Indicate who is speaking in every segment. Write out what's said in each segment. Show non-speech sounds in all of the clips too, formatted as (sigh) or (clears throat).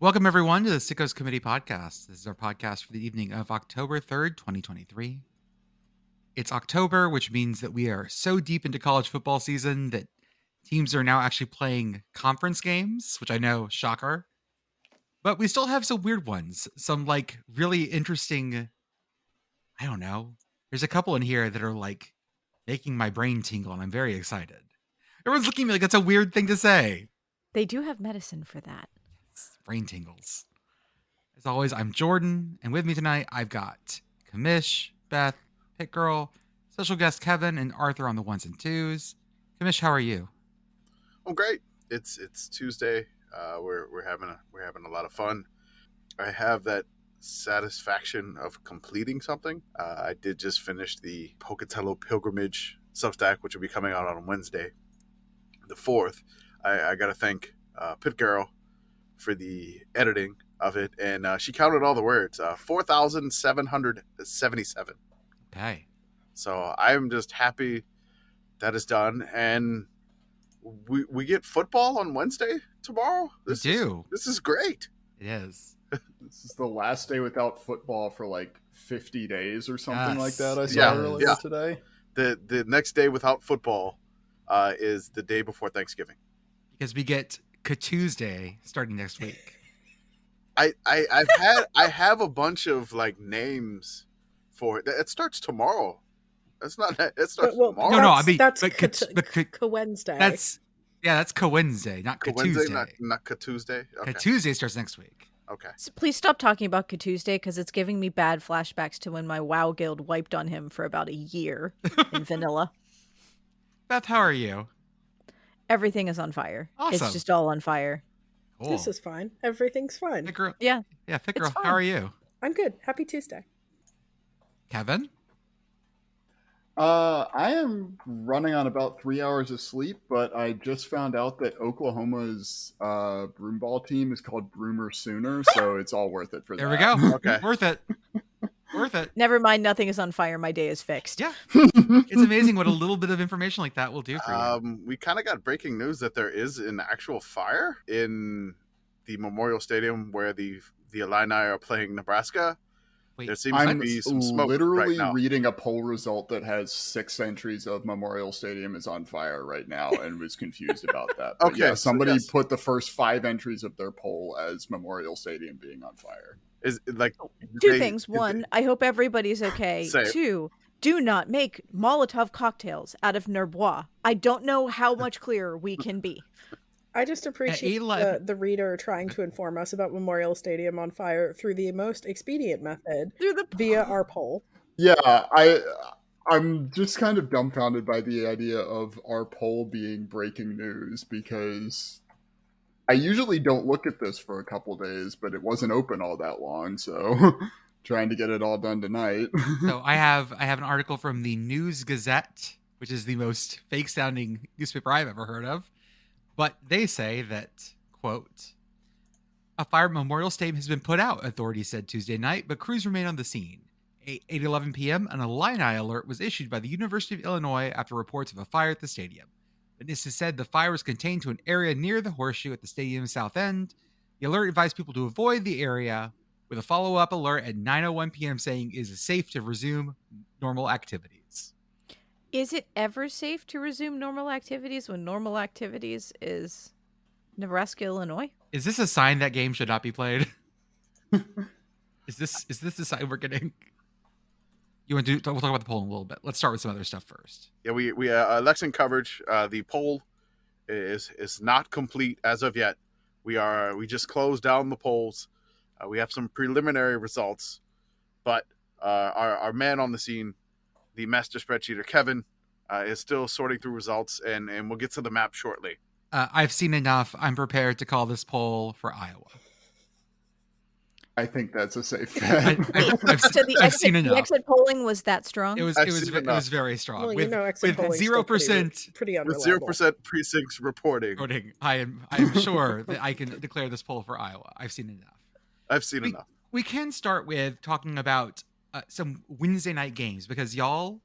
Speaker 1: Welcome, everyone, to the Sickos Committee Podcast. This is our podcast for the evening of October 3rd, 2023. It's October, which means that we are so deep into college football season that teams are now actually playing conference games, which I know, shocker. But we still have some weird ones, some like really interesting. I don't know. There's a couple in here that are like making my brain tingle, and I'm very excited. Everyone's looking at me like that's a weird thing to say.
Speaker 2: They do have medicine for that.
Speaker 1: Brain tingles. As always, I'm Jordan, and with me tonight, I've got Kamish, Beth, Pit Girl, special guest Kevin, and Arthur on the ones and twos. Kamish, how are you?
Speaker 3: Oh, great! It's it's Tuesday. Uh, we're we're having a, we're having a lot of fun. I have that satisfaction of completing something. Uh, I did just finish the Pocatello Pilgrimage Substack, which will be coming out on Wednesday, the fourth. I, I got to thank uh, Pit Girl for the editing of it, and uh, she counted all the words uh, four thousand seven hundred seventy-seven.
Speaker 1: Okay.
Speaker 3: So I'm just happy that is done, and we we get football on Wednesday tomorrow.
Speaker 1: We
Speaker 3: This is,
Speaker 1: do.
Speaker 3: this is great.
Speaker 1: It is.
Speaker 4: This is the last day without football for like 50 days or something
Speaker 1: Yes.
Speaker 4: like that. I saw
Speaker 3: Yeah,
Speaker 4: earlier
Speaker 3: yeah.
Speaker 4: today.
Speaker 3: the The next day without football uh, is the day before Thanksgiving.
Speaker 1: Because we get Ka Tuesday starting next week.
Speaker 3: I, I I've had I have a bunch of like names for it. It starts tomorrow. That's not it starts
Speaker 5: well,
Speaker 3: tomorrow.
Speaker 1: No, no, I
Speaker 5: That's-
Speaker 1: mean,
Speaker 5: that's
Speaker 1: but,
Speaker 5: cut-
Speaker 1: Ka- but Ka-
Speaker 5: Wednesday.
Speaker 1: that's yeah, that's Ka Wednesday, not Ka
Speaker 3: Wednesday,
Speaker 1: Tuesday.
Speaker 3: not not Tuesday. Okay,
Speaker 1: Ka Tuesday starts next week.
Speaker 3: okay.
Speaker 2: S- please stop talking about Tuesday because it's giving me bad flashbacks to when my WoW guild wiped on him for about a year
Speaker 1: (laughs)
Speaker 2: in vanilla.
Speaker 1: Beth, how are you?
Speaker 2: Everything is on fire.
Speaker 1: Awesome.
Speaker 2: It's just all on fire.
Speaker 1: Cool.
Speaker 5: This is fine. Everything's
Speaker 1: Thick
Speaker 5: fine.
Speaker 1: girl.
Speaker 2: Yeah.
Speaker 1: Yeah, thick
Speaker 2: It's
Speaker 1: girl. How
Speaker 2: fine.
Speaker 1: are you,
Speaker 5: I'm good. Happy Tuesday.
Speaker 1: Kevin?
Speaker 4: Uh, I am running on about three hours of sleep, but I just found out that Oklahoma's uh, broomball team is called Broomer Sooner, so it's all worth it for
Speaker 1: There we
Speaker 4: that.
Speaker 1: go.
Speaker 3: Uh,
Speaker 4: (laughs)
Speaker 3: Okay.
Speaker 1: Worth it. Worth it.
Speaker 2: Never mind. Nothing is on fire. My day is fixed.
Speaker 1: Yeah.
Speaker 4: we
Speaker 1: It's amazing what a little bit of information like that will do for you.
Speaker 3: Um, we kind of got breaking news that there is an actual fire in the Memorial Stadium where the the Illini are playing Nebraska.
Speaker 1: Wait,
Speaker 3: There seems to
Speaker 4: I'm
Speaker 3: be some smoke right
Speaker 4: literally
Speaker 3: now.
Speaker 4: reading a poll result that has six entries of Memorial Stadium is on fire right now and was confused about (laughs) that. But
Speaker 3: Okay,
Speaker 4: yeah,
Speaker 3: so
Speaker 4: somebody
Speaker 3: yes.
Speaker 4: put the first five entries of their poll as Memorial Stadium being on fire.
Speaker 3: Is like
Speaker 2: Two
Speaker 3: they-
Speaker 2: things. One, I hope everybody's okay.
Speaker 3: Same.
Speaker 2: Two, do not make Molotov cocktails out of Nerbois. I don't know how much clearer we can be.
Speaker 5: I just appreciate
Speaker 1: Eli-
Speaker 5: the, the reader trying to inform us about Memorial Stadium on fire through the most expedient method
Speaker 2: Through the
Speaker 1: (gasps)
Speaker 5: via our poll.
Speaker 4: Yeah, I I'm just kind of dumbfounded by the idea of our poll being breaking news because I usually don't look at this for a couple days, but it wasn't open all that long, so (laughs) trying to get it all done tonight. (laughs)
Speaker 1: so I have I have an article from the News Gazette, which is the most fake sounding newspaper I've ever heard of. But they say that quote a fire memorial stadium has been put out, authorities said Tuesday night, but crews remain on the scene. 8 8 11 p.m., an Illini alert was issued by the University of Illinois after reports of a fire at the stadium. Witnesses said the fire was contained to an area near the horseshoe at the stadium's south end. The alert advised people to avoid the area, with a follow-up alert at 9:01 p.m. saying it is safe to resume normal activities.
Speaker 2: Is it ever safe to resume normal activities when normal activities is
Speaker 1: (laughs)
Speaker 2: Nebraska, Illinois?
Speaker 1: Is this a sign that game should not be played? (laughs) is this is this the sign we're getting? You want to? Do, we'll talk about the poll in a little bit. Let's start with some other stuff first.
Speaker 3: Yeah, we we uh, election coverage. Uh, the poll is is not complete as of yet. We are we just closed down the polls. Uh, we have some preliminary results, but uh, our our man on the scene, the master spreadsheeter Kevin, uh, is still sorting through results, and and we'll get to the map shortly.
Speaker 1: Uh, I've seen enough. I'm prepared to call this poll for Iowa.
Speaker 4: I think that's a safe
Speaker 1: I,
Speaker 4: bet.
Speaker 5: (laughs)
Speaker 1: have
Speaker 2: So the, exit,
Speaker 1: seen
Speaker 2: the
Speaker 1: enough.
Speaker 2: exit polling was that strong.
Speaker 1: it was
Speaker 3: I've
Speaker 1: it was
Speaker 3: seen
Speaker 1: ve- it
Speaker 3: enough.
Speaker 1: was very strong
Speaker 5: Well, you
Speaker 1: with
Speaker 5: know, exit
Speaker 1: with
Speaker 5: polling's
Speaker 1: zero
Speaker 5: still pretty-
Speaker 1: percent
Speaker 5: Pretty
Speaker 3: With
Speaker 5: unreliable.
Speaker 3: zero
Speaker 5: (laughs)
Speaker 3: percent precincts reporting,
Speaker 1: voting. I am I am sure that I can declare this poll for Iowa. I've seen enough.
Speaker 3: I've seen
Speaker 1: We-
Speaker 3: enough.
Speaker 1: we can start with talking about uh, some Wednesday night games because y'all,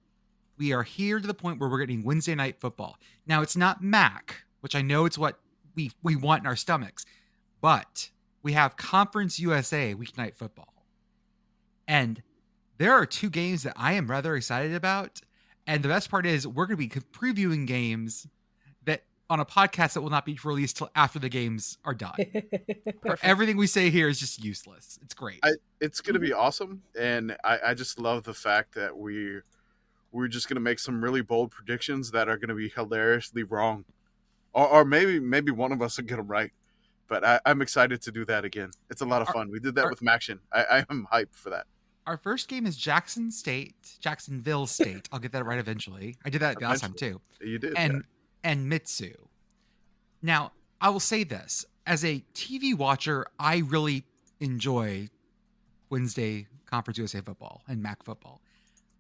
Speaker 1: we are here to the point where we're getting Wednesday night football. Now it's not Mac, which I know it's what we we want in our stomachs, but we have Conference USA weeknight football. And there are two games that I am rather excited about. And the best part is we're going to be co- previewing games that on a podcast that will not be released till after the games are
Speaker 5: (laughs)
Speaker 1: done. So everything we say here is just useless. It's great.
Speaker 3: I- it's going to
Speaker 1: Mm-hmm.
Speaker 3: be awesome and I, I just love the fact that we we're just going to make some really bold predictions that are going to be hilariously wrong or, or maybe maybe one of us will get them right but I, i'm excited to do that again it's a lot of
Speaker 1: Are-
Speaker 3: fun we did that
Speaker 1: are-
Speaker 3: with maction I, I am hyped for that
Speaker 1: Our first game is Jackson State, Jacksonville State. I'll get that right eventually. I did that last time too.
Speaker 3: you did
Speaker 1: and
Speaker 3: that.
Speaker 1: and Mitsu. Now, I will say this as a TV watcher, I really enjoy Wednesday Conference USA football and MAC football.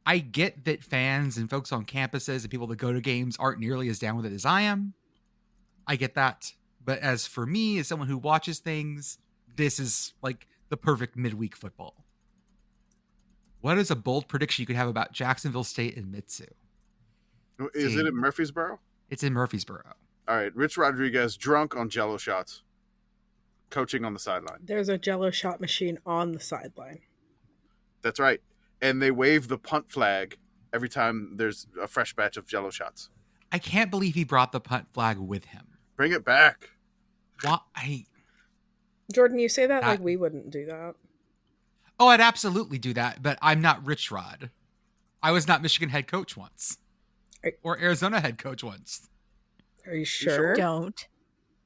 Speaker 1: I get that fans and folks on campuses and people that go to games aren't nearly as down with it as I am. I get that. But as for me, as someone who watches things, this is like the perfect midweek football. What is a bold prediction you could have about Jacksonville State and Mitsu?
Speaker 3: is it in murfreesboro
Speaker 1: It's in Murfreesboro.
Speaker 3: all right rich rodriguez drunk on jello shots coaching on the sideline
Speaker 5: There's a jello shot machine on the sideline.
Speaker 3: that's right and they wave the punt flag every time there's a fresh batch of jello shots
Speaker 1: I can't believe he brought the punt flag with him.
Speaker 3: bring it back
Speaker 1: Why? I-
Speaker 5: Jordan, you say that
Speaker 1: That-
Speaker 5: like we wouldn't do that.
Speaker 1: Oh, I'd absolutely do that, but I'm not Rich Rod. I was not Michigan head coach once,
Speaker 5: Right.
Speaker 1: or Arizona head coach once.
Speaker 5: Are you
Speaker 3: sure?
Speaker 5: sure?
Speaker 2: Don't.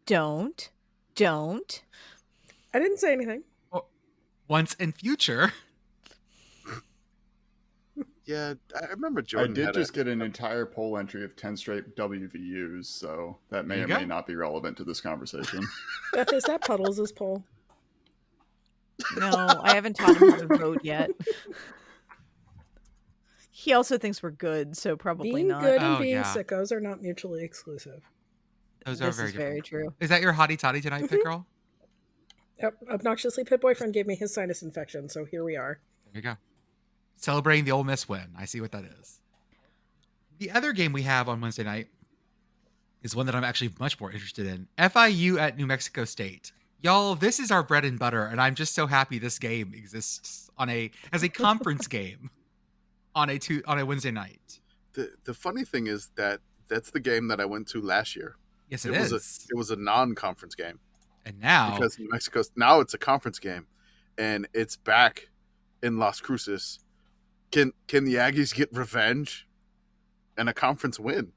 Speaker 2: Don't. Don't.
Speaker 5: I didn't say anything.
Speaker 1: Once in future,
Speaker 3: Yeah, I remember Jordan.
Speaker 4: I did
Speaker 3: had
Speaker 4: just
Speaker 3: a,
Speaker 4: get an entire poll entry of 10 straight WVUs, so that may
Speaker 1: There
Speaker 4: or
Speaker 1: you
Speaker 4: may
Speaker 1: go.
Speaker 4: not be relevant to this conversation.
Speaker 1: (laughs)
Speaker 4: (laughs)
Speaker 5: Beth, is that Puddles' poll?
Speaker 2: No, I haven't taught him how to vote yet. He also thinks we're good, so (laughs) probably
Speaker 5: being
Speaker 2: not.
Speaker 5: good and
Speaker 1: Oh,
Speaker 5: being
Speaker 1: yeah.
Speaker 5: sickos are not mutually exclusive.
Speaker 1: those are
Speaker 2: this
Speaker 1: very
Speaker 2: is very Mhm.
Speaker 1: different.
Speaker 2: true.
Speaker 1: Is that your hottie toddy tonight, Pit Girl?
Speaker 5: Ob- Obnoxiously pit boyfriend gave me his sinus infection, so here we are.
Speaker 1: There you go. Celebrating the Ole Miss win. I see what that is. The other game we have on Wednesday night is one that I'm actually much more interested in. FIU at New Mexico State. Y'all, this is our bread and butter, and I'm just so happy this game exists on a as a conference
Speaker 3: (laughs)
Speaker 1: game on a two on a Wednesday night.
Speaker 3: the the funny thing is that that's the game that I went to last year.
Speaker 1: Yes,
Speaker 3: It
Speaker 1: it
Speaker 3: was
Speaker 1: is.
Speaker 3: a it was a non-conference game
Speaker 1: and now
Speaker 3: because New Mexico now it's a conference game, and it's back in Las Cruces. Can can the Aggies get revenge and a conference win?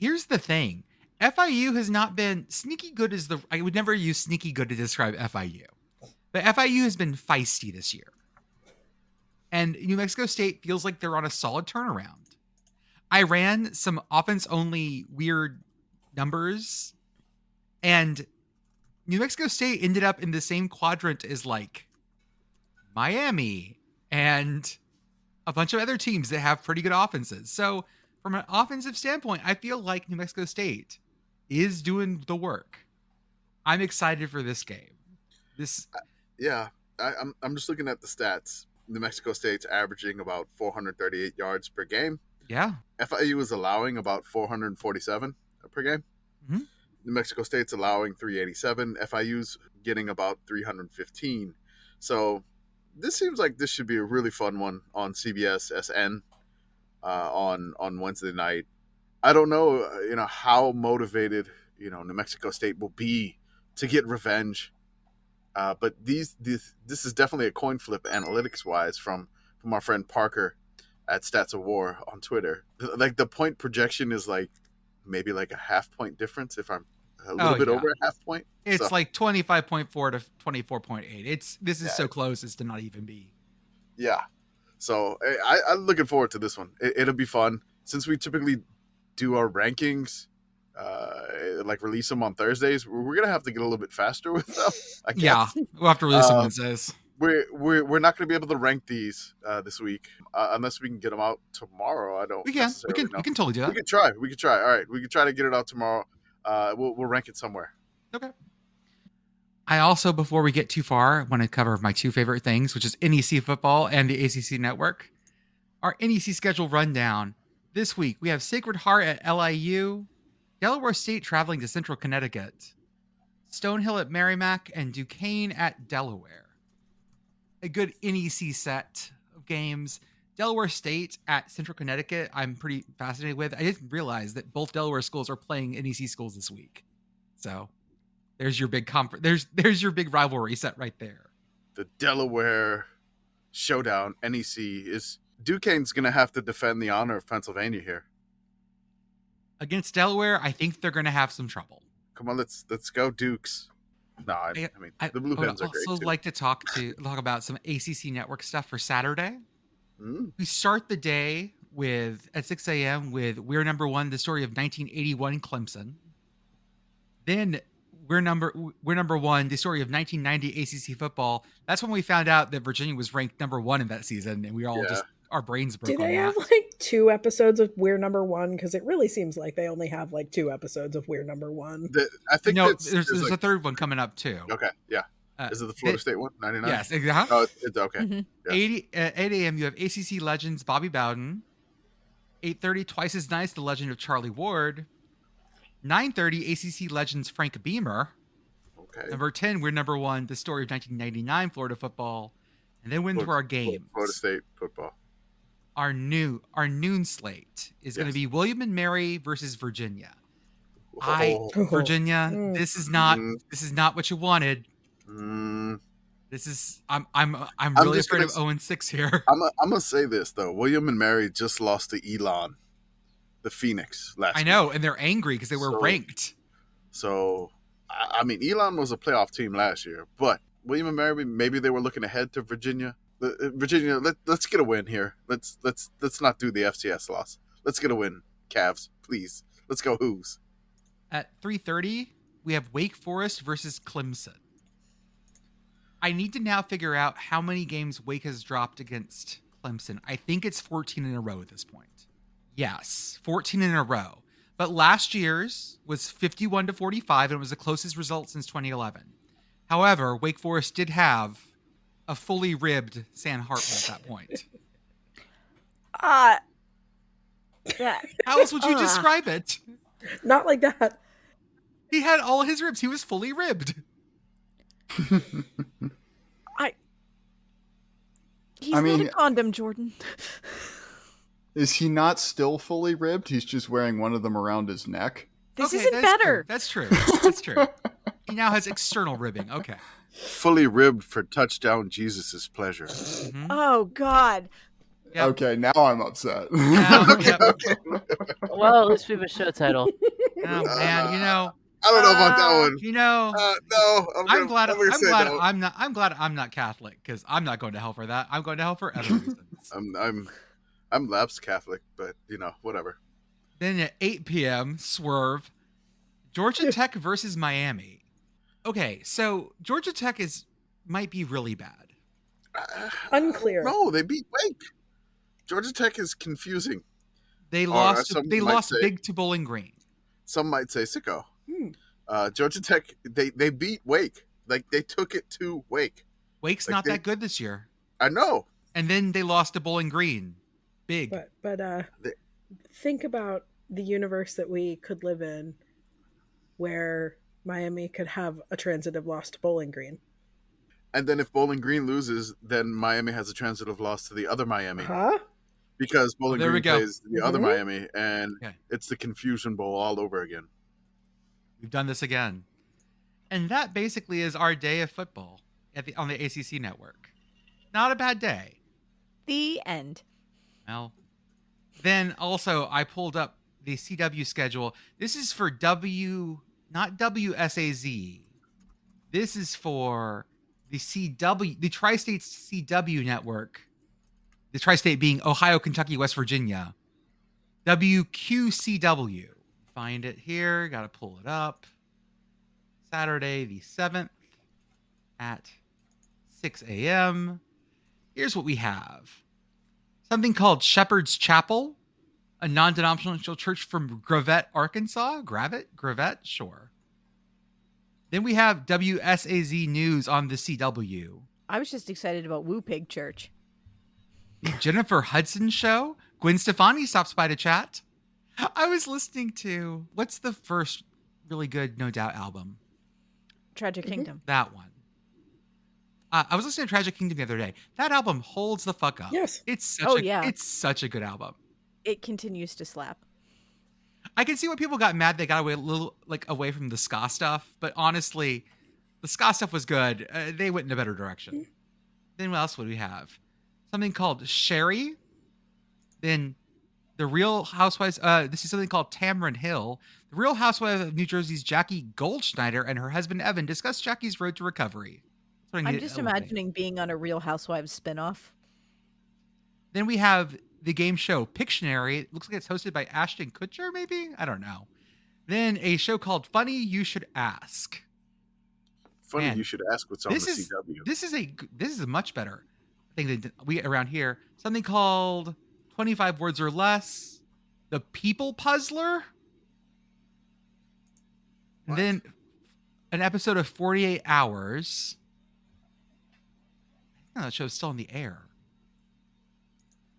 Speaker 1: here's the thing FIU has not been sneaky good as the I would never use sneaky good to describe FIU. But FIU has been feisty this year. And New Mexico State feels like they're on a solid turnaround. I ran some offense only weird numbers and New Mexico State ended up in the same quadrant as like Miami and a bunch of other teams that have pretty good offenses. So from an offensive standpoint, I feel like New Mexico State is doing the work. I'm excited for this game. This
Speaker 3: Yeah, I, I'm I'm just looking at the stats. New Mexico State's averaging about 438 yards per game.
Speaker 1: yeah.
Speaker 3: FIU is allowing about 447 per game.
Speaker 1: Mhm.
Speaker 3: New Mexico State's allowing 387. FIU's getting about 315. So this seems like this should be a really fun one on CBS SN uh, on on Wednesday night. I don't know, uh, you know, how motivated you know New Mexico State will be to get revenge, uh, but these this this is definitely a coin flip analytics wise from from our friend Parker at Stats of War on Twitter. Th- Like the point projection is like maybe like a half point difference if I'm a little
Speaker 1: Oh,
Speaker 3: bit
Speaker 1: yeah.
Speaker 3: over a half point.
Speaker 1: It's
Speaker 3: So-
Speaker 1: like 25.4 to 24.8. It's this is
Speaker 3: Yeah.
Speaker 1: so close as to not even be.
Speaker 3: Yeah. So eh, I, I- I'm looking forward to this one. It, it'll be fun since we typically do our rankings, uh, like release them on Thursdays. We're we're gonna have to get a little bit faster (laughs) with them. I guess.
Speaker 1: Yeah, we'll have to release
Speaker 3: Uh,
Speaker 1: them. It says
Speaker 3: We're, we're, we're not going to be able to rank these uh, this week uh, unless we can get them out tomorrow. I don't.
Speaker 1: we can, we
Speaker 3: necessarily
Speaker 1: can,
Speaker 3: know.
Speaker 1: we can totally do
Speaker 3: We
Speaker 1: that.
Speaker 3: could try. We could try. All right, we could try to get it out tomorrow. Uh, we'll, we'll rank it somewhere.
Speaker 1: I also, before we get too far, want to cover my two favorite things, which is NEC football and the ACC network. Our NEC schedule rundown this week we have Sacred Heart at LIU, Delaware State traveling to Central Connecticut, Stonehill at Merrimack, and Duquesne at Delaware. A good NEC set of games. Delaware State at Central Connecticut, I'm pretty fascinated with. I didn't realize that both Delaware schools are playing NEC schools this week. So there's your big comfort. There's there's your big rivalry set right there.
Speaker 3: The Delaware showdown, NEC, is Duquesne's going to have to defend the honor of Pennsylvania here.
Speaker 1: Against Delaware, I think they're going to have some trouble.
Speaker 3: Come on, let's let's go Dukes. No, I,
Speaker 1: I-
Speaker 3: I mean
Speaker 1: I
Speaker 3: the Blue
Speaker 1: would
Speaker 3: Pens are great.
Speaker 1: also
Speaker 3: too.
Speaker 1: like to talk to (laughs) talk about some ACC network stuff for Saturday.
Speaker 3: Mm,
Speaker 1: We start the day with at 6 a.m. with We're Number One, the story of 1981 Clemson. Then we're number we're number one, the story of 1990 ACC football. That's when we found out that Virginia was ranked number one in that season, and we all
Speaker 3: Yeah.
Speaker 1: just our brains
Speaker 5: Do
Speaker 1: broke. on
Speaker 5: they
Speaker 1: that.
Speaker 5: have like two episodes of We're Number One? Because it really seems like they only have like two episodes of We're Number One. (laughs)
Speaker 3: the- I think
Speaker 1: no,
Speaker 3: that's-
Speaker 1: there's, there's,
Speaker 3: there's
Speaker 1: a
Speaker 3: like-
Speaker 1: third one coming up too.
Speaker 3: okay, yeah.
Speaker 1: Uh,
Speaker 3: Is it the Florida
Speaker 1: it-
Speaker 3: State one? Ninety nine.
Speaker 1: Yes, exactly.
Speaker 3: Oh, it's, it's okay. yeah.
Speaker 1: 80, uh, 8 a.m. You have ACC Legends Bobby Bowden. 8:30 Twice as Nice The Legend of Charlie Ward. 9:30 ACC Legends Frank Beamer. Hmm.
Speaker 3: Okay.
Speaker 1: Number 10 we're number 1 The Story of 1999 Florida Football. And then went
Speaker 3: Florida-
Speaker 1: through our
Speaker 3: Flo-
Speaker 1: games.
Speaker 3: Florida State football.
Speaker 1: Our new our noon slate is going
Speaker 3: Yes.
Speaker 1: to be William and Mary versus Virginia. I-
Speaker 3: Oh,
Speaker 1: Virginia,
Speaker 5: Mm.
Speaker 1: this is not
Speaker 3: Mm.
Speaker 1: this is not what you wanted.
Speaker 3: mm.
Speaker 1: This is I'm I'm I'm
Speaker 3: I'm
Speaker 1: really
Speaker 3: just
Speaker 1: afraid
Speaker 3: gonna
Speaker 1: of
Speaker 3: s-
Speaker 1: 0 and 6 here.
Speaker 3: I'm i I'm gonna say this though. William and Mary just lost to Elon, the Phoenix last.
Speaker 1: I
Speaker 3: week.
Speaker 1: know, and they're angry because they were
Speaker 3: So-
Speaker 1: ranked.
Speaker 3: So, I, I mean, Elon was a playoff team last year, but William and Mary, maybe they were looking ahead to Virginia. Uh, uh, Virginia, let, let's get a win here. Let's let's let's not do the FCS loss. Let's get a win, Cavs, please. Let's go, Who's.
Speaker 1: At 3:30, we have Wake Forest versus Clemson. I need to now figure out how many games Wake has dropped against Clemson. I think it's 14 in a row at this point. Yes, 14 in a row. But last year's was 51 to 45 and it was the closest result since 2011. However, Wake Forest did have a fully ribbed San Hartman at that point.
Speaker 2: Uh, yeah.
Speaker 1: How else would you
Speaker 2: Ah.
Speaker 1: describe it?
Speaker 5: Not like that.
Speaker 1: He had all his ribs. He was fully ribbed.
Speaker 2: He's
Speaker 4: I
Speaker 2: not
Speaker 4: mean-
Speaker 2: a condom, Jordan.
Speaker 4: Is he not still fully ribbed? He's just wearing one of them around his neck.
Speaker 2: This
Speaker 1: Okay,
Speaker 2: isn't
Speaker 1: that's true.
Speaker 2: better.
Speaker 1: That's true. That's
Speaker 2: (laughs)
Speaker 1: true. he now has external ribbing. Okay.
Speaker 3: Fully ribbed for touchdown, Jesus' pleasure. (laughs)
Speaker 1: Mhm.
Speaker 2: Oh God.
Speaker 1: Yep.
Speaker 4: Okay, now
Speaker 1: (laughs)
Speaker 4: I'm upset.
Speaker 1: Now- yep.
Speaker 2: (laughs)
Speaker 6: Well, at least we have a show title.
Speaker 1: Oh, man, you know,
Speaker 3: I don't know about that
Speaker 2: Uh,
Speaker 3: one.
Speaker 1: you know.
Speaker 3: Uh, no, I'm, gonna,
Speaker 1: I'm glad.
Speaker 3: I'm,
Speaker 1: I'm,
Speaker 3: gonna say
Speaker 1: glad.
Speaker 3: no.
Speaker 1: I'm not. I'm glad. I'm not Catholic because I'm not going to hell for that. I'm going to hell for other
Speaker 3: (laughs)
Speaker 1: reasons.
Speaker 3: I'm I'm I'm lapsed Catholic, but you know, whatever.
Speaker 1: then at 8 p.m. Swerve, Georgia Tech versus Miami. Okay, so Georgia Tech is might be really bad.
Speaker 3: Uh,
Speaker 5: Unclear.
Speaker 3: No, they beat Wake. Georgia Tech is confusing.
Speaker 1: They
Speaker 3: Or
Speaker 1: lost.
Speaker 3: some
Speaker 1: they
Speaker 3: might
Speaker 1: lost
Speaker 3: say-
Speaker 1: big to Bowling Green.
Speaker 3: Some might say sicko.
Speaker 5: Hmm.
Speaker 3: Uh, Georgia Tech, they they beat Wake. Like they took it to Wake.
Speaker 1: Wake's
Speaker 3: Like
Speaker 1: not
Speaker 3: they-
Speaker 1: that good this year.
Speaker 3: I know.
Speaker 1: And then they lost to Bowling Green. Big.
Speaker 5: But but uh,
Speaker 3: The-
Speaker 5: think about the universe that we could live in, where Miami could have a transitive loss to Bowling Green.
Speaker 3: And then if Bowling Green loses, then Miami has a transitive loss to the other Miami
Speaker 5: Huh?
Speaker 3: because Bowling
Speaker 1: There we
Speaker 3: Green
Speaker 1: go.
Speaker 3: plays
Speaker 4: Mm-hmm.
Speaker 3: the other
Speaker 5: Mhm.
Speaker 3: Miami, and
Speaker 1: Okay.
Speaker 3: it's the confusion bowl all over again.
Speaker 1: We've done this again. And that basically is our day of football at the, on the ACC network. Not a bad day.
Speaker 2: The end.
Speaker 1: Well, then also I pulled up the CW schedule. This is for W, not WSAZ. This is for the CW, the Tri-State CW network. The Tri-State being Ohio, Kentucky, West Virginia. WQCW. Find it here. Got to pull it up. Saturday the 7th at 6 a.m. Here's what we have something called Shepherd's Chapel, a non-denominational church from Gravette, Arkansas. Gravette, Gravette, sure. Then we have WSAZ News on the CW,
Speaker 2: I was just excited about Woo Pig Church.
Speaker 1: the Jennifer Hudson Show. Gwen Stefani stops by to chat. I was listening to what's the first really good No Doubt album?
Speaker 2: Tragic
Speaker 5: Mhm.
Speaker 2: Kingdom.
Speaker 1: That one. Uh, I was listening to Tragic Kingdom the other day. That album holds the fuck up.
Speaker 5: Yes.
Speaker 1: It's such
Speaker 2: Oh,
Speaker 1: a
Speaker 2: yeah.
Speaker 1: it's such a good album.
Speaker 2: It continues to slap.
Speaker 1: I can see why people got mad they got away a little like away from the ska stuff, but honestly, the ska stuff was good. Uh, they went in a better direction. Then what else would we have? Something called Sherry. Then the Real Housewives. Uh, this is something called Tamron Hill. The Real Housewives of New Jersey's Jackie Goldschneider and her husband Evan discuss Jackie's road to recovery. That's what I
Speaker 2: I'm
Speaker 1: needed-
Speaker 2: just
Speaker 1: I love it.
Speaker 2: imagining being on a Real Housewives spinoff.
Speaker 1: Then we have the game show Pictionary. It looks like it's hosted by Ashton Kutcher, maybe? I don't know. Then a show called Funny You Should Ask.
Speaker 3: Funny
Speaker 1: Man.
Speaker 3: you should ask what's on
Speaker 1: This
Speaker 3: the
Speaker 1: is-
Speaker 3: CW.
Speaker 1: This is a g- this is much better thing than we around here. Something called 25 words or less. The People Puzzler. And
Speaker 3: What?
Speaker 1: then an episode of 48 Hours. I think that show's still on the air.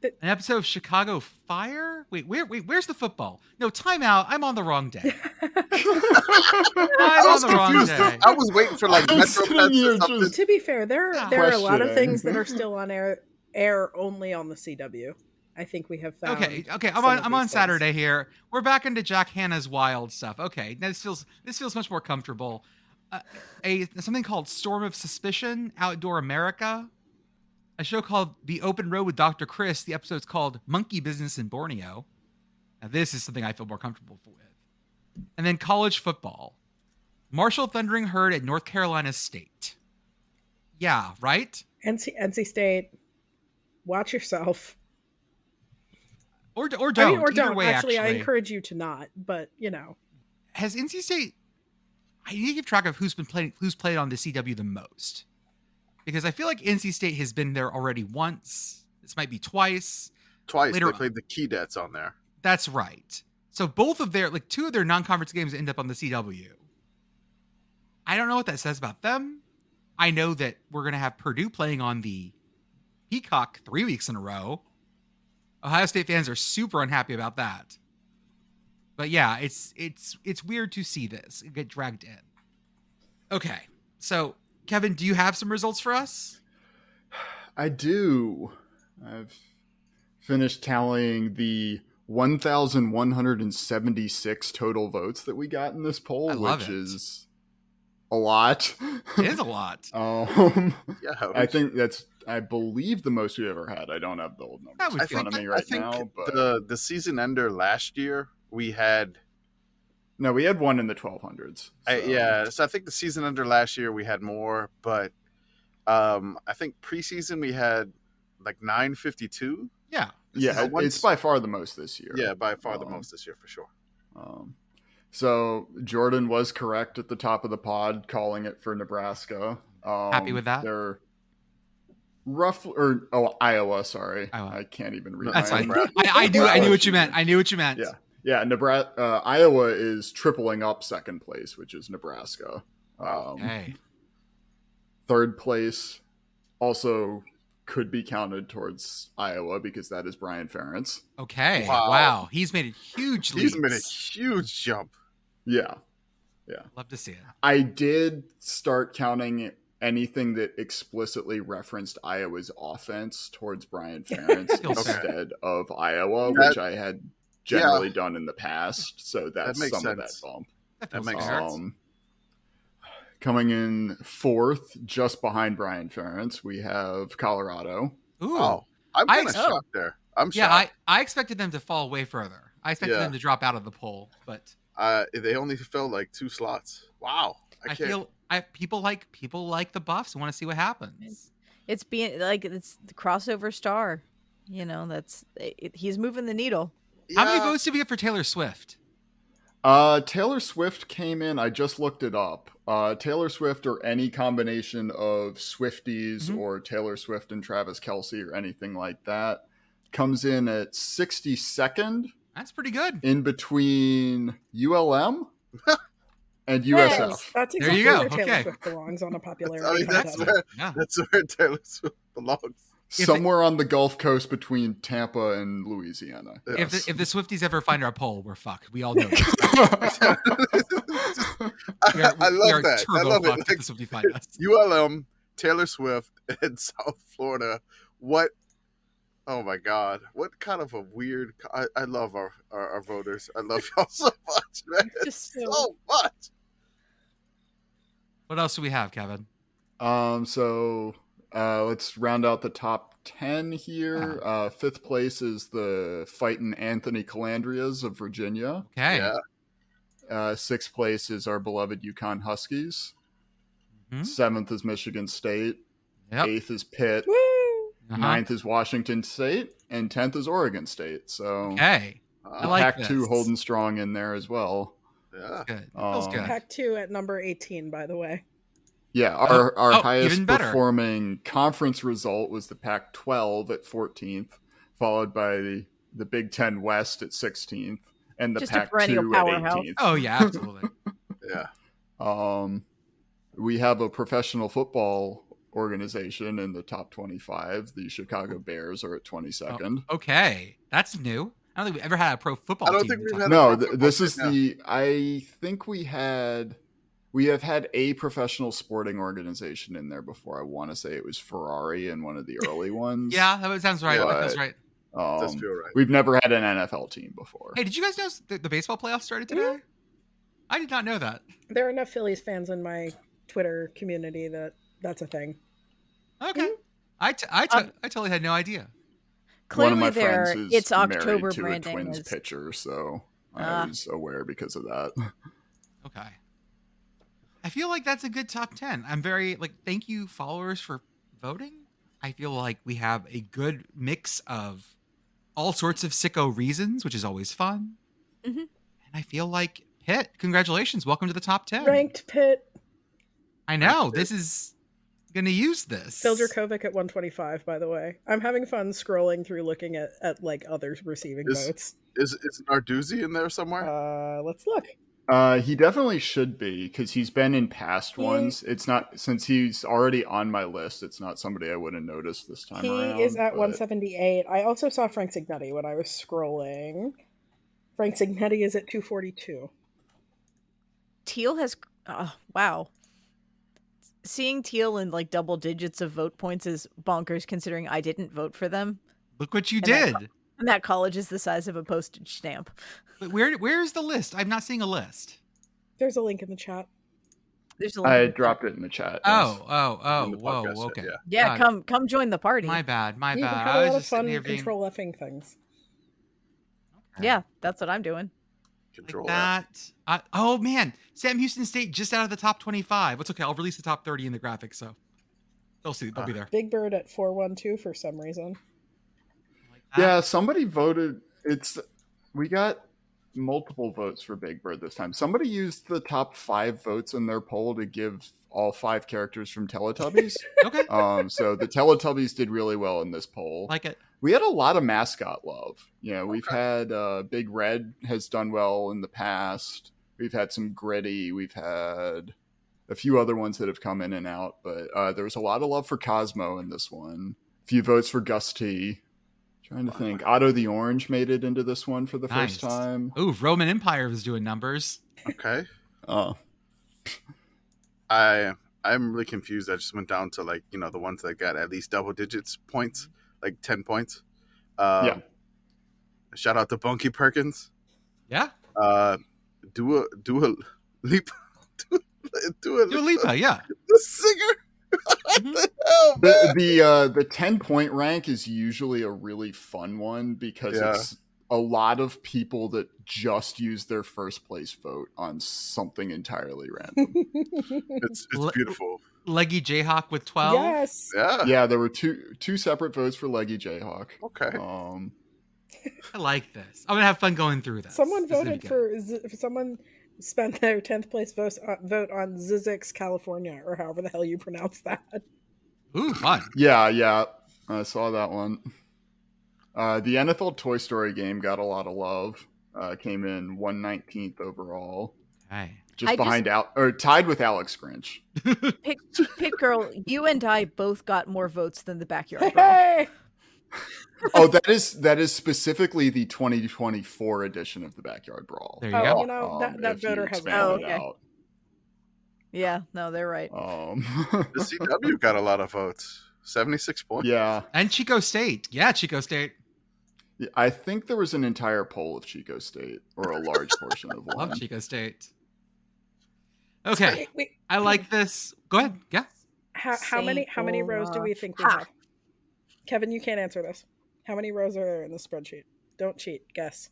Speaker 5: But-
Speaker 1: An episode of Chicago Fire? Wait, where? Wait, where's the football? No, timeout. I'm on the wrong
Speaker 3: (laughs)
Speaker 1: day. I'm
Speaker 3: I
Speaker 1: on
Speaker 3: was
Speaker 1: the wrong
Speaker 3: confused.
Speaker 1: day.
Speaker 3: I was waiting for like
Speaker 4: (laughs) I'm
Speaker 3: Metro
Speaker 4: sitting
Speaker 3: Pets
Speaker 4: here
Speaker 3: or something.
Speaker 4: just-
Speaker 5: to be fair, there
Speaker 1: Yeah.
Speaker 5: there are a lot of
Speaker 4: Questioning.
Speaker 5: things that are still on air air only on the CW. I think we have found.
Speaker 1: Okay, uh okay. I'm
Speaker 5: some
Speaker 1: on.
Speaker 5: of
Speaker 1: I'm
Speaker 5: these
Speaker 1: on
Speaker 5: things.
Speaker 1: Saturday here. We're back into Jack Hanna's wild stuff. Okay, now this feels this feels much more comfortable. Uh, a something called Storm of Suspicion, Outdoor America, a show called The Open Road with Dr. Chris. The episode's called Monkey Business in Borneo. Now this is something I feel more comfortable with. And then college football, Marshall Thundering Herd at North Carolina State. Yeah, right.
Speaker 5: NC NC State. Watch yourself.
Speaker 1: Or or
Speaker 5: I
Speaker 1: don't.
Speaker 5: mean, or
Speaker 1: Either
Speaker 5: don't.
Speaker 1: Way,
Speaker 5: actually,
Speaker 1: actually,
Speaker 5: I encourage you to not. But you know,
Speaker 1: has NC State. I need to keep track of who's been playing, who's played on the CW the most, because I feel like NC State has been there already once. This might be twice.
Speaker 3: Twice
Speaker 1: Later
Speaker 3: they
Speaker 1: on.
Speaker 3: played the Key Dats on there.
Speaker 1: That's right. So both of their like two of their non-conference games end up on the CW. I don't know what that says about them. I know that we're gonna have Purdue playing on the Peacock three weeks in a row. Ohio State fans are super unhappy about that. But yeah, it's it's it's weird to see this get dragged in. Okay. So Kevin, do you have some results for us?
Speaker 4: (laughs) I do. I've finished tallying the 1,176 total votes that we got in this poll,
Speaker 1: I love
Speaker 4: which
Speaker 1: it.
Speaker 4: is a lot.
Speaker 1: It is a lot.
Speaker 4: (laughs) um,
Speaker 3: Yeah,
Speaker 4: I think that's, I believe, the most we've ever had. I don't have the old numbers
Speaker 1: That would
Speaker 4: in
Speaker 3: I
Speaker 1: feel
Speaker 4: front
Speaker 3: think,
Speaker 4: of me
Speaker 3: I
Speaker 4: right
Speaker 3: think
Speaker 4: now, but
Speaker 3: the the season ender last year we had
Speaker 4: no, we had one in the 1200s.
Speaker 3: I,
Speaker 4: so-
Speaker 3: yeah, so I think the season under last year we had more, but um, I think preseason we had like 952.
Speaker 1: Yeah.
Speaker 3: This is
Speaker 4: yeah,
Speaker 3: the
Speaker 4: it-
Speaker 3: one-
Speaker 4: it's by far the most this year.
Speaker 3: yeah, by far the
Speaker 1: Oh.
Speaker 4: Um,
Speaker 3: most this year for sure.
Speaker 4: Um, so Jordan was correct at the top of the pod calling it for Nebraska. Um,
Speaker 1: Happy with that?
Speaker 4: They're roughly or oh Iowa, sorry,
Speaker 1: Iowa.
Speaker 4: I can't even read.
Speaker 1: That's
Speaker 4: my own
Speaker 1: fine.
Speaker 4: (laughs) breath.
Speaker 1: I, I knew I knew what you meant. I knew what you meant.
Speaker 4: Yeah. Yeah, Nebraska, uh, Iowa is tripling up second place, which is Nebraska. Um,
Speaker 1: Hey.
Speaker 4: Third place also could be counted towards Iowa because that is Brian Ferentz.
Speaker 1: Okay. Wow.
Speaker 3: Wow.
Speaker 1: He's made a huge leap.
Speaker 3: He's made a huge jump.
Speaker 4: Yeah,
Speaker 1: Love to see it.
Speaker 4: I did start counting anything that explicitly referenced Iowa's offense towards Brian Ferentz
Speaker 1: Okay.
Speaker 4: instead of Iowa,
Speaker 3: That-
Speaker 4: which I had generally done in the past. So that's
Speaker 3: makes
Speaker 4: some of that
Speaker 3: sense.
Speaker 4: bump.
Speaker 1: That,
Speaker 3: That
Speaker 1: feels
Speaker 3: makes
Speaker 1: fair.
Speaker 3: sense.
Speaker 4: Um, coming in fourth, just behind Brian Ferentz, we have Colorado.
Speaker 1: Ooh.
Speaker 3: Wow. I'm
Speaker 1: I-
Speaker 3: kind of
Speaker 1: oh.
Speaker 3: shocked there. I'm
Speaker 1: yeah,
Speaker 3: shocked.
Speaker 1: I, I expected them to fall way further. I expected
Speaker 3: Yeah.
Speaker 1: them to drop out of the poll, but
Speaker 3: uh, they only filled like two slots. Wow. I,
Speaker 1: I,
Speaker 3: can't.
Speaker 1: feel I people like people like the buffs and want to see what happens.
Speaker 2: It's being like it's the crossover star. You know, that's eh, it, he's moving the needle.
Speaker 1: How many
Speaker 3: Yeah.
Speaker 1: votes did we get for Taylor Swift?
Speaker 4: Uh, Taylor Swift came in. I just looked it up. Uh, Taylor Swift or any combination of Swifties
Speaker 1: Mhm.
Speaker 4: or Taylor Swift and Travis Kelsey or anything like that comes in at 62nd
Speaker 1: That's pretty good.
Speaker 4: in between
Speaker 1: (laughs)
Speaker 4: ULM and USF.
Speaker 5: that's
Speaker 1: There
Speaker 5: exactly
Speaker 1: you go,
Speaker 5: where Taylor
Speaker 1: okay.
Speaker 5: Swift belongs on a popularity
Speaker 3: I mean, (laughs) that's
Speaker 5: contest.
Speaker 3: where,
Speaker 1: Yeah.
Speaker 3: (laughs) that's where Taylor Swift belongs.
Speaker 1: it-
Speaker 4: Somewhere on the Gulf Coast between Tampa and Louisiana.
Speaker 1: If
Speaker 3: (laughs)
Speaker 4: Yes.
Speaker 1: the, if the Swifties ever find our poll, we're fucked. We all know. this.
Speaker 4: (laughs)
Speaker 1: (laughs) We are,
Speaker 3: (laughs)
Speaker 1: we
Speaker 3: I
Speaker 1: are
Speaker 3: love that. I
Speaker 1: turbo
Speaker 3: love it.
Speaker 1: fucked if
Speaker 3: Like,
Speaker 1: this would define us.
Speaker 3: (laughs) ULM, Taylor Swift, (laughs) and South Florida. What? Oh my God! What kind of a weird? I, I love our, our our voters. I love y'all so (laughs) much, man.
Speaker 5: (laughs) Just so-
Speaker 3: So much.
Speaker 1: What else do we have, Kevin?
Speaker 4: Um, so uh, let's round out the top 10 here.
Speaker 1: Uh-huh.
Speaker 4: Uh, fifth place is the fighting Anthony Calandrias of Virginia.
Speaker 1: Okay.
Speaker 3: Yeah.
Speaker 4: Uh, sixth place is our beloved Yukon Huskies.
Speaker 1: Mhm.
Speaker 4: Seventh is Michigan State.
Speaker 1: Mm-hmm. Yep.
Speaker 4: Eighth is Pitt.
Speaker 5: Woo!
Speaker 1: Uh-huh.
Speaker 4: Ninth is Washington State. And tenth is Oregon State. So
Speaker 1: Okay. I
Speaker 3: Uh,
Speaker 1: like
Speaker 4: pack two
Speaker 1: this.
Speaker 4: holding strong in there as well.
Speaker 3: yeah.
Speaker 1: Good. Feels
Speaker 3: Oh.
Speaker 4: Um,
Speaker 1: good.
Speaker 5: Pack two at number eighteen, by the way.
Speaker 4: Yeah, our, our
Speaker 1: oh,
Speaker 4: highest
Speaker 1: even better.
Speaker 4: performing conference result was the Pac 12 at 14th, followed by the, the Big Ten West at 16th, and the
Speaker 2: Just a
Speaker 4: Pac 2
Speaker 2: perennial
Speaker 4: at
Speaker 2: powerhouse.
Speaker 4: 18th.
Speaker 1: Oh yeah, absolutely.
Speaker 3: yeah.
Speaker 4: Um, we have a professional football organization in the top 25. The Chicago Bears are at 22nd.
Speaker 1: Oh. okay, that's new. I don't think we ever had a pro football.
Speaker 3: I don't
Speaker 1: team
Speaker 3: think we've
Speaker 1: in
Speaker 3: had-
Speaker 1: time.
Speaker 4: No,
Speaker 3: a
Speaker 4: th-
Speaker 3: pro
Speaker 4: this
Speaker 3: football
Speaker 4: is
Speaker 3: team,
Speaker 4: the. I think we had. We have had a professional sporting organization in there before. I want to say it was Ferrari in one of the
Speaker 1: (laughs)
Speaker 4: early ones.
Speaker 1: Yeah, that sounds right. That feels
Speaker 4: But-
Speaker 1: right.
Speaker 4: Um,
Speaker 3: Does feel right.
Speaker 4: We've never had an NFL team before.
Speaker 1: Hey, did you guys know the, the baseball playoffs started today?
Speaker 3: Mm-hmm.
Speaker 1: I did not know that.
Speaker 5: There are enough Phillies fans in my Twitter community that that's a thing.
Speaker 1: Okay,
Speaker 3: Mm-hmm.
Speaker 1: I t- I, t-
Speaker 2: Um,
Speaker 1: I totally had no idea.
Speaker 4: One
Speaker 2: Clearly,
Speaker 4: of my
Speaker 2: there
Speaker 4: friends is
Speaker 2: it's October
Speaker 4: married to a
Speaker 2: branding.
Speaker 4: Twins
Speaker 2: Is,
Speaker 4: pitcher, so I
Speaker 2: Ah.
Speaker 4: was aware because of that.
Speaker 1: Okay, I feel like that's a good top ten. I'm very like thank you followers for voting. I feel like we have a good mix of all sorts of sicko reasons, which is always fun.
Speaker 2: Mhm.
Speaker 3: Mm-hmm.
Speaker 1: And I feel like Pitt, congratulations, welcome to the top ten.
Speaker 5: Ranked Pitt,
Speaker 1: I know this is gonna use this.
Speaker 5: Phil Dracovic at 125, by the way. I'm having fun scrolling through looking at, at like others receiving
Speaker 3: Is-
Speaker 5: votes.
Speaker 3: Is is Narduzzi in there somewhere?
Speaker 5: Uh, let's look.
Speaker 4: Uh, he definitely should be because he's been in past
Speaker 5: He-
Speaker 4: ones. It's not since he's already on my list. It's not somebody I would have noticed this time
Speaker 5: he
Speaker 4: around.
Speaker 5: is at
Speaker 4: but-
Speaker 5: 178. I also saw Frank Signetti when I was scrolling. Frank Signetti is at 242.
Speaker 2: Teal has. Oh, wow. Seeing Teal in like double digits of vote points is bonkers considering I didn't vote for them.
Speaker 1: Look what you
Speaker 2: And that-
Speaker 1: did.
Speaker 2: And that college is the size of a postage stamp.
Speaker 1: But Where where is the list? I'm not seeing a list.
Speaker 5: There's a link in the chat.
Speaker 2: There's a
Speaker 4: I
Speaker 2: little-
Speaker 4: dropped it in the chat.
Speaker 1: Oh, oh,
Speaker 3: In
Speaker 1: oh,
Speaker 3: the
Speaker 1: whoa,
Speaker 3: podcast,
Speaker 1: okay.
Speaker 3: yeah.
Speaker 2: Yeah,
Speaker 1: God.
Speaker 2: come come join the party.
Speaker 1: My bad, my
Speaker 5: You
Speaker 1: bad.
Speaker 5: have a
Speaker 1: I
Speaker 5: lot
Speaker 1: was
Speaker 5: of
Speaker 1: just
Speaker 5: fun
Speaker 1: sitting here being
Speaker 5: control effing things.
Speaker 2: Yeah, that's what I'm doing.
Speaker 1: like
Speaker 3: Control F.
Speaker 1: that. I, oh man, Sam Houston State just out of the top 25. It's okay. I'll release the top 30 in the graphics, so they'll see. They'll be there.
Speaker 5: Big Bird at 412 for some reason. (laughs)
Speaker 1: Like "Ah,
Speaker 4: Yeah,
Speaker 1: that.
Speaker 4: somebody voted. It's we got multiple votes for Big Bird this time. Somebody used the top five votes in their poll to give all five characters from Teletubbies.
Speaker 1: (laughs) Okay.
Speaker 4: um, so the Teletubbies did really well in this poll.
Speaker 1: Like it.
Speaker 4: we had a lot of mascot love. You know, we've had uh, Big Red has done well in the past. We've had some gritty. We've had a few other ones that have come in and out, but uh, there was a lot of love for Cosmo in this one. A few votes for Gusty. Trying to think. Otto the Orange made it into this one for the first
Speaker 1: Nice.
Speaker 4: time.
Speaker 1: Ooh, Roman Empire was doing numbers.
Speaker 3: Okay.
Speaker 4: Oh,
Speaker 3: I I'm really confused. I just went down to like you know the ones that got at least double digits points, like ten points. Um,
Speaker 4: Yeah.
Speaker 3: Shout out to Bunky Perkins.
Speaker 1: Yeah.
Speaker 3: Uh, do a do a leap. (laughs) Do a, do a,
Speaker 1: Dua Lipa, yeah.
Speaker 3: The singer. (laughs)
Speaker 1: Mhm.
Speaker 3: what the hell,
Speaker 4: the
Speaker 3: man?
Speaker 4: the uh, the ten point rank is usually a really fun one because
Speaker 3: Yeah.
Speaker 4: it's a lot of people that just use their first place vote on something entirely
Speaker 3: (laughs)
Speaker 4: random.
Speaker 3: It's, it's
Speaker 1: Le-
Speaker 3: beautiful.
Speaker 1: Leggy Jayhawk with 12.
Speaker 5: Yes.
Speaker 3: Yeah.
Speaker 4: yeah, there were two two separate votes for Leggy Jayhawk.
Speaker 3: Okay.
Speaker 4: Um,
Speaker 1: I like this. I'm gonna have fun going through this.
Speaker 5: Someone
Speaker 1: This is gonna be
Speaker 5: voted
Speaker 1: good.
Speaker 5: for, Z- someone spent their 10th place vote, uh, vote on Zizix, California, or however the hell you pronounce that.
Speaker 1: Ooh, fun.
Speaker 4: yeah, yeah, I saw that one. Uh, the NFL Toy Story game got a lot of love. Uh, came in one nineteenth overall,
Speaker 1: Okay.
Speaker 4: just
Speaker 2: I just-
Speaker 4: behind out or tied with Alex Grinch.
Speaker 2: Pit,
Speaker 4: (laughs)
Speaker 5: (laughs)
Speaker 2: Pit girl, you and I both got more votes than the backyard. Brawl.
Speaker 5: Hey!
Speaker 4: oh, that is that is specifically the 2024 edition of the Backyard Brawl.
Speaker 1: There you
Speaker 5: Oh,
Speaker 1: go.
Speaker 5: you know
Speaker 4: Um,
Speaker 5: that, that
Speaker 4: if you
Speaker 5: voter has.
Speaker 4: expand
Speaker 2: Oh,
Speaker 4: it
Speaker 2: okay. Yeah, no, they're right.
Speaker 4: out.
Speaker 3: The
Speaker 4: Um,
Speaker 3: CW got a lot of votes, seventy-six points.
Speaker 4: (laughs) yeah,
Speaker 1: And Chico State. Yeah, Chico State.
Speaker 4: I think there was an entire poll of Chico State, or a large portion
Speaker 1: (laughs)
Speaker 4: of one.
Speaker 1: Love Chico State. Okay,
Speaker 5: Wait, wait,
Speaker 1: I like this. Go ahead. Yeah.
Speaker 5: how, how many
Speaker 2: Saint
Speaker 5: how many rows do we
Speaker 2: Olaf.
Speaker 5: think we
Speaker 2: Ha.
Speaker 5: have? Kevin, you can't answer this. How many rows are there in the spreadsheet? Don't cheat. Guess.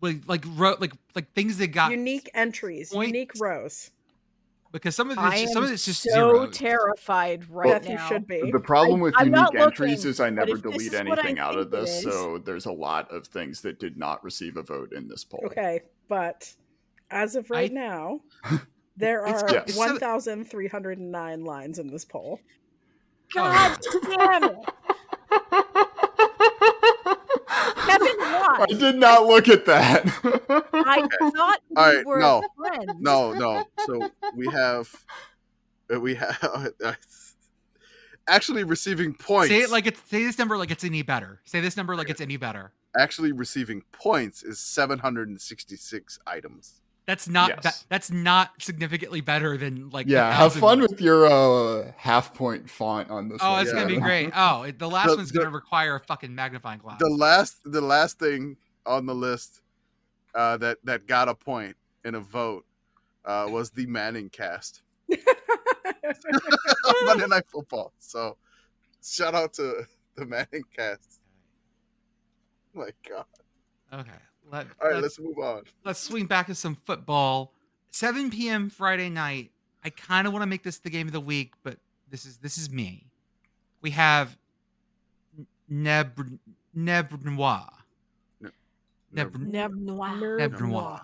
Speaker 1: Like like ro- like like things that got
Speaker 5: unique entries,
Speaker 1: Point.
Speaker 5: unique rows.
Speaker 1: because some of
Speaker 2: I
Speaker 1: it's,
Speaker 2: am
Speaker 1: some of it's just
Speaker 2: so
Speaker 1: zero.
Speaker 2: terrified
Speaker 4: Well,
Speaker 2: right
Speaker 5: Beth, you
Speaker 2: now.
Speaker 5: should be.
Speaker 4: The problem
Speaker 2: I-
Speaker 4: with
Speaker 2: I'm
Speaker 4: unique
Speaker 2: not looking,
Speaker 4: entries is I never
Speaker 2: if this
Speaker 4: delete
Speaker 2: is what I
Speaker 4: anything out of
Speaker 2: think it is-
Speaker 4: this, so there's a lot of things that did not receive a vote in this poll.
Speaker 5: Okay, but as of right
Speaker 1: I-
Speaker 5: now,
Speaker 1: (laughs)
Speaker 5: there
Speaker 1: It's-
Speaker 5: are
Speaker 4: yeah.
Speaker 1: it's so-
Speaker 5: 1,309 lines in this poll.
Speaker 2: God damn it, Kevin!
Speaker 4: (laughs) I (laughs)
Speaker 2: Why?
Speaker 4: did not look at that.
Speaker 2: (laughs)
Speaker 4: (laughs)
Speaker 2: I thought we
Speaker 3: All right,
Speaker 2: were
Speaker 3: no.
Speaker 2: friends.
Speaker 3: No, no. So we have, uh, we (laughs) have actually receiving points.
Speaker 1: Say it like it's say this number like it's any better. Say this number like it's any better.
Speaker 3: actually receiving points is seven hundred and sixty-six items.
Speaker 1: That's not
Speaker 4: Yes.
Speaker 1: that, that's not significantly better than like the
Speaker 4: yeah, have
Speaker 1: thousand
Speaker 4: fun
Speaker 1: one.
Speaker 4: with your uh, half point font on this.
Speaker 1: Oh,
Speaker 4: one,
Speaker 1: it's gonna
Speaker 4: Kevin.
Speaker 1: be great. Oh, it- the last
Speaker 3: The-
Speaker 1: one's
Speaker 3: the-
Speaker 1: gonna require a fucking magnifying glass.
Speaker 3: The last, the last thing on the list uh, that that got a point in a vote uh, was the Manning cast (laughs) on Monday Night Football. So shout out to the Manning cast. Oh My God.
Speaker 1: okay, let,
Speaker 3: All right,
Speaker 1: let's
Speaker 3: let's move on.
Speaker 1: let's swing back to some football. 7 p.m. Friday night. I kind of want to make this the game of the week, but this is this is me. We have Neb Nebrnois.
Speaker 3: Never-
Speaker 1: Nebr-
Speaker 2: Never noir.
Speaker 1: Nebrnois.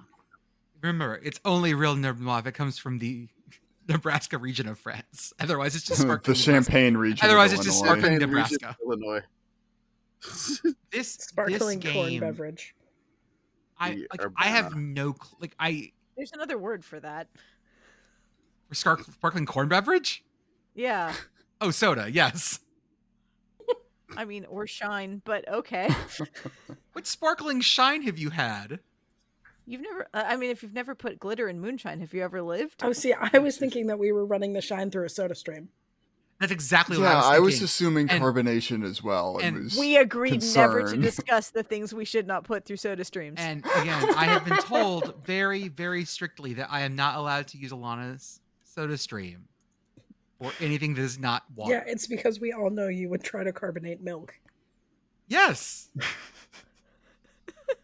Speaker 1: Remember, it's only real Nebrnois if it comes from the (laughs) Nebraska region of France. Otherwise, it's
Speaker 4: (laughs)
Speaker 1: just
Speaker 4: the
Speaker 1: sparkling Nebraska.
Speaker 4: champagne region. of
Speaker 1: Otherwise it's just
Speaker 4: Illinois.
Speaker 1: sparkling-
Speaker 3: Champaign region,
Speaker 1: Nebraska.
Speaker 3: Illinois. (laughs)
Speaker 1: This
Speaker 5: (laughs) Sparkling
Speaker 1: this
Speaker 5: corn
Speaker 1: game,
Speaker 5: beverage.
Speaker 1: I
Speaker 3: We
Speaker 1: like,
Speaker 3: are
Speaker 1: I have
Speaker 3: banana.
Speaker 1: no cl- like I
Speaker 2: There's another word for that.
Speaker 1: spark- sparkling corn beverage.
Speaker 2: Yeah,
Speaker 1: Oh, soda. Yes.
Speaker 2: I mean, or shine, but okay. (laughs)
Speaker 1: What sparkling shine have you had?
Speaker 2: You've never. uh, I mean, if you've never put glitter in moonshine, have you ever lived?
Speaker 5: Oh, see, I was thinking that we were running the shine through a soda stream.
Speaker 1: That's exactly what I
Speaker 4: Yeah,
Speaker 1: was
Speaker 4: I was
Speaker 1: thinking.
Speaker 4: assuming
Speaker 1: And-
Speaker 4: carbonation as well. and
Speaker 1: and
Speaker 4: was-
Speaker 2: We agreed never to
Speaker 4: concern.
Speaker 2: discuss the things we should not put through soda streams.
Speaker 1: And again, I have been told very, very strictly that I am not allowed to use Alana's soda stream or anything that is not water.
Speaker 5: Yeah, it's because we all know you would try to carbonate milk.
Speaker 1: Yes.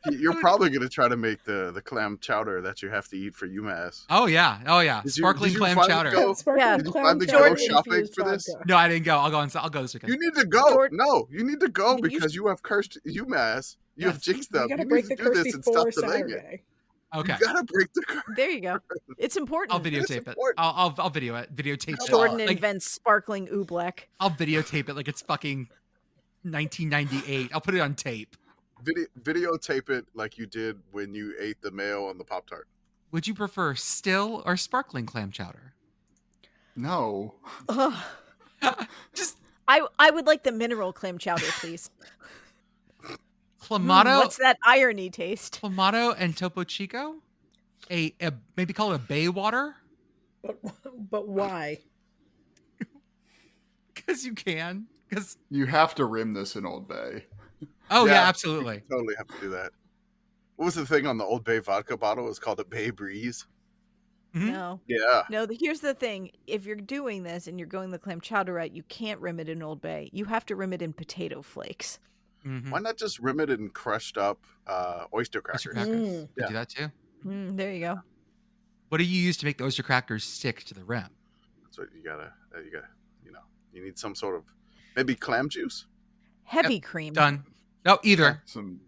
Speaker 3: You're probably going to try to make the, the clam chowder that you have to eat for UMass.
Speaker 1: Oh yeah. Oh yeah.
Speaker 3: Did you-
Speaker 1: Sparkling
Speaker 3: did you
Speaker 1: clam
Speaker 3: finally
Speaker 1: chowder.
Speaker 3: go-
Speaker 2: Yeah,
Speaker 3: Did you finally
Speaker 2: go
Speaker 5: chowder
Speaker 3: shopping
Speaker 5: infused
Speaker 3: for this?
Speaker 5: vodka.
Speaker 1: No, I didn't go. I'll go on. I'll go this
Speaker 3: You
Speaker 1: weekend.
Speaker 3: need to go.
Speaker 2: Jordan-
Speaker 3: no, you need to
Speaker 2: You-
Speaker 3: go
Speaker 2: you-
Speaker 3: because you have cursed UMass. You have
Speaker 1: Yes.
Speaker 3: jinxed
Speaker 5: You
Speaker 3: them. You,
Speaker 5: gotta break
Speaker 3: need to
Speaker 5: the
Speaker 3: do
Speaker 5: curse
Speaker 3: this and stop
Speaker 5: before
Speaker 3: delaying it.
Speaker 5: Saturday.
Speaker 1: Okay.
Speaker 3: You gotta break the curse.
Speaker 2: there you go. It's important.
Speaker 1: I'll videotape it.
Speaker 3: important.
Speaker 1: I'll, I'll I'll video it. Videotape
Speaker 2: Jordan
Speaker 1: it. Like,
Speaker 2: invents sparkling oobleck.
Speaker 1: I'll videotape it like it's fucking 1998. I'll put it on tape.
Speaker 3: Video, videotape it like you did when you ate the mayo on the Pop Tart.
Speaker 1: Would you prefer still or sparkling clam chowder?
Speaker 4: no.
Speaker 2: Ugh.
Speaker 1: Just
Speaker 2: I I would like the mineral clam chowder, please. Mm,
Speaker 1: clamato
Speaker 2: what's that irony taste?
Speaker 1: Clamato and Topo Chico, a, a maybe call it a (laughs) Baywater
Speaker 5: But, but why?
Speaker 1: because you can. Because
Speaker 4: You have to rim this in Old Bay.
Speaker 1: oh yeah,
Speaker 3: Yeah.
Speaker 1: absolutely.
Speaker 3: (laughs) Totally have to do that. What was the thing on the Old Bay vodka bottle? It was called a Bay Breeze.
Speaker 1: Mhm.
Speaker 2: No,
Speaker 3: Yeah.
Speaker 2: no. The, here's the thing: if you're doing this and you're going the clam chowder route, you can't rim it in Old Bay. You have to rim it in potato flakes.
Speaker 1: Mhm.
Speaker 3: Why not just rim it in crushed up uh, oyster
Speaker 1: Oyster
Speaker 3: crackers?
Speaker 1: crackers.
Speaker 5: Mm.
Speaker 1: We
Speaker 3: Yeah.
Speaker 1: do that too.
Speaker 2: Mm, there you go.
Speaker 1: What do you use to make the oyster crackers stick to the rim?
Speaker 3: That's what you gotta. uh, You gotta. You know. You need some sort of maybe clam juice.
Speaker 2: Heavy cream.
Speaker 1: Done. No, either,
Speaker 4: Some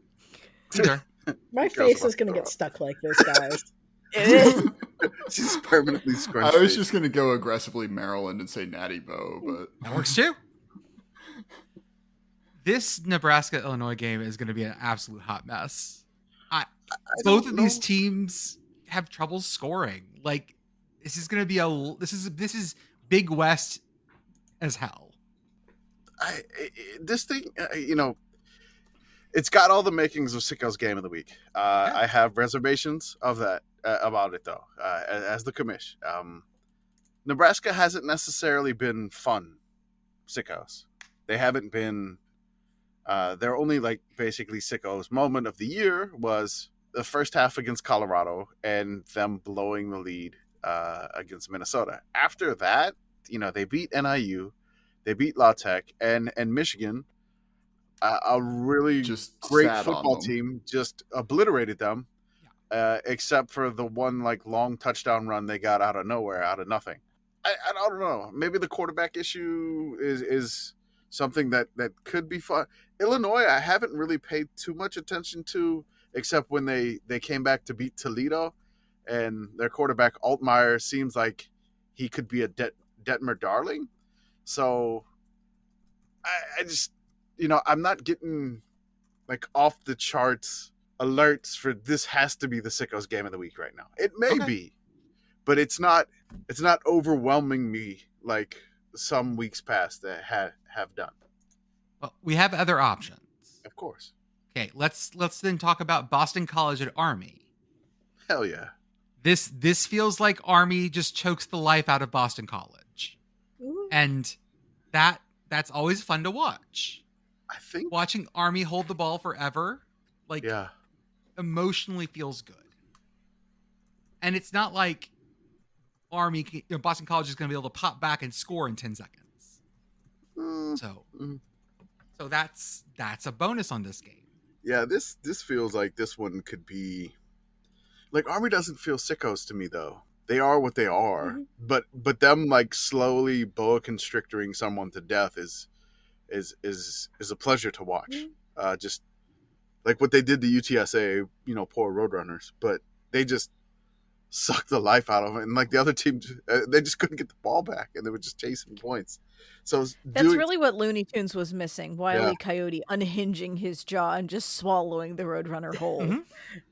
Speaker 1: either.
Speaker 5: My
Speaker 3: Girls
Speaker 5: face
Speaker 3: want
Speaker 5: is going to
Speaker 3: to
Speaker 5: get stuck like this,
Speaker 3: (laughs)
Speaker 5: guys.
Speaker 2: It is.
Speaker 3: She's permanently
Speaker 4: I
Speaker 3: scrunched.
Speaker 4: was just gonna go aggressively Maryland and say Natty Bo, but
Speaker 1: That works too. this Nebraska Illinois game is going to be an absolute hot mess. Both of these teams have trouble scoring. Like this is going to be a this is this is Big West as hell.
Speaker 3: I, I I- this thing, uh, you know, it's got all the makings of Sicko's game of the week. Uh, I have reservations of that uh, about it though. Uh, as, as the commish, um, Nebraska hasn't necessarily been fun. Sickos, they haven't been. Uh, their only like basically sickos moment of the year was the first half against Colorado and them blowing the lead uh, against Minnesota. After that, you know they beat NIU, they beat La Tech, and and Michigan. Uh, a really
Speaker 4: (laughs) Just
Speaker 3: great
Speaker 4: sat on
Speaker 3: football
Speaker 4: them.
Speaker 3: team just obliterated them, uh, except for the one like long touchdown run they got out of nowhere, out of nothing. I, I don't know. Maybe the quarterback issue is is something that that could be fun. Illinois, I haven't really paid too much attention to, except when they they came back to beat Toledo, and their quarterback Altmeyer seems like he could be a Det- Detmer Darling. So, I, I just you know I'm not getting like off the charts alerts for this has to be the sickos game of the week right now. It may
Speaker 1: Okay.
Speaker 3: be, but it's not it's not overwhelming me like some weeks past that have have done.
Speaker 1: Well, we have other options.
Speaker 3: Of course,
Speaker 1: Okay, let's let's then talk about Boston College at Army.
Speaker 3: hell yeah.
Speaker 1: This this feels like Army just chokes the life out of Boston College, and that that's always fun to watch.
Speaker 3: I think
Speaker 1: Watching Army hold the ball forever, like
Speaker 3: yeah.
Speaker 1: emotionally feels good. And it's not like Army, can- you know, Boston College is going to be able to pop back and score in ten seconds.
Speaker 3: Mm,
Speaker 1: So,
Speaker 3: Mm.
Speaker 1: so that's that's a bonus on this game.
Speaker 3: yeah, this this feels like this one could be like Army doesn't feel sickos to me though. They are what they are.
Speaker 2: Mm-hmm.
Speaker 5: Mhm.
Speaker 3: But but them like slowly boa constricting someone to death is is is is a pleasure to watch.
Speaker 2: Mm-hmm.
Speaker 5: Mhm.
Speaker 3: Uh just like what they did to UTSA, you know, poor Roadrunners, but they just sucked the life out of them and like the other team uh, they just couldn't get the ball back and they were just chasing points. So
Speaker 2: That's
Speaker 3: doing-
Speaker 2: really what Looney Tunes was missing. Wiley
Speaker 3: Yeah.
Speaker 2: Coyote unhinging his jaw and just swallowing the Roadrunner whole.
Speaker 1: Mhm.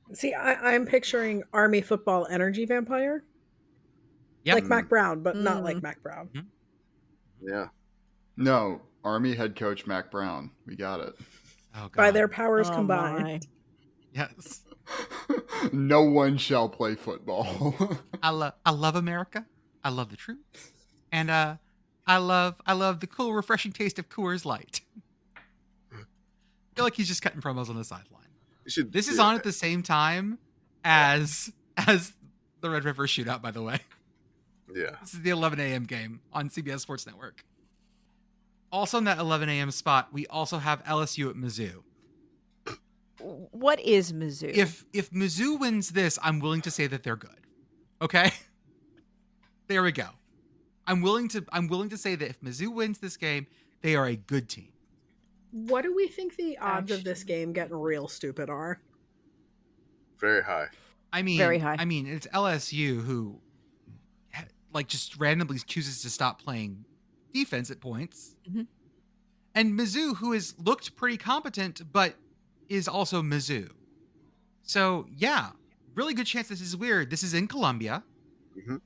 Speaker 5: (laughs) See, I, I'm picturing army football energy vampire,
Speaker 1: Yep.
Speaker 5: like Mac Brown, but not
Speaker 2: Mm.
Speaker 5: like Mac Brown.
Speaker 3: yeah.
Speaker 4: No, Army head coach Mac Brown. We got it. (laughs)
Speaker 1: Oh, God.
Speaker 5: By their powers
Speaker 2: Oh,
Speaker 5: combined,
Speaker 2: my.
Speaker 1: yes.
Speaker 4: no one shall play football. (laughs)
Speaker 1: I love I love America. I love the truth. And uh I love I love the cool, refreshing taste of Coors Light. I feel like he's just cutting promos on the sideline.
Speaker 3: You should-
Speaker 1: This is
Speaker 3: yeah.
Speaker 1: on at the same time as as the Red River shootout, by the way.
Speaker 3: Yeah.
Speaker 1: This is the eleven AM game on CBS Sports Network. Also in that eleven AM spot, we also have LSU at Mizzou.
Speaker 2: What is Mizzou?
Speaker 1: If if Mizzou wins this, I'm willing to say that they're good. Okay? (laughs) There we go. I'm willing to I'm willing to say that if Mizzou wins this game, they are a good team.
Speaker 5: what do we think the odds of this
Speaker 2: Action.
Speaker 5: game getting real stupid are?
Speaker 3: Very high.
Speaker 1: I mean
Speaker 2: Very high.
Speaker 1: I mean, it's LSU who ha- like just randomly chooses to stop playing defense at points.
Speaker 2: Mhm.
Speaker 1: And Mizzou who has looked pretty competent but is also Mizzou. So, yeah, really good chance this is weird. This is in Columbia.
Speaker 3: Mhm.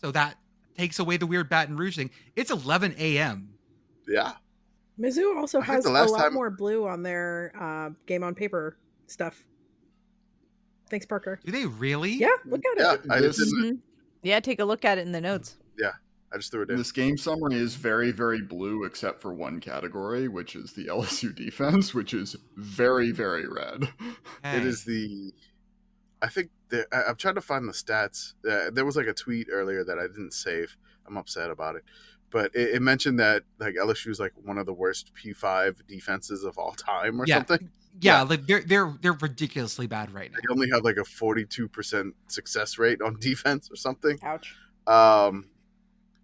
Speaker 1: So that takes away the weird Baton Rouge thing. It's 11 a.m.
Speaker 3: Yeah.
Speaker 5: Mizzou also
Speaker 3: I think
Speaker 5: has
Speaker 3: the
Speaker 5: a
Speaker 3: last
Speaker 5: lot
Speaker 3: time-
Speaker 5: more blue on their uh, game on paper stuff. Thanks, Parker.
Speaker 1: Do they really?
Speaker 5: Yeah, look at
Speaker 3: Yeah.
Speaker 5: it.
Speaker 3: I
Speaker 4: This-
Speaker 3: just, didn't-
Speaker 2: Mhm. Yeah, take a look at it in the notes.
Speaker 3: I just threw it in.
Speaker 4: this game summary is very, very blue, except for one category, which is the (laughs) LSU defense, which is very, very red. (laughs)
Speaker 3: It is the. I think the, I, I'm trying to find the stats. Uh, there was like a tweet earlier that I didn't save. I'm upset about it, but it, it mentioned that like LSU is like one of the worst P5 defenses of all time or
Speaker 1: Yeah.
Speaker 3: something.
Speaker 1: Yeah,
Speaker 3: yeah.
Speaker 1: like they're they're they're ridiculously bad right
Speaker 3: They
Speaker 1: now.
Speaker 3: only have like a 42 percent success rate on (laughs) defense or something.
Speaker 5: Ouch.
Speaker 3: Um,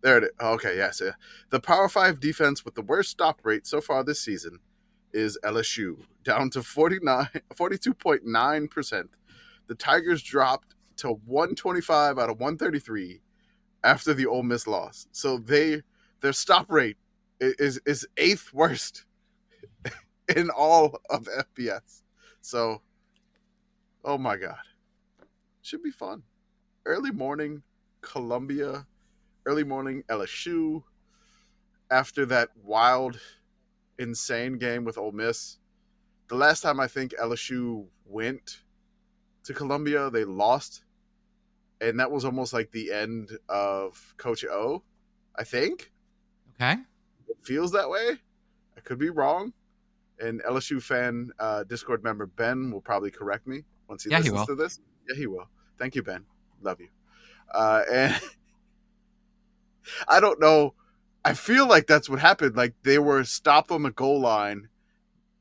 Speaker 3: there it is. Oh, Okay, yes, yeah. The Power Five defense with the worst stop rate so far this season is LSU, down to 49, 42.9 percent. The Tigers dropped to 125 out of 133 after the Ole Miss loss. So they their stop rate i- is is eighth worst (laughs) in all of FBS. So, oh my god, should be fun. Early morning Columbia, early morning LSU. After that wild, insane game with Ole Miss, the last time I think LSU went to Columbia, they lost, and that was almost like the end of Coach O. I think
Speaker 1: Okay.
Speaker 3: it feels that way. I could be wrong. And LSU fan uh, Discord member Ben will probably correct me once he
Speaker 1: Yeah, he
Speaker 3: listens to
Speaker 1: will.
Speaker 3: this. Yeah, he will. Thank you, Ben. Love you. Uh, (laughs) and I don't know. I feel like that's what happened. Like they were stopped on the goal line,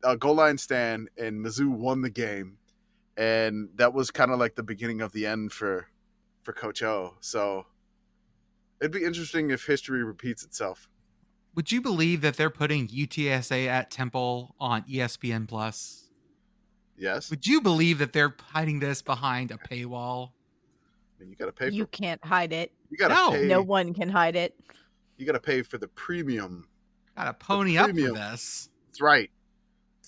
Speaker 3: uh, goal line stand, and Mizzou won the game, and that was kind of like the beginning of the end for for Coach O. So it'd be interesting if history repeats itself.
Speaker 1: Would you believe that they're putting UTSA at Temple on E ESPN Plus?
Speaker 3: Yes,
Speaker 1: Would you believe that they're hiding this behind a paywall?
Speaker 3: I mean, you got to pay. For,
Speaker 2: You
Speaker 3: you
Speaker 2: can't hide it.
Speaker 3: got to
Speaker 1: No.
Speaker 3: pay.
Speaker 2: No one can hide it.
Speaker 3: You got to pay for the premium.
Speaker 1: Gotta pony up for
Speaker 3: premium.
Speaker 1: this.
Speaker 3: That's right.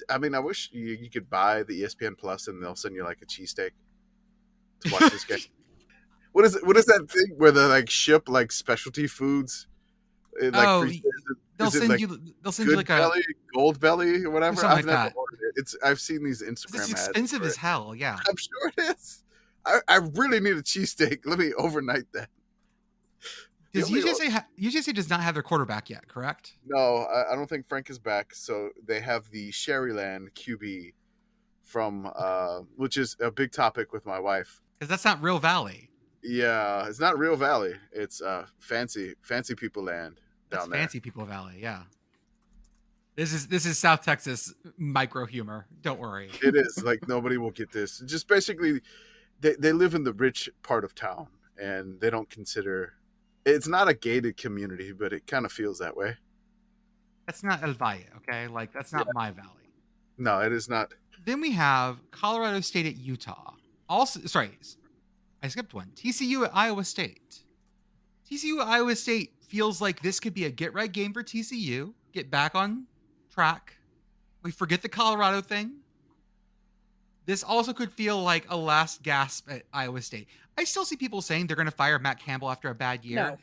Speaker 3: I mean, I wish you, you could buy the E ESPN Plus and they'll send you like a cheesesteak to
Speaker 1: (laughs)
Speaker 3: watch this game. What is what is that thing where they like ship like specialty foods? It, like,
Speaker 1: Oh,
Speaker 3: free-
Speaker 1: y- They'll
Speaker 3: Is it
Speaker 1: send
Speaker 3: like
Speaker 1: you. They'll send you like
Speaker 3: good
Speaker 1: a.
Speaker 3: belly, gold belly, or whatever.
Speaker 1: something
Speaker 3: I've
Speaker 1: like
Speaker 3: never
Speaker 1: that.
Speaker 3: ordered it. It's I've seen these Instagram.
Speaker 1: It's
Speaker 3: ads
Speaker 1: expensive
Speaker 3: for
Speaker 1: as
Speaker 3: it. (laughs)
Speaker 1: hell. Yeah.
Speaker 3: I'm sure it is. I, I really need a cheesesteak. (laughs) Let me overnight that. The
Speaker 1: Does E
Speaker 3: only-
Speaker 1: UTSA ha- UTSA does not have their quarterback yet? Correct.
Speaker 3: No, I, I don't think Frank is back. So they have the Sherryland QB from, uh, which is a big topic with my wife.
Speaker 1: Because that's not real Valley.
Speaker 3: Yeah, it's not Real Valley. It's uh, fancy, fancy people land
Speaker 1: That's
Speaker 3: down there.
Speaker 1: fancy people Valley. Yeah. This is this is South Texas micro humor. Don't worry.
Speaker 3: It is like nobody will get this. Just basically, they they live in the rich part of town, and they don't consider. It's not a gated community, but it kind of feels that way.
Speaker 1: That's not El Valle. Okay, like that's not my Valley.
Speaker 3: No, it is not.
Speaker 1: Then we have Colorado State at Utah. Also, sorry, I skipped one. TCU at Iowa State. TCU at Iowa State feels like this could be a get right game for TCU. Get back on track. We forget the Colorado thing. This also could feel like a last gasp at Iowa State. I still see people saying they're going to fire Matt Campbell after a bad year.
Speaker 5: No.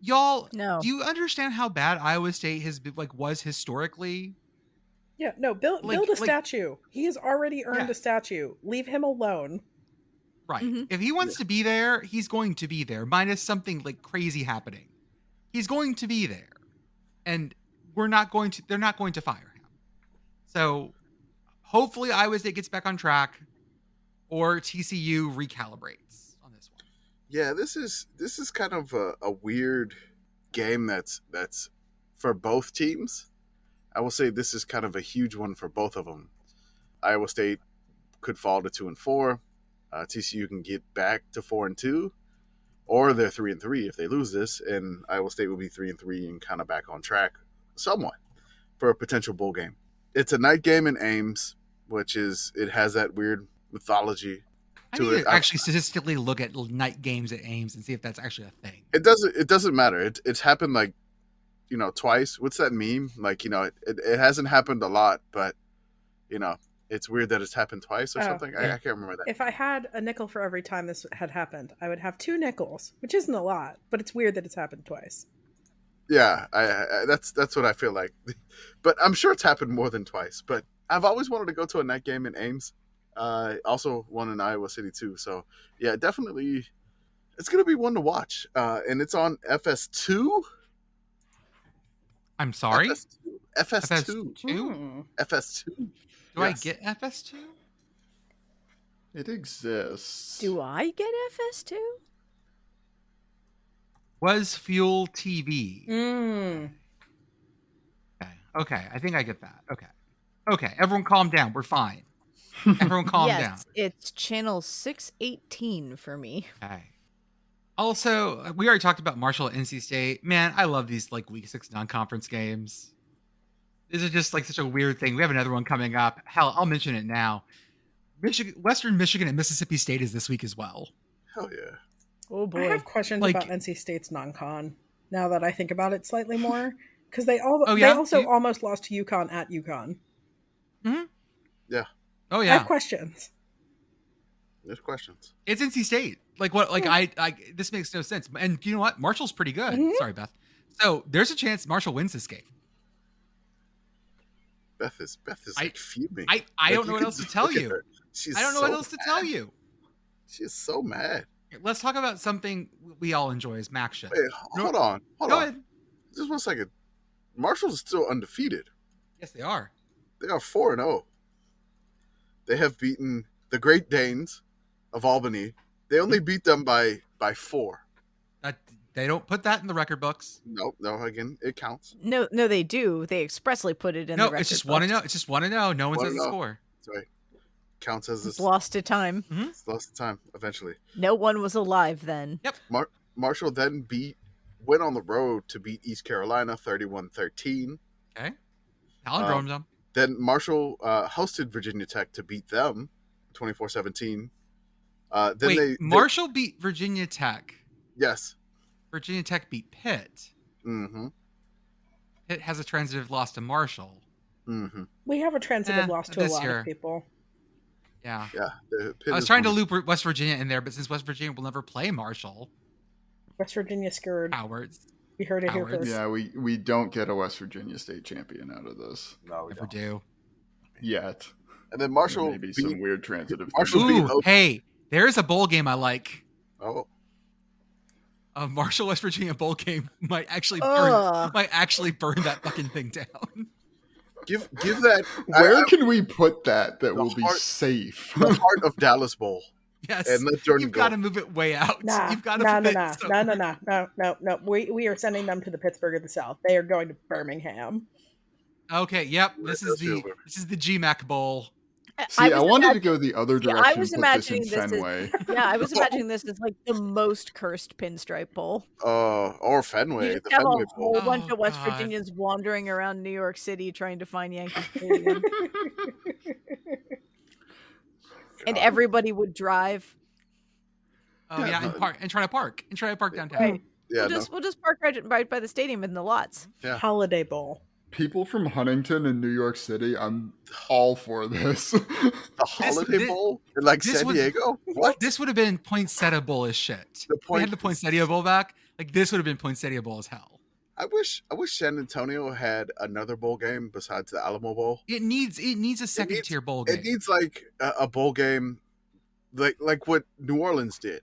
Speaker 1: Y'all,
Speaker 2: No.
Speaker 1: do you understand how bad Iowa State has been, like was historically?
Speaker 5: Yeah, no, build
Speaker 1: Like-
Speaker 5: build a
Speaker 1: like-
Speaker 5: statue. He has already earned
Speaker 1: Yeah.
Speaker 5: a statue. Leave him alone.
Speaker 1: Right.
Speaker 2: Mhm.
Speaker 1: If he wants to be there, he's going to be there, minus something like crazy happening. He's going to be there. And we're not going to they're not going to fire him. So hopefully Iowa State gets back on track or TCU recalibrates on this one.
Speaker 3: Yeah, this is this is kind of a, a weird game that's that's for both teams. I will say this is kind of a huge one for both of them. Iowa State could fall to two and four. Uh, TCU can get back to four and two, or they're three and three if they lose this, and Iowa State will be three and three and kind of back on track somewhat for a potential bowl game. It's a night game in Ames, which is it has that weird mythology
Speaker 1: I
Speaker 3: To
Speaker 1: need
Speaker 3: it-
Speaker 1: to actually statistically look at night games at Ames and see if that's actually a thing.
Speaker 3: it doesn't it doesn't matter it, it's happened like you know twice what's that meme like you know it, it, it hasn't happened a lot but you know it's weird that it's happened twice or
Speaker 5: Oh,
Speaker 3: something I, I
Speaker 1: yeah.
Speaker 3: can't remember that
Speaker 5: If I had a nickel for every time this had happened, I would have two nickels, which isn't a lot, but it's weird that it's happened twice.
Speaker 3: yeah I, I I- that's that's what i feel like (laughs) but i'm sure it's happened more than twice but i've always wanted to go to a night game in ames uh also one in iowa city too so yeah definitely it's gonna be one to watch uh and it's on fs2
Speaker 1: I'm sorry.
Speaker 3: FS2? fs2
Speaker 1: FS2?
Speaker 3: fs2
Speaker 1: Do
Speaker 3: Yes.
Speaker 1: I get FS2?
Speaker 4: It exists.
Speaker 2: Do I get FS2?
Speaker 1: Was Fuel TV.
Speaker 5: Mm.
Speaker 1: Okay. Okay. I think I get that. Okay. Okay. Everyone calm down. We're fine. Everyone calm down.
Speaker 2: yes, it's channel 618 for me.
Speaker 1: Okay. Also, uh, we already talked about Marshall at NC State. Man, I love these like week six non conference games. This is just like such a weird thing. We have another one coming up. Hell, I'll mention it now. Michigan, Western Michigan and Mississippi State is this week as well.
Speaker 3: hell yeah
Speaker 2: Oh
Speaker 5: I have questions
Speaker 1: Like-
Speaker 5: about NC State's non-con now that I think about
Speaker 1: (laughs)
Speaker 5: it slightly more because they all
Speaker 1: Oh,
Speaker 5: they
Speaker 1: yeah?
Speaker 5: also
Speaker 1: You-
Speaker 5: almost lost to UConn at UConn.
Speaker 1: Oh
Speaker 5: I
Speaker 1: yeah,
Speaker 5: have questions.
Speaker 3: There's questions.
Speaker 1: it's NC State. Like what? Like I, I. This makes no sense. And you know what? Marshall's pretty good.
Speaker 5: Mhm.
Speaker 1: Sorry, Beth. So there's a chance Marshall wins this game.
Speaker 3: Beth is Beth is
Speaker 1: I-
Speaker 3: like fuming.
Speaker 1: I, I
Speaker 3: Like,
Speaker 1: don't know what
Speaker 3: can
Speaker 1: else to
Speaker 3: just
Speaker 1: tell
Speaker 3: look at
Speaker 1: you.
Speaker 3: her. She's
Speaker 1: I don't know
Speaker 3: so
Speaker 1: what else to tell you.
Speaker 3: She's so mad.
Speaker 1: Let's talk about something we all enjoy is Mac shit.
Speaker 3: Wait, h-
Speaker 1: No-
Speaker 3: hold on, hold
Speaker 1: Go
Speaker 3: on.
Speaker 1: ahead.
Speaker 3: Just one second. Marshall's still undefeated.
Speaker 1: Yes, they are.
Speaker 3: They are four and zero. They have beaten the Great Danes of Albany. They only
Speaker 1: Hmm.
Speaker 3: beat them by by four.
Speaker 1: That they don't put that in the record books.
Speaker 3: No, no. Again, it counts.
Speaker 2: No, no, they do. They expressly put it in.
Speaker 1: no,
Speaker 2: the
Speaker 1: it's just
Speaker 2: record
Speaker 1: one to
Speaker 2: books.
Speaker 1: know. It's just one to know. No one
Speaker 3: One
Speaker 1: says
Speaker 3: and
Speaker 1: the
Speaker 3: oh.
Speaker 1: score.
Speaker 3: That's right. Counts as
Speaker 2: It's
Speaker 3: this
Speaker 2: lost to time.
Speaker 3: it's lost time eventually.
Speaker 2: No one was alive then.
Speaker 3: Marshall then beat went on the road to beat East Carolina 31-13.
Speaker 1: Okay.
Speaker 3: Um,
Speaker 1: Palindromes them.
Speaker 3: Then Marshall uh, hosted Virginia Tech to beat them 24-17. Uh, then
Speaker 1: Wait,
Speaker 3: they, they-
Speaker 1: Marshall beat Virginia Tech.
Speaker 3: yes.
Speaker 1: Virginia Tech beat Pitt.
Speaker 3: Mm-hmm.
Speaker 1: Pitt has a transitive loss to Marshall.
Speaker 3: Mm-hmm.
Speaker 5: We have a transitive
Speaker 1: Eh,
Speaker 5: loss to a
Speaker 1: this
Speaker 5: lot
Speaker 1: year.
Speaker 5: of people.
Speaker 1: Yeah.
Speaker 3: Yeah. the Pitt
Speaker 1: I was
Speaker 3: is
Speaker 1: trying to
Speaker 3: one-
Speaker 1: loop West Virginia in there, but since West Virginia will never play Marshall,
Speaker 5: West Virginia scared.
Speaker 1: Howard's
Speaker 5: We heard it here
Speaker 1: Cowards.
Speaker 5: first.
Speaker 4: Yeah, we we don't get a West Virginia State champion out of this
Speaker 3: No, we
Speaker 1: never
Speaker 3: don't.
Speaker 1: do.
Speaker 4: yet.
Speaker 3: And then
Speaker 4: There
Speaker 3: Marshall
Speaker 4: may be
Speaker 3: beat
Speaker 4: some weird transitive.
Speaker 3: Marshall-
Speaker 4: thing.
Speaker 3: Should be
Speaker 1: Ooh,
Speaker 3: Hope.
Speaker 1: hey, there is a bowl game I like.
Speaker 3: (laughs) Oh,
Speaker 1: A Marshall West Virginia bowl game (laughs) might actually burn,
Speaker 2: Ugh.
Speaker 1: might actually burn that fucking thing down. (laughs)
Speaker 3: give give that
Speaker 4: Where
Speaker 3: I- I-
Speaker 4: can we put that
Speaker 3: The
Speaker 4: that will be
Speaker 3: heart-
Speaker 4: safe?
Speaker 3: (laughs) the heart of Dallas Bowl
Speaker 1: Yes,
Speaker 3: and let Jordan
Speaker 1: you've
Speaker 3: go.
Speaker 1: got to move it way out.
Speaker 5: Nah,
Speaker 1: you've got
Speaker 5: nah,
Speaker 1: to
Speaker 5: nah,
Speaker 1: put it
Speaker 5: nah, nah,
Speaker 1: somewhere.
Speaker 5: nah, nah, no, no, no. We we are sending them to the Pittsburgh of the South. They are going to Birmingham.
Speaker 1: Okay, yep.
Speaker 3: Where
Speaker 1: This
Speaker 3: does
Speaker 1: is
Speaker 3: it
Speaker 1: the
Speaker 3: over?
Speaker 1: this is the GMAC bowl.
Speaker 4: (laughs) See, I,
Speaker 2: was
Speaker 4: wanted
Speaker 2: imag-
Speaker 4: to go the other
Speaker 2: See, I
Speaker 4: direction.
Speaker 2: was
Speaker 4: put
Speaker 2: imagining
Speaker 4: this
Speaker 2: this
Speaker 4: in
Speaker 2: as-
Speaker 4: Fenway.
Speaker 2: (laughs) Yeah, I was imagining this as like the most cursed pinstripe bowl.
Speaker 3: uh, or
Speaker 2: You
Speaker 3: Fenway,
Speaker 2: just
Speaker 3: the
Speaker 2: have a
Speaker 3: Fenway
Speaker 2: whole
Speaker 3: Bowl.
Speaker 2: bunch
Speaker 1: Oh,
Speaker 2: of West
Speaker 1: God.
Speaker 2: Virginians wandering around New York City trying to find Yankee Stadium, and everybody would drive.
Speaker 1: Oh yeah, and park and try to park and try to park downtown.
Speaker 5: Right.
Speaker 3: Yeah,
Speaker 2: we'll just we'll just park right, right by the stadium in the lots.
Speaker 3: Yeah.
Speaker 5: Holiday Bowl.
Speaker 4: People from Huntington and New York City, I'm all for this. (laughs)
Speaker 3: no. the Holiday
Speaker 1: thi-
Speaker 3: Bowl in like
Speaker 1: this
Speaker 3: San
Speaker 1: would- (laughs)
Speaker 3: Diego. What?
Speaker 1: This would have been poinsettia bowl as shit.
Speaker 3: The
Speaker 1: we had
Speaker 3: point
Speaker 1: the poinsettia bowl back. Like this would have been poinsettia bowl as hell.
Speaker 3: I wish I wish San Antonio had another bowl game besides the Alamo Bowl.
Speaker 1: It needs it needs a second
Speaker 3: needs-
Speaker 1: tier bowl game.
Speaker 3: It needs like a, a bowl game, like like what New Orleans did.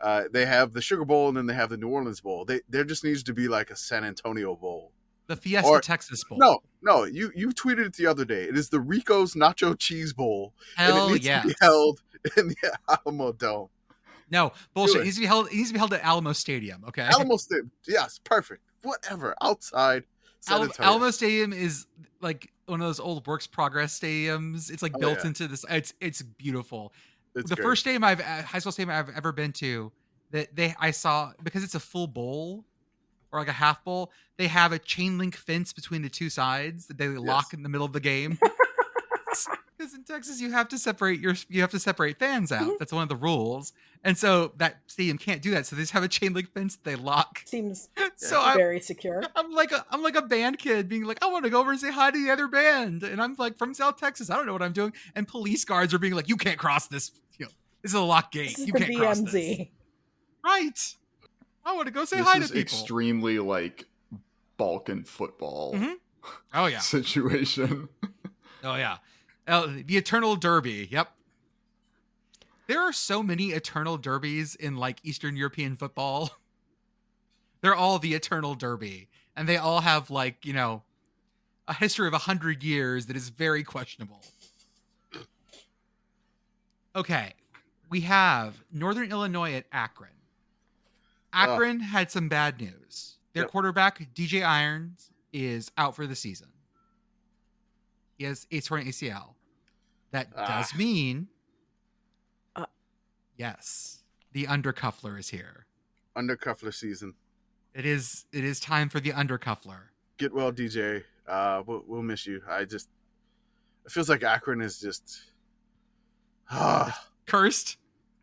Speaker 3: Uh, they have the Sugar Bowl and then they have the New Orleans Bowl. They, there just needs to be like a San Antonio Bowl.
Speaker 1: the Fiesta
Speaker 3: or-
Speaker 1: Texas Bowl.
Speaker 3: No, no, you you tweeted it the other day. It is the Rico's Nacho Cheese Bowl. and it
Speaker 1: hell
Speaker 3: needs
Speaker 1: yeah.
Speaker 3: to be held (laughs) in the
Speaker 1: (laughs)
Speaker 3: Alamo Dome.
Speaker 1: No bullshit.
Speaker 3: it.
Speaker 1: It. needs to be held. It needs to be held at Alamo Stadium. Okay.
Speaker 3: Alamo Stadium. Yes, perfect. Whatever. Outside San
Speaker 1: Al-
Speaker 3: Antonio.
Speaker 1: Alamo Stadium is like one of those old Works Progress stadiums. It's like
Speaker 3: Oh,
Speaker 1: built
Speaker 3: yeah.
Speaker 1: into this. It's it's beautiful.
Speaker 3: It's
Speaker 1: the
Speaker 3: great.
Speaker 1: first stadium I've uh, high school stadium I've ever been to that they I saw because it's a full bowl or like a half bowl. They have a chain link fence between the two sides that they lock in the middle of the game. Because in Texas you have to separate your you have to separate fans out. That's one of the rules, and so that stadium can't do that. So they just have a chain link fence that they
Speaker 3: (laughs)
Speaker 1: lock.
Speaker 5: Seems
Speaker 1: So I,
Speaker 5: very secure.
Speaker 1: I'm like a I'm like a band kid being like, I want to go over and say hi to the other band. And I'm like from South Texas. I don't know what I'm doing. And police guards are being like, You can't cross this, you know, this is a locked gate.
Speaker 5: This is
Speaker 1: you
Speaker 5: the
Speaker 1: can't cross this.
Speaker 5: BMZ.
Speaker 1: Right. I want to go say
Speaker 4: this
Speaker 1: hi to
Speaker 4: is
Speaker 1: people.
Speaker 4: extremely like Balkan football
Speaker 1: Mhm. Oh yeah.
Speaker 4: situation.
Speaker 1: Oh yeah. Oh, the Eternal Derby. Yep. There are so many Eternal Derbies in like Eastern European football. They're all the Eternal Derby, and they all have like you know a history of a hundred years that is very questionable. Okay, we have Northern Illinois at Akron. Akron had some bad news. Their
Speaker 3: Yep.
Speaker 1: quarterback DJ Irons is out for the season. He has a torn ACL. That
Speaker 3: Ah.
Speaker 1: does mean,
Speaker 2: Uh.
Speaker 1: yes, the undercuffler is here.
Speaker 3: undercuffler season.
Speaker 1: It is. It is time for the undercuffler.
Speaker 3: Get well, DJ. Uh, we'll, we'll miss you. I just it feels like Akron is just. (sighs) Ah,
Speaker 1: Cursed.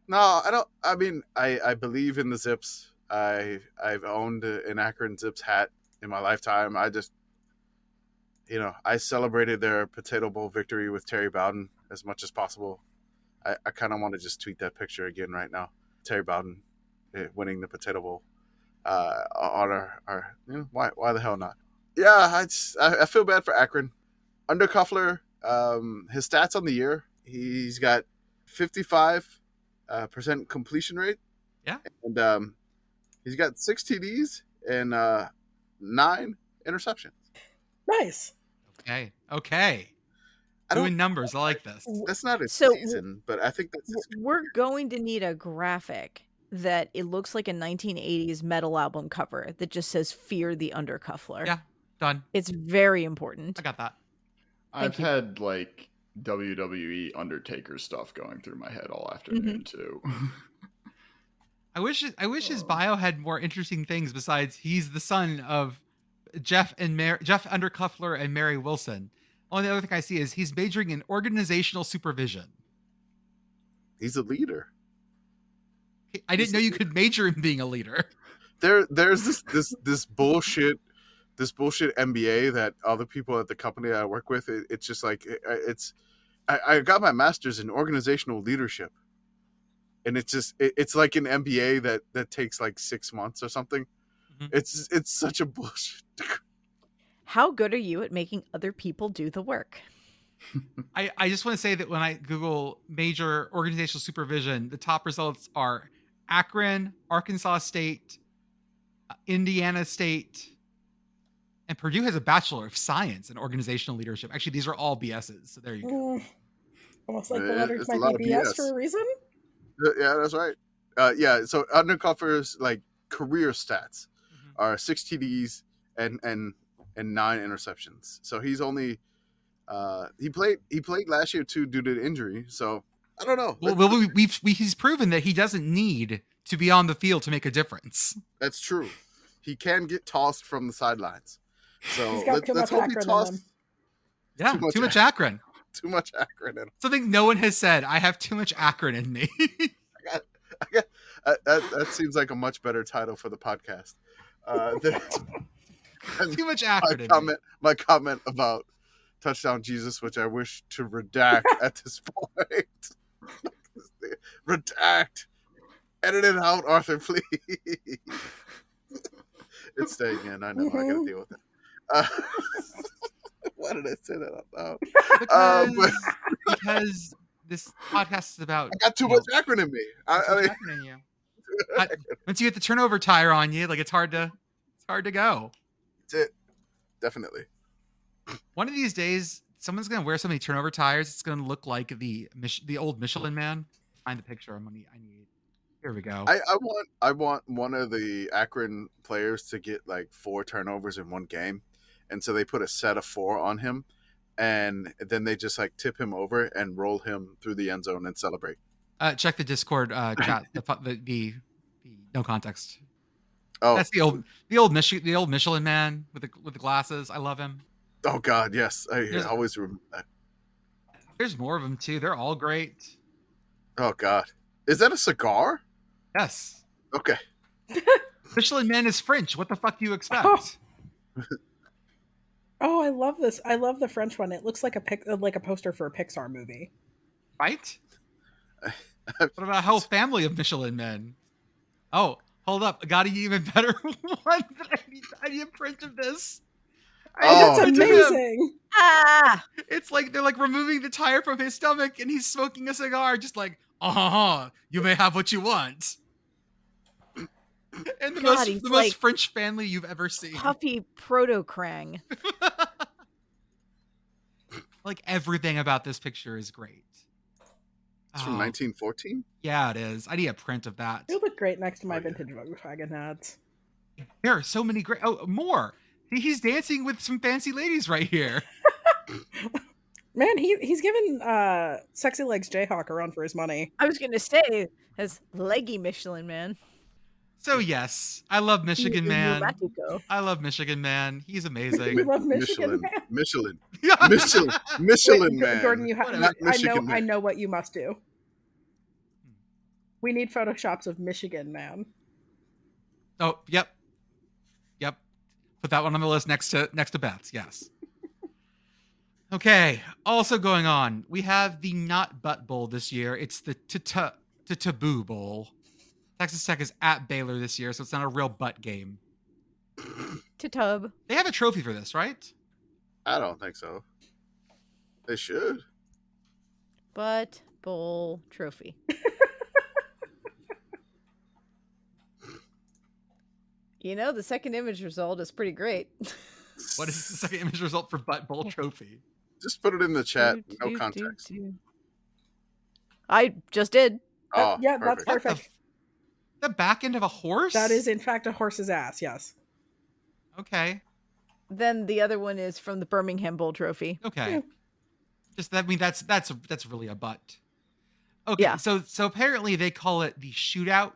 Speaker 3: no, I don't. I mean, I I believe in the Zips. I I've owned an Akron Zips hat in my lifetime. I just, you know, I celebrated their Potato Bowl victory with Terry Bowden as much as possible. I I kind of want to just tweet that picture again right now. Terry Bowden eh, winning the Potato Bowl uh, on our, our you know, why why the hell not? Yeah, I, just, I I feel bad for Akron. Under Cuffler, um, his stats on the year, he's got 55 uh, percent completion rate.
Speaker 1: Yeah.
Speaker 3: and um, he's got six TDs and uh, nine interceptions.
Speaker 5: Nice.
Speaker 1: Okay. Okay.
Speaker 3: I
Speaker 1: Doing
Speaker 3: don't-
Speaker 1: numbers. I like this.
Speaker 3: That's not a
Speaker 2: So-
Speaker 3: season, but I think that's his
Speaker 2: W- We're going to need a graphic that it looks like a 1980s metal album cover that just says "Fear the Undercuffler."
Speaker 1: Yeah. Done.
Speaker 2: It's very important.
Speaker 1: I got that.
Speaker 2: Thank
Speaker 4: I've
Speaker 2: you.
Speaker 4: had like WWE Undertaker stuff going through my head all
Speaker 1: Mm-hmm.
Speaker 4: afternoon too. (laughs)
Speaker 1: I wish I wish his
Speaker 4: Oh.
Speaker 1: bio had more interesting things besides he's the son of Jeff and Mar- Jeff Undercuffler and Mary Wilson. Only other thing I see is he's majoring in organizational supervision.
Speaker 3: he's a leader.
Speaker 1: I didn't know you could major in being a leader.
Speaker 3: There, there's this this this bullshit. This bullshit MBA that other people at the company that I work with, it, it's just like it, uh, it's. I, I got my master's in organizational leadership, and it's just it, it's like an MBA that that takes like six months or something.
Speaker 1: Mhm.
Speaker 3: It's it's such a bullshit.
Speaker 2: How good are you at making other people do the work?
Speaker 1: I, I just want to say that when I Google major organizational supervision, the top results are Akron, Arkansas State, uh, Indiana State, and Purdue has a Bachelor of Science in organizational leadership. Actually, these are all BSs. So there you go.
Speaker 5: Mm. Almost like the
Speaker 3: Yeah,
Speaker 5: letters
Speaker 3: it's a lot
Speaker 5: might
Speaker 3: of
Speaker 5: be BS,
Speaker 3: BS.
Speaker 5: for a reason.
Speaker 3: Yeah, that's right. Uh, yeah, so undercovers like career stats.
Speaker 1: Mm-hmm.
Speaker 3: are six TDs and and and nine interceptions. So he's only uh, he played he played last year too due to the injury. So I don't know.
Speaker 1: Well,
Speaker 3: That-
Speaker 1: well we, we've, we, he's proven that he doesn't need to be on the field to make a difference.
Speaker 3: that's true. He can get tossed from the sidelines. So
Speaker 5: He's got
Speaker 3: let,
Speaker 5: too
Speaker 3: let's
Speaker 5: much
Speaker 3: hope he
Speaker 5: Akron in
Speaker 3: tossed
Speaker 5: him.
Speaker 1: Yeah,
Speaker 3: Too much
Speaker 1: too much Akron.
Speaker 3: too much Akron. In him.
Speaker 1: Something no one has said. I have too much Akron in me. (laughs)
Speaker 3: Uh, that, that seems like a much better title for the podcast. Uh,
Speaker 5: (laughs)
Speaker 3: than
Speaker 1: too much
Speaker 3: my
Speaker 1: Akron in me.
Speaker 3: comment my comment about touchdown Jesus, which I wish to redact at this point. (laughs) redact. Edit it out, Arthur, please. it's staying in. I know. I gotta
Speaker 5: Mhm.
Speaker 3: deal with it. Uh, (laughs) why did I say that out loud?
Speaker 1: Because,
Speaker 3: Um, (laughs) but-
Speaker 1: because this podcast is about
Speaker 3: I got too
Speaker 1: you know,
Speaker 3: much acronym in me. I, I mean,
Speaker 1: happening to you.
Speaker 3: (laughs)
Speaker 1: I- once you get the turnover tire on you, like it's hard to it's hard to go.
Speaker 3: that's it. Definitely.
Speaker 1: One of these days, someone's gonna wear so many turnover tires, it's gonna look like the Mich- the old Michelin man. Find the picture. I'm gonna need. I need. Here we go.
Speaker 3: I, I want I want one of the Akron players to get like four turnovers in one game, and so they put a set of four on him, and then they just like tip him over and roll him through the end zone and celebrate.
Speaker 1: uh, check the Discord uh, chat. The, fu- the, the the no context.
Speaker 3: Oh,
Speaker 1: That's the old the old Michi- the old Michelin man with the with the glasses. I love him.
Speaker 3: oh God, yes, I
Speaker 1: There's-
Speaker 3: always remember that.
Speaker 1: There's more of them too. They're all great.
Speaker 3: Oh God, is that a cigar?
Speaker 1: Yes,
Speaker 3: Okay,
Speaker 1: (laughs) Michelin man is French. What the fuck do you expect?
Speaker 5: Oh. Oh, I love this. I love the French one. It looks like a pic, uh, like a poster for a Pixar movie.
Speaker 3: (laughs)
Speaker 1: Right? what about a whole family of Michelin men? Oh, hold up. I got an even better (laughs) one. that I need, I need a print of this. I
Speaker 3: Oh,
Speaker 1: need a
Speaker 5: That's
Speaker 1: print of him.
Speaker 5: amazing.
Speaker 2: Ah,
Speaker 1: It's like they're like removing the tire from his stomach and he's smoking a cigar, just like, uh huh, you may have what you want. And the
Speaker 2: God,
Speaker 1: most, the
Speaker 2: he's
Speaker 1: most
Speaker 2: like-
Speaker 1: French family you've ever seen.
Speaker 2: puffy proto crang.
Speaker 1: Like everything about this picture is great.
Speaker 3: it's from
Speaker 1: Oh,
Speaker 3: 1914.
Speaker 1: yeah, it is. I need a print of that.
Speaker 5: It would look great next to my
Speaker 3: Oh, yeah.
Speaker 5: vintage Volkswagen hats.
Speaker 1: There are so many great. Oh, more. See, He's dancing with some fancy ladies right here.
Speaker 5: Man, he he's given uh, sexy legs Jayhawk a run for his money.
Speaker 2: I was gonna say as leggy Michelin man.
Speaker 1: So yes, I love Michigan man.
Speaker 2: Pneumatico.
Speaker 1: I love Michigan man. He's
Speaker 3: (laughs)
Speaker 5: We
Speaker 1: amazing. (laughs)
Speaker 5: love
Speaker 3: Michelin,
Speaker 5: Michigan. man.
Speaker 3: Michelin,
Speaker 1: yeah.
Speaker 3: Michelin, Michelin
Speaker 5: Wait, G-
Speaker 3: man.
Speaker 5: Jordan, you have.
Speaker 1: Whatever.
Speaker 5: I know.
Speaker 3: Michigan man.
Speaker 5: I know what you must do.
Speaker 1: Hmm.
Speaker 5: We need photoshops of Michigan man.
Speaker 1: Oh, yep, yep. Put that one on the list next to next to Beth's. Yes. (laughs) Okay. Also going on, we have the not butt bowl this year. It's the Tata- taboo bowl. Texas Tech is at Baylor this year, so it's not a real butt game.
Speaker 2: To tub.
Speaker 1: They have a trophy for this, right?
Speaker 3: I don't think so. They should.
Speaker 2: Butt bowl (laughs) trophy. you know, the second image result is pretty great.
Speaker 1: What is the second image result for butt bowl trophy?
Speaker 3: Just put it in the chat.
Speaker 2: Do, do,
Speaker 3: No
Speaker 2: do,
Speaker 3: context.
Speaker 2: do. I just did.
Speaker 3: Oh,
Speaker 5: yeah, that's
Speaker 1: What
Speaker 3: perfect.
Speaker 1: the,
Speaker 5: perfect.
Speaker 1: f- the back end of a horse?
Speaker 5: That is, in fact, a horse's ass. Yes.
Speaker 1: Okay.
Speaker 2: Then the other one is from the Birmingham Bowl trophy.
Speaker 1: Okay. Just that I mean that's that's that's really a butt. Okay,
Speaker 2: Yeah.
Speaker 1: so so apparently they call it the shootout,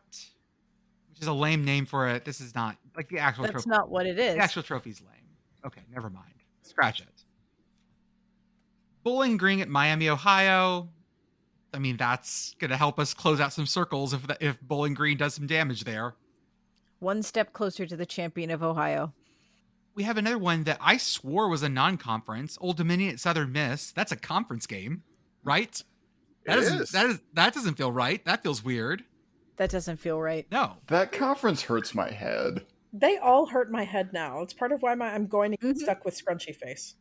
Speaker 1: which is a lame name for it. This is not like the actual
Speaker 2: That's
Speaker 1: trophy.
Speaker 2: not what it is.
Speaker 1: The actual trophy's lame. Okay, never mind. Scratch it. Bowling Green at Miami, Ohio. I mean, that's gonna help us close out some circles if the, if Bowling Green does some damage there.
Speaker 2: One step closer to the champion of Ohio.
Speaker 1: We have another one that I swore was a non-conference. Old Dominion at Southern Miss. That's a conference game, right? That
Speaker 3: It
Speaker 1: doesn't
Speaker 3: is.
Speaker 1: that is that doesn't feel right. That feels weird.
Speaker 2: That doesn't feel right.
Speaker 1: No.
Speaker 4: That conference hurts my head.
Speaker 5: They all hurt my head now. It's part of why my, I'm going to get
Speaker 1: Mm-hmm.
Speaker 2: Mhm.
Speaker 5: stuck with scrunchy face.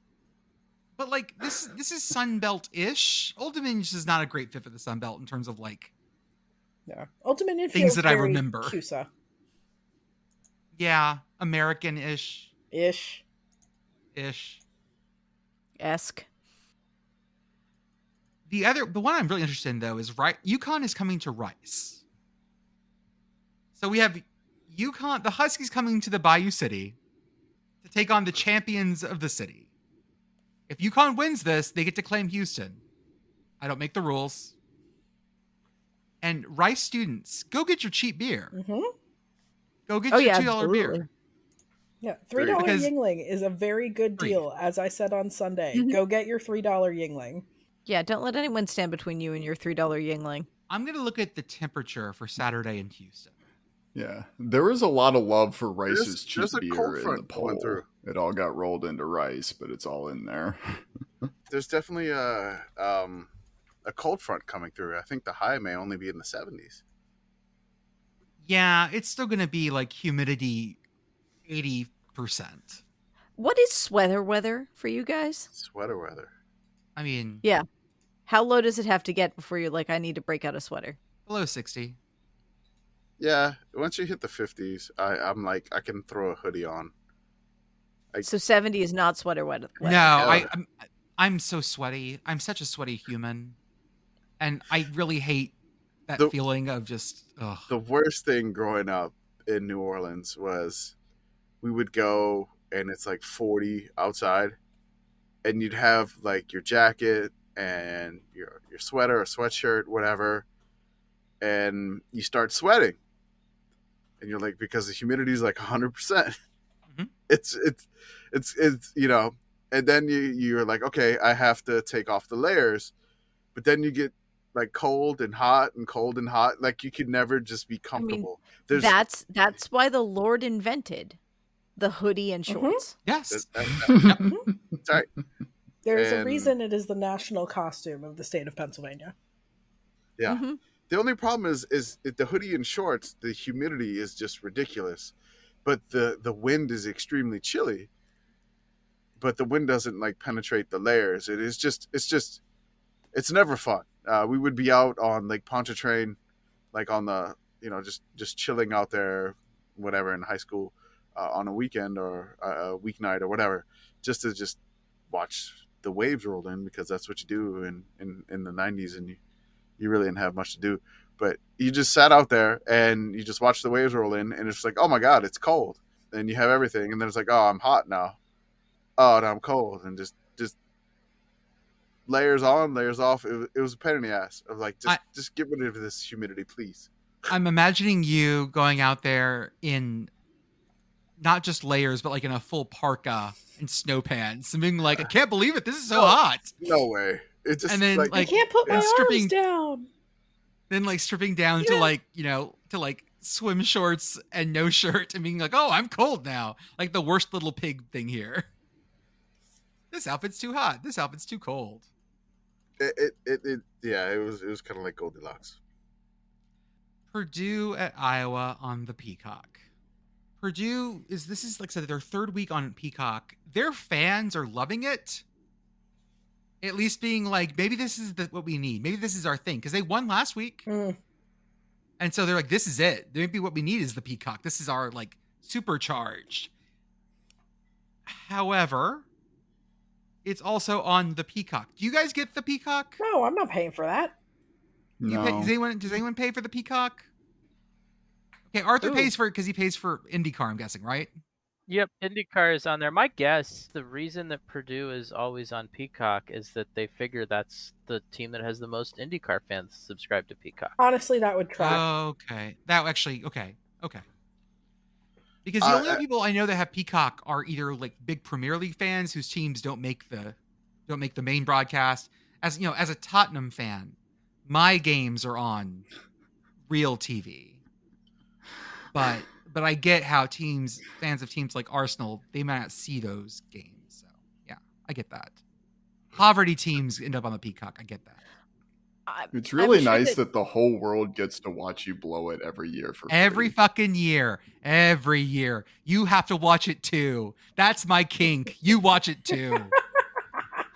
Speaker 1: But like this this is Sunbelt ish. Old Dominion is not a great fit for the Sunbelt in terms of like
Speaker 5: Yeah. Ultimate Ninja
Speaker 1: Things
Speaker 5: feels
Speaker 1: that I
Speaker 5: very
Speaker 1: remember.
Speaker 5: CUSA
Speaker 1: yeah, American ish
Speaker 5: ish.
Speaker 1: ish.
Speaker 2: Esque.
Speaker 1: The other the one I'm really interested in though is right UConn is coming to Rice. So we have UConn the Huskies coming to the Bayou City to take on the champions of the city. If UConn wins this, they get to claim Houston. I don't make the rules. And Rice students, go get your cheap beer.
Speaker 5: hmm
Speaker 1: Go get
Speaker 2: Oh
Speaker 1: your
Speaker 2: yeah,
Speaker 1: two dollar
Speaker 2: absolutely.
Speaker 1: beer.
Speaker 5: Yeah, three
Speaker 3: Three.
Speaker 5: dollar
Speaker 1: Because-
Speaker 5: Yingling is a very good
Speaker 1: Three.
Speaker 5: deal, as I said on Sunday.
Speaker 1: Mm-hmm.
Speaker 2: Mhm.
Speaker 5: Go get your three dollar Yingling.
Speaker 2: Yeah, don't let anyone stand between you and your three dollar Yingling.
Speaker 1: I'm gonna look at the temperature for Saturday in Houston.
Speaker 4: Yeah, there is a lot of love for
Speaker 3: There's-
Speaker 4: Rice's cheap
Speaker 3: there's a
Speaker 4: beer
Speaker 3: cold
Speaker 4: in the
Speaker 3: front going
Speaker 4: poll.
Speaker 3: through.
Speaker 4: It all got rolled into rice, but it's all in there.
Speaker 3: There's definitely a um, a cold front coming through. I think the high may only be in the 70s.
Speaker 1: Yeah, it's still gonna be like humidity eighty percent.
Speaker 2: What is sweater weather for you guys?
Speaker 3: Sweater weather.
Speaker 1: I mean,
Speaker 2: Yeah. How low does it have to get before you're like, I need to break out a sweater?
Speaker 1: below 60.
Speaker 3: Yeah, once you hit the 50s, I, I'm like, I can throw a hoodie on. Like-
Speaker 2: So seventy is not sweater weather.
Speaker 1: No,
Speaker 3: Oh.
Speaker 1: I, I'm, I'm so sweaty. I'm such a sweaty human. And I really hate that
Speaker 3: The-
Speaker 1: feeling of just, ugh.
Speaker 3: the worst thing growing up in New Orleans was we would go and it's like 40 outside and you'd have like your jacket and your your sweater or sweatshirt whatever and you start sweating and you're like because the humidity is like 100% percent
Speaker 1: Mhm.
Speaker 3: it's it's it's it's you know and then you you're like okay I have to take off the layers but then you get like cold and hot and cold and hot like you could never just be comfortable there's
Speaker 2: that's that's why the Lord invented the hoodie and
Speaker 5: Mhm.
Speaker 2: shorts.
Speaker 1: yes.
Speaker 4: (laughs)
Speaker 1: Mm-hmm.
Speaker 5: There is a
Speaker 3: And-
Speaker 5: reason it is the national costume of the state of Pennsylvania.
Speaker 3: Yeah.
Speaker 2: Mhm.
Speaker 3: The only problem is is that the hoodie and shorts. The humidity is just ridiculous, but the the wind is extremely chilly. But the wind doesn't like penetrate the layers. It is just it's just it's never fun. Uh, we would be out on Lake Pontchartrain, like on the you know just just chilling out there, whatever in high school, uh, on a weekend or a a weeknight or whatever, just to just watch the waves roll in because that's what you do in in, in the '90s and you you really didn't have much to do. But you just sat out there and you just watched the waves roll in, and it's like, oh my god, it's cold. And you have everything, and then it's like, oh, I'm hot now. Oh, now I'm cold, and just just layers on, layers off. It, wa- it was a pain in the ass of like, just
Speaker 1: I-
Speaker 3: just get rid of this humidity, please.
Speaker 1: I'm imagining you going out there in not just layers, but like in a full parka and snow pants and being like, I can't believe it. This is so
Speaker 3: Oh.
Speaker 1: hot.
Speaker 3: No way. It just
Speaker 1: And then,
Speaker 3: like,
Speaker 1: like-
Speaker 5: I can't put my
Speaker 1: and stripping-
Speaker 5: arms down.
Speaker 1: Then like stripping down to
Speaker 5: Yeah.
Speaker 1: like, you know, to like swim shorts and no shirt and being like, oh, I'm cold now. Like the worst little pig thing here. This outfit's too hot. This outfit's too cold.
Speaker 3: it, it, it, it yeah, it was it was kind of like Goldilocks.
Speaker 1: Purdue at Iowa on the Peacock. Purdue is this is like I said their third week on Peacock. Their fans are loving it. At least being like, maybe this is the, what we need. Maybe this is our thing because they won last week,
Speaker 5: Mm.
Speaker 1: and so they're like, this is it. Maybe what we need is the peacock. This is our like supercharged. However, it's also on the peacock. Do you guys get the peacock?
Speaker 5: No, I'm not paying for that.
Speaker 1: You pay, does
Speaker 4: No.
Speaker 1: anyone does anyone pay for the peacock? Okay, Arthur
Speaker 2: Ooh.
Speaker 1: pays for it because he pays for IndyCar. I'm guessing, right?
Speaker 6: Yep, IndyCar is on there. My guess, the reason that Purdue is always on Peacock is that they figure that's the team that has the most IndyCar fans subscribed to Peacock.
Speaker 5: Honestly, that would track.
Speaker 1: Oh.
Speaker 5: (laughs)
Speaker 1: Okay, that actually okay, okay. Because the
Speaker 3: Uh,
Speaker 1: only
Speaker 3: uh,
Speaker 1: people I know that have Peacock are either like big Premier League fans whose teams don't make the don't make the main broadcast. As you know, as a Tottenham fan, my games are on real TV. But but I get how teams fans of teams like Arsenal they might not see those games. So yeah, I get that. Poverty teams end up on the Peacock. I get that.
Speaker 2: I,
Speaker 4: It's really
Speaker 2: sure
Speaker 4: nice
Speaker 2: that-
Speaker 4: that... the whole world gets to watch you blow it every year for
Speaker 1: Every
Speaker 4: free.
Speaker 1: fucking year, every year, you have to watch it too. That's my kink. You watch it
Speaker 3: (laughs)
Speaker 1: too.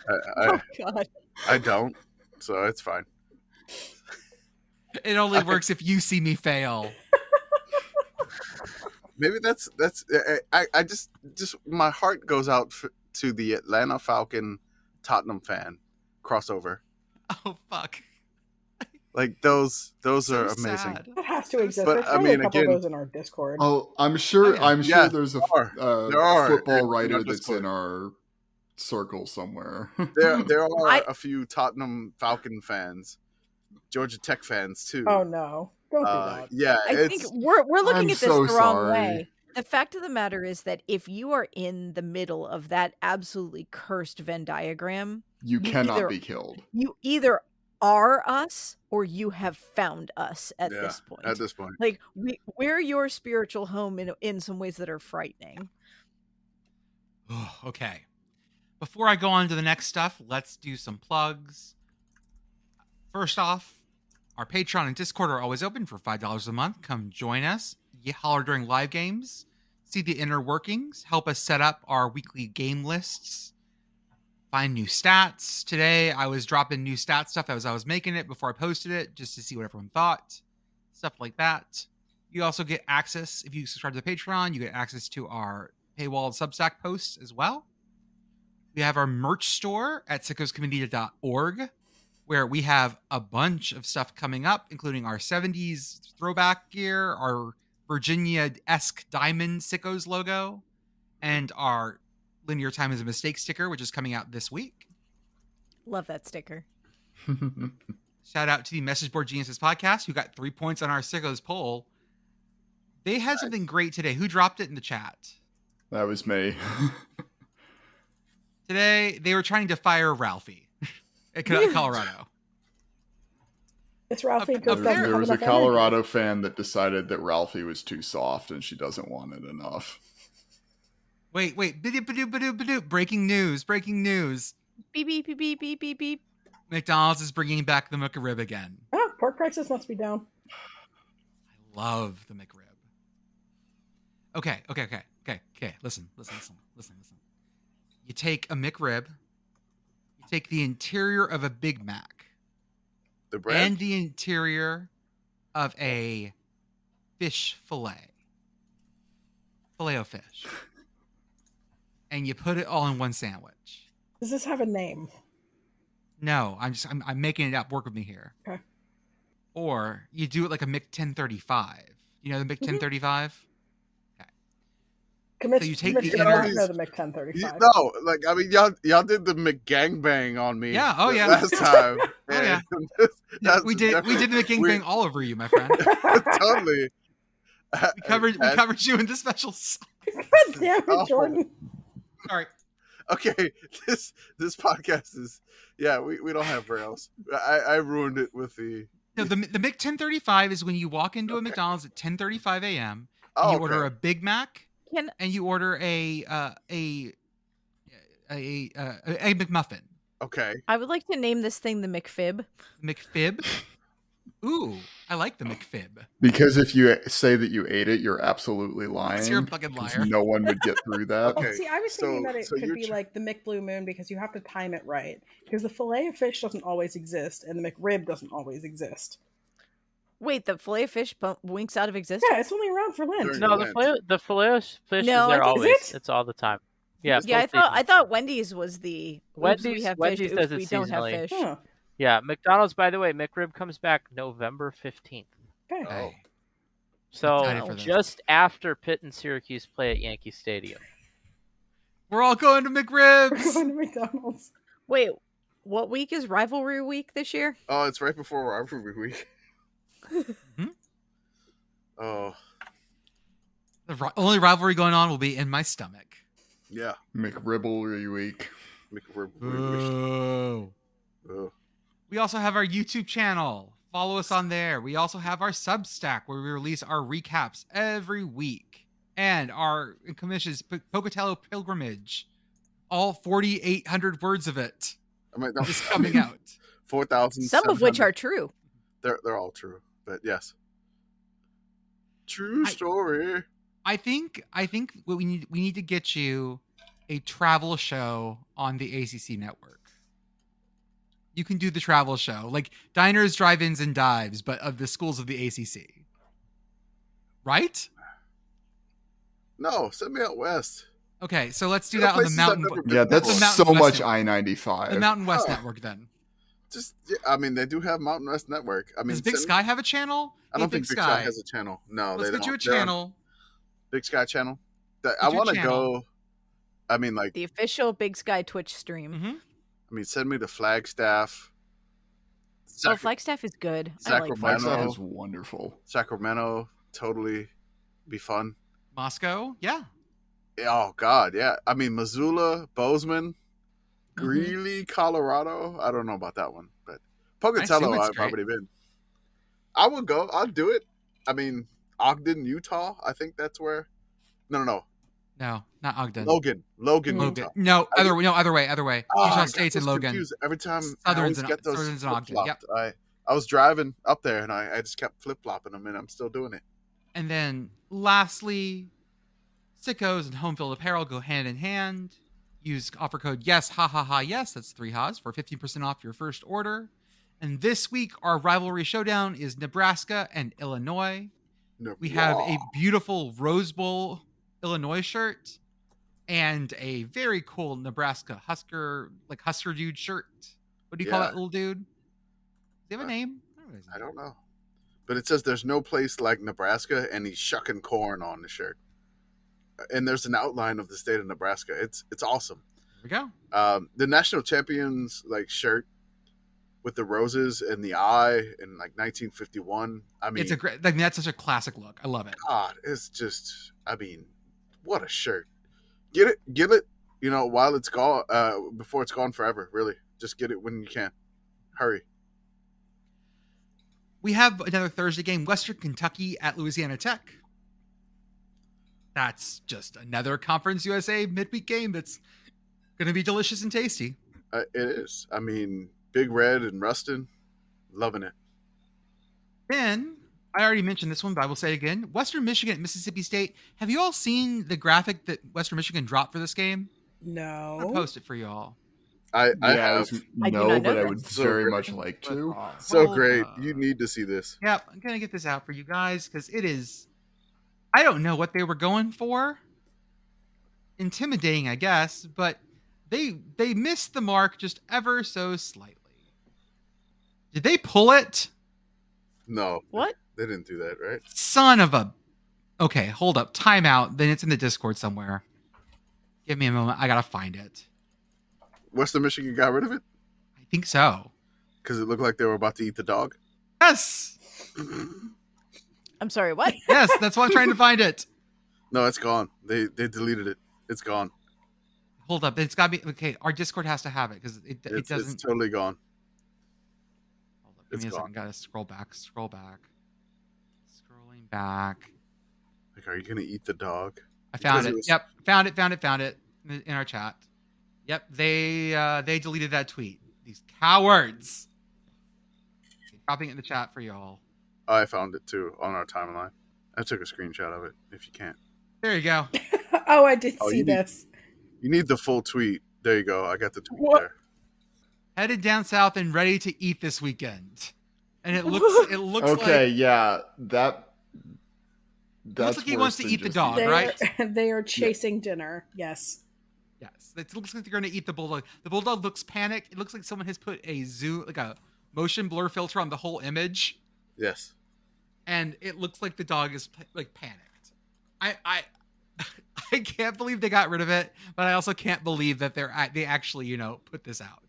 Speaker 3: I,
Speaker 2: oh
Speaker 3: I,
Speaker 2: god,
Speaker 3: I don't, so it's fine.
Speaker 1: It only works if you see me fail.
Speaker 3: Maybe that's that's uh, I, I- I just just my heart goes out f- to the Atlanta Falcon Tottenham fan crossover.
Speaker 1: Oh fuck!
Speaker 3: Like those those
Speaker 1: So
Speaker 3: are amazing.
Speaker 1: sad.
Speaker 5: That has to exist.
Speaker 3: But,
Speaker 5: There's
Speaker 3: I
Speaker 5: probably
Speaker 3: mean,
Speaker 5: a couple
Speaker 3: again-
Speaker 5: of those in our Discord.
Speaker 4: Oh, I'm
Speaker 1: Oh,
Speaker 4: sure.
Speaker 1: yeah.
Speaker 4: I'm sure
Speaker 3: Yeah,
Speaker 4: there's a
Speaker 3: there are.
Speaker 4: uh,
Speaker 3: There are.
Speaker 4: football
Speaker 3: In- in
Speaker 4: writer
Speaker 3: our
Speaker 4: that's
Speaker 3: Discord.
Speaker 4: in our circle somewhere. (laughs)
Speaker 5: Oh,
Speaker 3: There there are
Speaker 2: I-
Speaker 3: a few Tottenham Falcon fans, Georgia Tech fans too.
Speaker 5: Oh no! Don't
Speaker 3: Uh,
Speaker 5: do
Speaker 3: yeah,
Speaker 2: I
Speaker 3: it's
Speaker 2: think we're we're looking
Speaker 4: I'm
Speaker 2: at this
Speaker 4: so
Speaker 2: the wrong
Speaker 4: sorry.
Speaker 2: way. The fact of the matter is that if you are in the middle of that absolutely cursed Venn diagram,
Speaker 4: you
Speaker 2: You
Speaker 4: cannot
Speaker 2: either-
Speaker 4: be killed.
Speaker 2: you either are us or you have found us at
Speaker 3: Yeah,
Speaker 2: this point.
Speaker 3: at this point.
Speaker 2: like we, we're your spiritual home in in some ways that are frightening.
Speaker 1: Ugh, okay. Before I go on to the next stuff, let's do some plugs. First off, our Patreon and Discord are always open for $5 a month. Come join us, ye- holler during live games, see the inner workings, help us set up our weekly game lists, find new stats. Today, I was dropping new stat stuff as I was making it before I posted it just to see what everyone thought, stuff like that. You also get access, if you subscribe to the Patreon, you get access to our paywalled Substack posts as well. We have our merch store at sickoscommunity.org, where we have a bunch of stuff coming up, including our 70s throwback gear, our Virginia esque diamond sickos logo, and our linear time is a mistake sticker, which is coming out this week.
Speaker 2: Love that sticker.
Speaker 1: Shout out to the Message Board Geniuses podcast, who got three points on our sickos poll. They had something great today. Who dropped it in the chat?
Speaker 4: (laughs) that was me.
Speaker 1: Today, they were trying to fire Ralphie (laughs) at Co- Colorado.
Speaker 5: that. It's Ralphie.
Speaker 1: Up-
Speaker 5: because
Speaker 1: up
Speaker 4: there,
Speaker 5: doesn't
Speaker 1: there
Speaker 4: there
Speaker 5: have
Speaker 4: was a
Speaker 5: enough energy.
Speaker 4: Colorado fan that decided that Ralphie was too soft and she doesn't want it enough.
Speaker 1: Wait, wait. Bidoop, bidoop, bidoop, bidoop. Breaking news. Breaking news.
Speaker 2: Beep beep beep beep beep beep beep.
Speaker 1: McDonald's is bringing back the McRib again.
Speaker 5: Oh, pork prices must be down.
Speaker 1: I love the McRib. Okay, okay, okay, okay, okay. Listen, listen, listen, listen, listen. You take a McRib, you take the interior of a Big Mac,
Speaker 3: The brand
Speaker 1: and the interior of a fish fillet, filet o fish, and you put it all in one sandwich.
Speaker 5: Does this have a name?
Speaker 1: No, I'm just I'm, I'm making it up. Work with me here.
Speaker 5: Okay.
Speaker 1: Or you do it like a Mick 1035. You know the Mick 1035.
Speaker 5: Commit,
Speaker 1: So you take
Speaker 5: commit
Speaker 1: the
Speaker 5: to
Speaker 1: inner-
Speaker 5: I know the Mick
Speaker 3: You-
Speaker 5: (laughs) 1035.
Speaker 3: No, like I mean, y'all y'all did the McGangbang on me.
Speaker 1: Yeah, (laughs) oh,
Speaker 3: the
Speaker 1: yeah.
Speaker 3: Last time.
Speaker 1: Oh, yeah.
Speaker 3: And
Speaker 1: Yeah,
Speaker 3: (laughs) that's
Speaker 1: we did we did the
Speaker 3: definitely-
Speaker 1: King Bang all over you, my friend.
Speaker 3: (laughs) totally.
Speaker 1: We covered we
Speaker 3: And-
Speaker 1: covered you in the special. s-
Speaker 5: God damn
Speaker 3: Oh.
Speaker 5: it, Jordan.
Speaker 1: Sorry.
Speaker 3: okay, (laughs) this this podcast is yeah. We, we don't have rails. I I ruined it with the
Speaker 1: No, the the Mick 1035 is when you walk into a McDonald's at 10:35 a.m. and
Speaker 3: oh
Speaker 1: you order a
Speaker 3: okay.
Speaker 1: Big Mac
Speaker 2: Can
Speaker 1: and you order a uh, a a uh, a, a, a McMuffin,
Speaker 3: okay.
Speaker 2: I would like to name this thing the McFib.
Speaker 1: McFib, Ooh, I like the McFib.
Speaker 4: Because if you say that you ate it, you're absolutely lying.
Speaker 1: You're a fucking
Speaker 4: 'cause
Speaker 1: liar.
Speaker 4: No one would get through that.
Speaker 3: (laughs) Okay,
Speaker 5: See, I was thinking
Speaker 3: so-
Speaker 5: that it
Speaker 3: so
Speaker 5: could
Speaker 3: you're
Speaker 5: be
Speaker 3: tr-
Speaker 5: like the McBlue Moon because you have to time it right. Because the fillet of fish doesn't always exist, and the McRib doesn't always exist.
Speaker 2: Wait, the fillet of fish bump, winks out of existence.
Speaker 5: Yeah, it's only around for Lent.
Speaker 3: During
Speaker 6: No, the
Speaker 3: Lent.
Speaker 6: filet, the filet of fish
Speaker 2: No,
Speaker 6: is there
Speaker 2: is
Speaker 6: always.
Speaker 5: it?
Speaker 6: It's all the time. Yeah,
Speaker 2: Yeah, I
Speaker 6: both
Speaker 2: thought I
Speaker 6: seasons.
Speaker 2: thought Wendy's was the oops, we
Speaker 6: Wendy's-
Speaker 2: have
Speaker 6: Wendy's
Speaker 2: fish,
Speaker 6: does
Speaker 2: oops,
Speaker 6: it
Speaker 2: we don't have
Speaker 6: seasonally.
Speaker 2: fish.
Speaker 1: Uh,
Speaker 5: Huh.
Speaker 6: yeah. McDonald's, by the way, McRib comes back November fifteenth.
Speaker 5: Okay.
Speaker 3: Oh.
Speaker 1: Hey,
Speaker 2: excited
Speaker 6: So
Speaker 2: for
Speaker 1: that.
Speaker 6: just after Pitt and Syracuse play at Yankee Stadium.
Speaker 1: we're all going to
Speaker 5: (laughs) We're
Speaker 1: McRibs.
Speaker 5: going to McDonald's.
Speaker 2: Wait, what week is rivalry week this year?
Speaker 3: Oh, it's right before rivalry week.
Speaker 1: Mhm.
Speaker 3: Oh,
Speaker 1: The ri- only rivalry going on will be in my stomach.
Speaker 3: yeah.
Speaker 4: McRibble week.
Speaker 1: Uh,
Speaker 3: McRib-
Speaker 1: Ooh.
Speaker 3: Oh.
Speaker 1: We also have our YouTube channel. Follow us on there. We also have our Substack where we release our recaps every week and our commissions P- Pocatello pilgrimage. All 4,800 words of it
Speaker 3: I mean, no, (laughs)
Speaker 1: is coming out.
Speaker 3: Four thousand.
Speaker 2: Some of which are true.
Speaker 3: they're they're all true, but yes. True
Speaker 1: I-
Speaker 3: story.
Speaker 1: I think I think what we need we need to get you a travel show on the ACC network. You can do the travel show like diners, drive-ins, and dives, but of the schools of the ACC. Right?
Speaker 3: No, send me out west.
Speaker 1: Okay, so let's do
Speaker 3: There
Speaker 1: that on
Speaker 3: are
Speaker 1: the
Speaker 3: places I've
Speaker 1: Mountain
Speaker 3: never been
Speaker 4: Yeah,
Speaker 1: The
Speaker 4: that's
Speaker 3: before.
Speaker 1: Mountain
Speaker 4: so
Speaker 1: West
Speaker 4: much
Speaker 1: Network.
Speaker 4: I ninety
Speaker 1: the
Speaker 4: five.
Speaker 1: Mountain West
Speaker 3: Oh.
Speaker 1: Network. Then
Speaker 3: Just, yeah, I mean, they do have Mountain West Network. I mean,
Speaker 1: does Big
Speaker 3: send-
Speaker 1: Sky have a channel?
Speaker 3: I
Speaker 1: Hey,
Speaker 3: don't think Big Sky. has a channel. No,
Speaker 1: Let's
Speaker 3: they
Speaker 1: get you a
Speaker 3: don't. They're on
Speaker 1: channel.
Speaker 3: Big Sky channel. That- I
Speaker 1: Get your
Speaker 3: want to
Speaker 1: channel.
Speaker 3: go. I mean, like,
Speaker 2: The official Big Sky Twitch stream.
Speaker 1: hmm
Speaker 3: I mean, send me to
Speaker 2: Oh,
Speaker 3: Flagstaff. Sacra-
Speaker 2: Flagstaff is good. I like
Speaker 3: Sacramento.
Speaker 2: Flagstaff.
Speaker 4: Flagstaff
Speaker 3: Mountain-
Speaker 4: is wonderful.
Speaker 3: Sacramento, totally, be fun.
Speaker 1: Moscow, yeah.
Speaker 3: Oh God, yeah. I mean Missoula, Bozeman,
Speaker 2: Mm-hmm.
Speaker 1: Mm-hmm.
Speaker 3: Greeley, Colorado. I don't know about that one, but Pocatello,
Speaker 1: it's
Speaker 3: I've
Speaker 1: great.
Speaker 3: already been. I will go. I'll do it. I mean Ogden, Utah. I think that's where. No, no, no.
Speaker 1: No, not Ogden.
Speaker 3: Logan, Logan,
Speaker 1: Logan.
Speaker 3: Utah.
Speaker 1: No,
Speaker 3: I-
Speaker 1: other no, other way, other way.
Speaker 3: Oh, I
Speaker 1: Utah
Speaker 3: got
Speaker 1: State's
Speaker 3: those
Speaker 1: and Logan.
Speaker 3: confused. Every time I
Speaker 1: Southerns
Speaker 3: always
Speaker 1: and-
Speaker 3: get those
Speaker 1: Southerns and Ogden, yep.
Speaker 3: flip-flopped. I I was driving up there and I, I just kept flip flopping them and I'm still doing it.
Speaker 1: And then lastly, sickos and home field apparel go hand in hand. Use offer code yes ha ha ha yes that's three ha's for fifteen percent off your first order. And this week our rivalry showdown is Nebraska and Illinois.
Speaker 3: No-
Speaker 1: We have
Speaker 3: Wow.
Speaker 1: a beautiful Rose Bowl Illinois shirt and a very cool Nebraska Husker like Husker dude shirt. What do you call
Speaker 3: Yeah.
Speaker 1: that little dude? Do you have a
Speaker 3: Uh,
Speaker 1: name? I don't know his
Speaker 3: I
Speaker 1: name.
Speaker 3: don't know. But it says there's no place like Nebraska, and he's shucking corn on the shirt. And there's an outline of the state of Nebraska. It's it's awesome.
Speaker 1: Here we go.
Speaker 3: Um, the national champions like shirt with the roses and the eye and like 1951. I mean,
Speaker 1: it's a great. Like, that's such a classic look. I love it.
Speaker 3: God, it's just. I mean, what a shirt. Get it, get it. You know, while it's gone, uh, before it's gone forever. Really, just get it when you can. Hurry.
Speaker 1: We have another Thursday game: Western Kentucky at Louisiana Tech. That's just another Conference USA midweek game that's going to be delicious and tasty.
Speaker 3: Uh, it is. I mean, Big Red and Rustin, loving it.
Speaker 1: Then I already mentioned this one, but I will say it again: Western Michigan at Mississippi State. Have you all seen the graphic that Western Michigan dropped for this game?
Speaker 3: Oh.
Speaker 1: I'll
Speaker 5: No.
Speaker 1: post it for you all.
Speaker 3: I, I
Speaker 4: yeah,
Speaker 3: have
Speaker 4: was-
Speaker 2: I do
Speaker 4: no,
Speaker 2: not know
Speaker 4: but I
Speaker 2: that.
Speaker 4: would
Speaker 3: So
Speaker 4: very
Speaker 3: great.
Speaker 4: much like to.
Speaker 3: so
Speaker 1: Hold
Speaker 3: great.
Speaker 1: up.
Speaker 3: You need to see this.
Speaker 1: Yep, I'm gonna get this out for you guys because it is. I don't know what they were going for. Intimidating, I guess, but they they missed the mark just ever so slightly. Did they pull it?
Speaker 3: No,
Speaker 2: What?
Speaker 3: they didn't do that, right?
Speaker 1: Son of a. Okay, hold up. Timeout. Then it's in the Discord somewhere. Give me a moment. I gotta find it.
Speaker 3: Western Michigan got rid of it
Speaker 1: I think so.
Speaker 3: because it looked like they were about to eat the dog.
Speaker 1: Yes,
Speaker 2: I'm sorry, what?
Speaker 1: yes. That's why I'm trying to find
Speaker 3: (laughs)
Speaker 1: it.
Speaker 3: No, it's gone. They they deleted it. It's gone.
Speaker 1: Hold up. It's gotta be okay. Our Discord has to have it because it, it
Speaker 3: It's,
Speaker 1: doesn't.
Speaker 3: it's totally gone.
Speaker 1: Hold up. Give me
Speaker 3: It's
Speaker 1: a second.
Speaker 3: gone.
Speaker 1: Gotta scroll back. Scroll back. Scrolling back.
Speaker 3: Like, are you gonna eat the dog?
Speaker 1: I found
Speaker 3: Because it
Speaker 1: it.
Speaker 3: was-
Speaker 1: Yep. Found it. Found it. Found it in in our chat. Yep. They uh, they deleted that tweet. These cowards. Dropping it in the chat for y'all.
Speaker 3: I found it too on our timeline. I took a screenshot of it. If you can't,
Speaker 1: There you go.
Speaker 5: oh, I did
Speaker 3: Oh,
Speaker 5: see
Speaker 3: you did.
Speaker 5: this.
Speaker 3: you need the full tweet. There you go. I got the tweet
Speaker 5: What?
Speaker 3: there.
Speaker 1: Headed down south and ready to eat this weekend. And it looks it looks
Speaker 4: okay,
Speaker 1: like
Speaker 4: yeah, that. That's
Speaker 1: like he
Speaker 4: worse
Speaker 1: wants to
Speaker 4: than
Speaker 1: eat the
Speaker 4: just-
Speaker 1: dog.
Speaker 5: They
Speaker 1: right?
Speaker 5: are, (laughs) they are chasing dinner. Yes.
Speaker 1: yes, it looks like they're gonna eat the bulldog. The bulldog looks panicked. It looks like someone has put a zoom like a motion blur filter on the whole image.
Speaker 3: Yes.
Speaker 1: and it looks like the dog is like panicked. I I (laughs) I can't believe they got rid of it, but I also can't believe that they're ac- they actually you know put this out.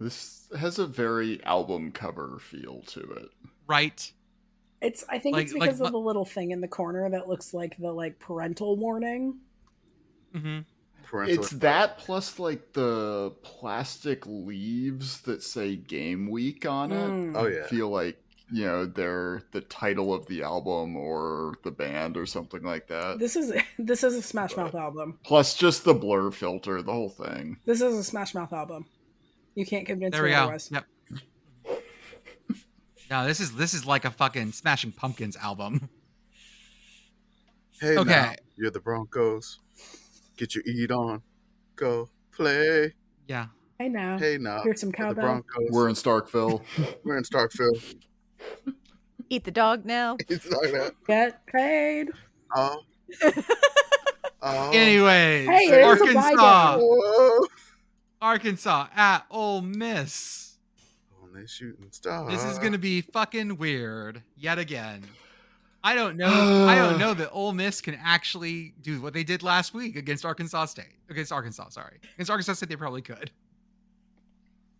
Speaker 4: This has a very album cover feel to it.
Speaker 1: Right?
Speaker 5: It's. I think
Speaker 1: Like-
Speaker 5: it's
Speaker 1: like
Speaker 5: because
Speaker 1: mu-
Speaker 5: of the little thing in the corner that looks like the like parental warning.
Speaker 1: Mm-hmm.
Speaker 3: Parental-
Speaker 4: It's that plus like the plastic leaves that say Game Week on it.
Speaker 5: Mm.
Speaker 3: Oh yeah.
Speaker 4: feel like you know they're the title of the album or the band or something like that.
Speaker 5: This is (laughs) this is a Smash Mouth album.
Speaker 4: Plus, just the blur filter, the whole thing.
Speaker 5: This is a Smash Mouth album. You can't convince
Speaker 1: There
Speaker 5: me
Speaker 1: we go.
Speaker 5: otherwise.
Speaker 1: Yep. No, this is this is like a fucking Smashing Pumpkins album.
Speaker 3: Hey,
Speaker 1: Okay.
Speaker 3: now, you're the Broncos. Get your eat on. Go play.
Speaker 1: Yeah.
Speaker 5: I know.
Speaker 3: Hey, now.
Speaker 5: Here's some
Speaker 3: you're the
Speaker 5: cowbell.
Speaker 3: Broncos.
Speaker 4: We're in Starkville.
Speaker 3: We're in Starkville. (laughs)
Speaker 2: Eat the dog now.
Speaker 3: It's like that.
Speaker 5: Get paid.
Speaker 3: Oh. oh.
Speaker 1: Anyways,
Speaker 5: Hey, it is a buy
Speaker 1: Arkansas,
Speaker 5: down.
Speaker 3: Whoa.
Speaker 1: Arkansas at Ole Miss.
Speaker 3: When Oh, they shooting stars.
Speaker 1: This is gonna be fucking weird yet again. I don't know. I don't know that Ole Miss can actually do what they did last week against Arkansas State. Against Arkansas, sorry. Against Arkansas State, they probably could.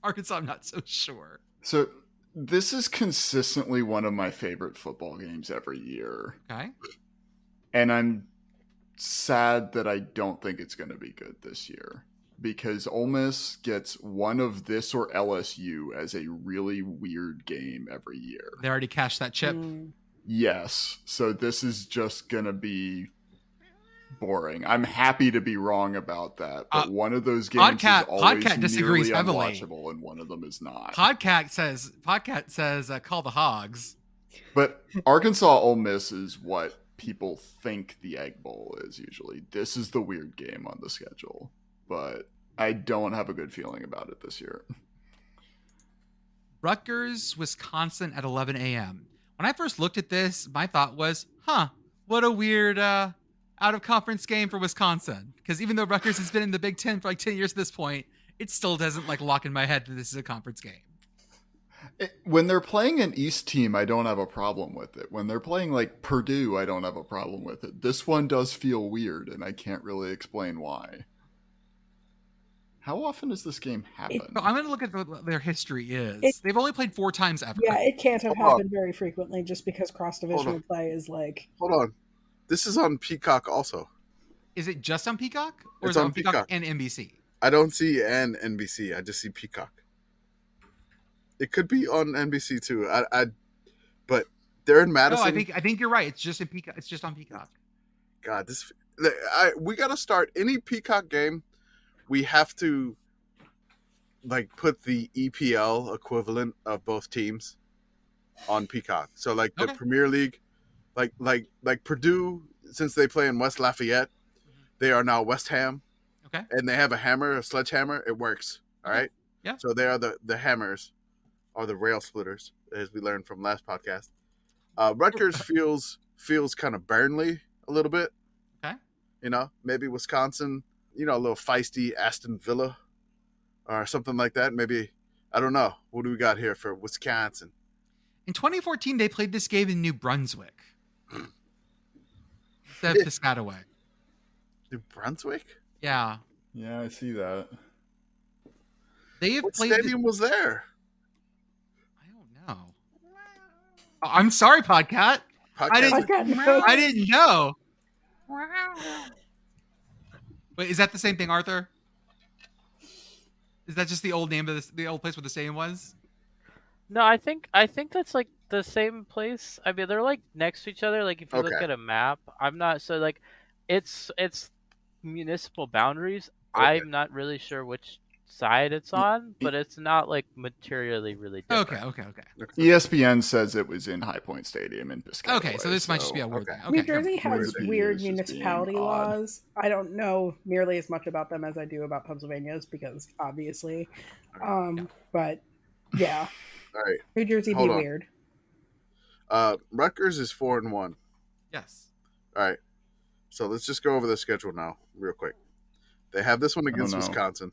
Speaker 1: Arkansas, I'm not so sure.
Speaker 4: so this is consistently one of my favorite football games every year,
Speaker 1: Okay.
Speaker 4: and I'm sad that I don't think it's going to be good this year because Ole Miss gets one of this or LSU as a really weird game every year.
Speaker 1: They already cashed that chip.
Speaker 5: Mm.
Speaker 4: Yes. So this is just going to be boring. I'm happy to be wrong about that, but
Speaker 1: Uh,
Speaker 4: one of those games
Speaker 1: Podcat-
Speaker 4: is always
Speaker 1: Podcat disagrees
Speaker 4: nearly
Speaker 1: heavily.
Speaker 4: unwatchable and one of them is not.
Speaker 1: Podcat says Podcat says uh, call the hogs.
Speaker 4: but Arkansas Ole Miss is what people think the Egg Bowl is usually. This is the weird game on the schedule, but I don't have a good feeling about it this year.
Speaker 1: Rutgers, Wisconsin at 11 a.m. When I first looked at this, my thought was, huh, what a weird uh, out of conference game for Wisconsin. Because even though Rutgers has been in the Big Ten for like 10 years at this point, it still doesn't like lock in my head that this is a conference game.
Speaker 4: It- when they're playing an East team, I don't have a problem with it. When they're playing like Purdue, I don't have a problem with it. This one does feel weird, and I can't really explain why. How often does this game happen?
Speaker 1: So I'm going to look at what their history is.
Speaker 5: It-
Speaker 1: They've only played four times ever.
Speaker 5: Yeah, it can't have
Speaker 3: Hold on.
Speaker 5: happened very frequently just because cross
Speaker 3: Hold on.
Speaker 5: divisional play is like
Speaker 3: Hold on. This is on Peacock also.
Speaker 1: Is it just on Peacock? Or
Speaker 3: It's
Speaker 1: is it
Speaker 3: on
Speaker 1: on Peacock,
Speaker 3: Peacock.
Speaker 1: and NBC?
Speaker 3: I don't see an NBC. I just see Peacock. It could be on NBC too. I, I but they're in
Speaker 1: No,
Speaker 3: Madison.
Speaker 1: Oh, I think I think you're right. It's just in Peacock. It's just on Peacock.
Speaker 3: God, this I we gotta start any Peacock game. We have to like put the EPL equivalent of both teams on Peacock. So like the
Speaker 1: Okay.
Speaker 3: Premier League, like like like Purdue, since they play in West Lafayette, they are now West Ham.
Speaker 1: Mm-hmm. Okay.
Speaker 3: And they have a hammer, a sledgehammer. It works. All
Speaker 1: Okay.
Speaker 3: right.
Speaker 1: Yeah.
Speaker 3: So they are the the hammers, or the rail splitters, as we learned from last podcast. Uh,
Speaker 1: (laughs)
Speaker 3: Rutgers feels feels kind of Burnley a little bit.
Speaker 1: Okay.
Speaker 3: You know, maybe Wisconsin. You know, a little feisty Aston Villa, or something like that. Maybe I don't know. What do we got here for Wisconsin?
Speaker 1: In 2014, they played this game in New Brunswick.
Speaker 3: (clears throat)
Speaker 1: Instead of Piscataway.
Speaker 3: New Brunswick.
Speaker 1: Yeah.
Speaker 4: yeah, I see that.
Speaker 1: They have
Speaker 3: What
Speaker 1: played. the-
Speaker 3: stadium was there?
Speaker 1: I don't know. Oh, I'm sorry, Podcat. I
Speaker 3: Podcast-
Speaker 1: (laughs) didn't. I didn't know. Wait, is that the same thing, Arthur? Is that just the old name of this, the old place where the stadium was?
Speaker 6: No, I think I think that's like the same place. I mean, they're like next to each other. Like if you look
Speaker 3: Okay.
Speaker 6: at a map, I'm not so like it's it's municipal boundaries.
Speaker 3: Okay.
Speaker 6: I'm not really sure which side it's on, but it's not like materially really different.
Speaker 1: Okay, okay, okay.
Speaker 4: E ESPN says it was in High Point Stadium in Biscayne.
Speaker 1: Okay, so this might just be a word.
Speaker 3: okay.
Speaker 1: thing. Okay.
Speaker 5: New Jersey has
Speaker 4: Jersey
Speaker 5: weird
Speaker 4: is just being
Speaker 5: municipality
Speaker 4: odd.
Speaker 5: laws. I don't know nearly as much about them as I do about Pennsylvania's because obviously. Um, But yeah,
Speaker 3: (laughs) All right.
Speaker 5: New Jersey
Speaker 3: Hold
Speaker 5: be
Speaker 3: on.
Speaker 5: weird.
Speaker 3: Uh, Rutgers is four and one.
Speaker 1: Yes.
Speaker 3: All right. So let's just go over the schedule now, real quick. They have this one
Speaker 4: don't
Speaker 3: against
Speaker 4: know.
Speaker 3: Wisconsin.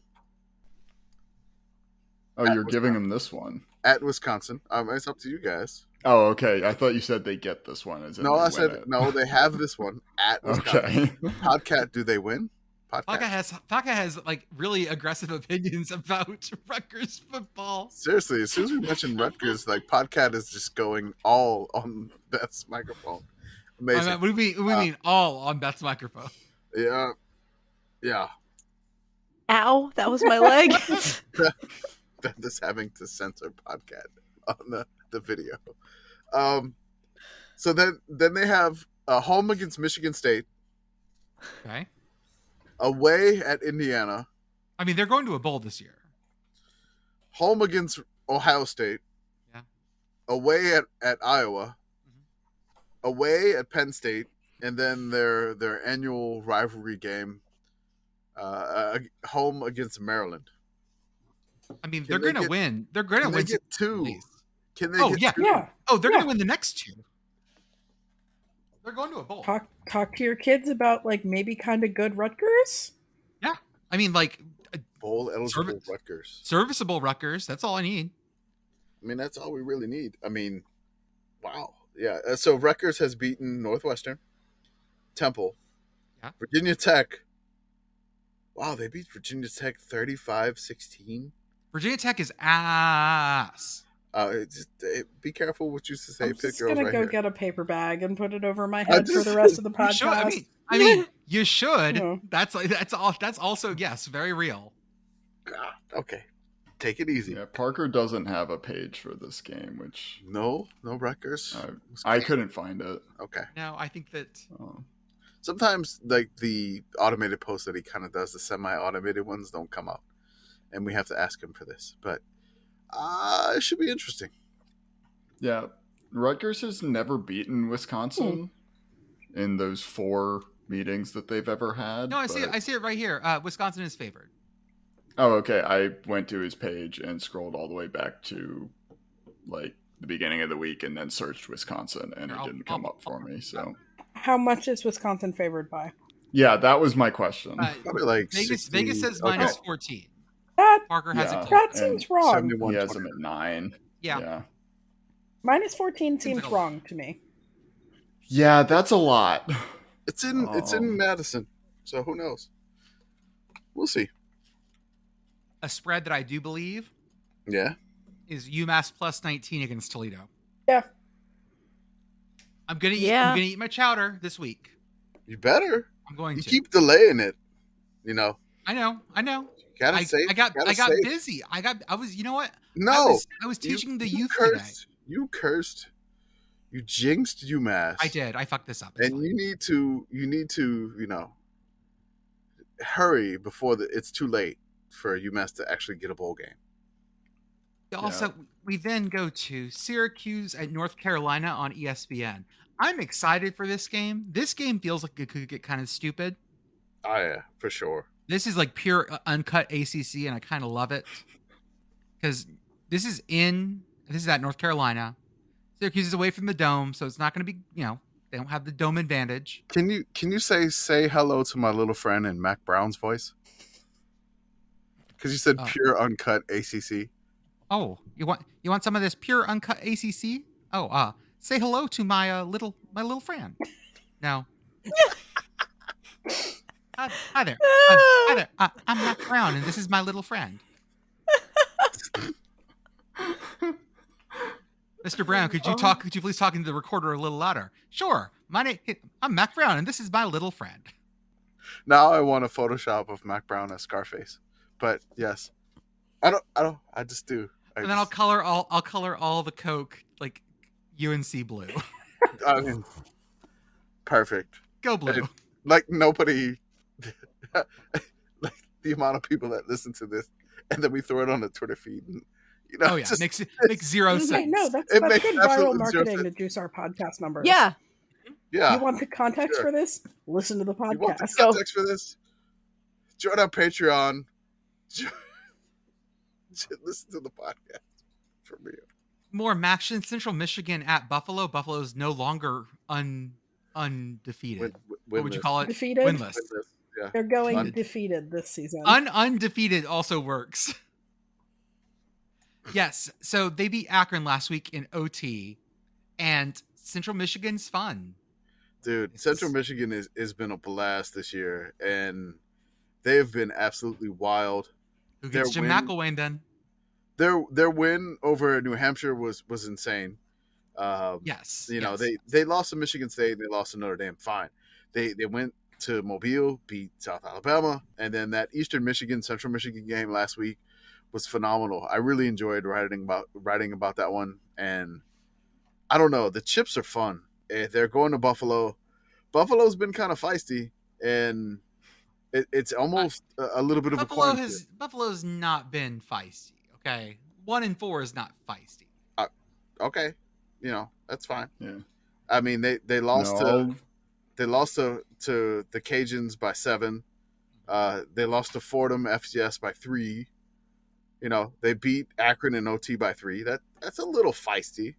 Speaker 4: Oh, you're giving them this one.
Speaker 3: At Wisconsin, um, it's up to you guys.
Speaker 4: Oh, okay. I thought you said they get this one. As in
Speaker 3: No,
Speaker 4: they
Speaker 3: I
Speaker 4: win
Speaker 3: said
Speaker 4: it.
Speaker 3: no. They have this one
Speaker 4: (laughs)
Speaker 3: at Wisconsin. (laughs)
Speaker 4: Okay.
Speaker 3: Podcat, do they win? Podcat.
Speaker 1: Paka has Paka has like really aggressive (laughs) opinions about (laughs) Rutgers football.
Speaker 3: Seriously, as soon as we mentioned Rutgers, like Podcat is just going all on (laughs) Beth's microphone.
Speaker 1: I
Speaker 3: Amazing.
Speaker 1: mean, what do we, what do we
Speaker 3: Uh,
Speaker 1: mean all on Beth's microphone?
Speaker 3: Yeah. Yeah. (laughs)
Speaker 2: Ow, that was my leg.
Speaker 3: Beth is having to censor Podcat on the, the video. Um so then then they have a home against Michigan State,
Speaker 1: Okay.
Speaker 3: away at Indiana,
Speaker 1: I mean, they're going to a bowl this year.
Speaker 3: home against Ohio State.
Speaker 1: Yeah.
Speaker 3: Away at, at Iowa.
Speaker 1: Mm-hmm.
Speaker 3: Away at Penn State. And then their their annual rivalry game uh, ag- home against Maryland.
Speaker 1: I mean,
Speaker 3: Can
Speaker 1: they're
Speaker 3: they
Speaker 1: going to
Speaker 3: get-
Speaker 1: win. They're going to
Speaker 3: Can they
Speaker 1: win.
Speaker 3: get
Speaker 1: at
Speaker 3: two?
Speaker 1: least.
Speaker 3: Can they
Speaker 1: Oh,
Speaker 3: get
Speaker 1: yeah.
Speaker 3: two?
Speaker 5: Yeah,
Speaker 1: Oh, they're going
Speaker 5: Yeah.
Speaker 1: to win the next two. They're going to a bowl.
Speaker 5: talk talk to your kids about like maybe kind of good Rutgers.
Speaker 1: I mean, like a
Speaker 3: bowl eligible
Speaker 1: Servant-
Speaker 3: Rutgers?
Speaker 1: serviceable Rutgers. That's all I need.
Speaker 3: I mean, that's all we really need. I mean, wow. Yeah. uh, So Rutgers has beaten Northwestern, Temple,
Speaker 1: Yeah.
Speaker 3: Virginia Tech. Wow, they beat Virginia Tech 35 16.
Speaker 1: Virginia Tech is ass.
Speaker 3: Uh, it just, it, be careful what you say.
Speaker 5: I'm
Speaker 3: Pick
Speaker 5: just
Speaker 3: girls
Speaker 5: gonna
Speaker 3: right
Speaker 5: go
Speaker 3: here.
Speaker 5: get a paper bag and put it over my head for
Speaker 3: just- (laughs)
Speaker 5: the rest of the
Speaker 1: You should. I
Speaker 5: podcast.
Speaker 1: mean, I
Speaker 5: (laughs)
Speaker 1: mean, you should.
Speaker 5: Yeah.
Speaker 1: That's that's all. That's also yes, very real.
Speaker 3: God, okay. Take it easy.
Speaker 4: yeah, Parker doesn't have a page for this game, which
Speaker 3: No, no Rutgers.
Speaker 4: I, I couldn't find it.
Speaker 3: Okay.
Speaker 1: No, I think that
Speaker 4: Oh.
Speaker 3: sometimes like the automated posts that he kind of does the semi-automated ones don't come out and we have to ask him for this but uh, it should be interesting
Speaker 4: Yeah, Rutgers has never beaten Wisconsin
Speaker 3: Hmm.
Speaker 4: in those four meetings that they've ever had.
Speaker 1: no. I see. It,
Speaker 4: but-
Speaker 1: I see it right here. Uh, Wisconsin is favored.
Speaker 4: Oh, okay. I went to his page and scrolled all the way back to like the beginning of the week, and then searched Wisconsin, and
Speaker 1: Here,
Speaker 4: it
Speaker 1: I'll-
Speaker 4: didn't come
Speaker 1: I'll-
Speaker 4: up for me. So
Speaker 5: How much is Wisconsin favored by?
Speaker 4: yeah, that was my question.
Speaker 1: Uh,
Speaker 3: probably like
Speaker 1: Vegas.
Speaker 3: 60
Speaker 1: Vegas says
Speaker 3: okay,
Speaker 1: minus fourteen.
Speaker 5: That
Speaker 1: Parker has
Speaker 4: Yeah.
Speaker 1: it.
Speaker 5: that
Speaker 4: And
Speaker 5: seems wrong.
Speaker 3: 71.
Speaker 4: he has them at nine.
Speaker 1: Yeah.
Speaker 4: yeah,
Speaker 5: Minus fourteen
Speaker 1: Seems
Speaker 5: seems
Speaker 1: like a lot.
Speaker 5: wrong to me.
Speaker 4: Yeah, that's
Speaker 3: (laughs)
Speaker 4: a lot.
Speaker 3: it's in it's in
Speaker 4: Um,
Speaker 3: madison so who knows we'll see
Speaker 1: A spread that I do believe
Speaker 3: yeah
Speaker 1: is UMass plus nineteen against Toledo.
Speaker 5: Yeah.
Speaker 1: I'm gonna eat.
Speaker 2: Yeah.
Speaker 1: I'm gonna eat my chowder this week.
Speaker 3: you better
Speaker 1: I'm going
Speaker 3: you
Speaker 1: to.
Speaker 3: keep delaying it you know
Speaker 1: I know. I know.
Speaker 3: you gotta
Speaker 1: I,
Speaker 3: save
Speaker 1: I got.
Speaker 3: gotta
Speaker 1: I got
Speaker 3: save.
Speaker 1: busy. I got. I was. You know what? I
Speaker 3: no
Speaker 1: was, I was
Speaker 3: you-
Speaker 1: teaching the
Speaker 3: you
Speaker 1: youth today.
Speaker 3: cursed you cursed you jinxed umass
Speaker 1: I did. I fucked this up. It's
Speaker 3: and
Speaker 1: fine.
Speaker 3: you need to you need to you know hurry before the, it's too late for UMass to actually get a bowl game.
Speaker 1: We Also, we then go to Syracuse at North Carolina on E ESPN. I'm excited for this game. This game feels like it could get kind of stupid.
Speaker 3: Oh yeah, for sure.
Speaker 1: This is like pure uh, uncut ACC, and I kind of love it because this is in this is at North Carolina. Syracuse is away from the dome, so it's not going to be you know they don't have the dome advantage.
Speaker 3: Can you can you say say hello to my little friend in Mac Brown's voice? Because you said
Speaker 1: Oh.
Speaker 3: pure uncut ACC.
Speaker 1: Oh, you want you want some of this pure uncut ACC? Oh, uh, say hello to my uh, little my little friend. No. hi, hi there. Uh, hi
Speaker 3: Ah!
Speaker 1: there. Uh, I'm Matt Brown, and this is my little friend. Mr. Brown, could you talk? Could you please talk into the recorder a little louder? Sure. My name. I'm Mac Brown, and this is my little friend.
Speaker 3: Now I want a Photoshop of Mac Brown as Scarface. But yes, I don't. I don't. I just do. I
Speaker 1: And then I'll
Speaker 3: just-
Speaker 1: color all. I'll color all the Coke like UNC blue.
Speaker 3: I mean, Uh, perfect.
Speaker 1: Go blue.
Speaker 3: Hey. (laughs) like nobody like the amount of people that listen to this and then we throw it on the Twitter feed. And, you know,
Speaker 1: Oh yeah,
Speaker 3: just-
Speaker 1: makes
Speaker 3: it's-
Speaker 1: makes
Speaker 5: (laughs)
Speaker 1: zero
Speaker 5: Yeah,
Speaker 1: sense.
Speaker 5: no, that's,
Speaker 3: It
Speaker 5: that's
Speaker 3: makes
Speaker 5: good
Speaker 3: absolute
Speaker 5: viral
Speaker 3: zero
Speaker 5: marketing to
Speaker 3: sense.
Speaker 5: juice our podcast numbers.
Speaker 2: Yeah.
Speaker 3: yeah. (laughs)
Speaker 5: You want the context
Speaker 3: Sure.
Speaker 5: for this? Listen to the
Speaker 3: You want the
Speaker 5: podcast.
Speaker 2: So-
Speaker 3: context for this? Join our Patreon. (laughs) Jo- Listen to the podcast for real.
Speaker 1: More match in Central Michigan at Buffalo. Buffalo's no longer un undefeated.
Speaker 3: Win- win-
Speaker 1: what would you call
Speaker 5: (laughs)
Speaker 1: it? Winless.
Speaker 5: defeated.
Speaker 3: win this. Yeah.
Speaker 5: They're going
Speaker 1: Defeated.
Speaker 5: defeated this season.
Speaker 1: Un undefeated also works. (laughs) yes, so they beat Akron last week in OT, and Central Michigan's fun.
Speaker 3: Dude,
Speaker 1: It's-
Speaker 3: Central Michigan is has been a blast this year, and they have been absolutely wild.
Speaker 1: Who gets
Speaker 3: Their
Speaker 1: Jim
Speaker 3: win-
Speaker 1: McElwain then?
Speaker 3: Their their win over New Hampshire was was insane. Um,
Speaker 1: Yes.
Speaker 3: you know
Speaker 1: yes.
Speaker 3: they they lost to Michigan State, they lost to Notre Dame. Fine, they they went to Mobile, beat South Alabama, and then that Eastern Michigan Central Michigan game last week was phenomenal. I really enjoyed writing about writing about that one, and I don't know, the chips are fun. Eh, They're going to Buffalo. Buffalo's been kind of feisty, and it, it's almost a, a little bit of a
Speaker 1: Buffalo
Speaker 3: coin flip.
Speaker 1: has Buffalo's not been feisty. Okay, one and four is not feisty.
Speaker 3: okay, you know that's fine.
Speaker 4: Yeah.
Speaker 3: I mean they they lost to.
Speaker 4: No,
Speaker 3: They lost to, to the Cajuns by seven. Uh, they lost to Fordham FCS by three. You know, they beat Akron and OT by three. That that's a little feisty.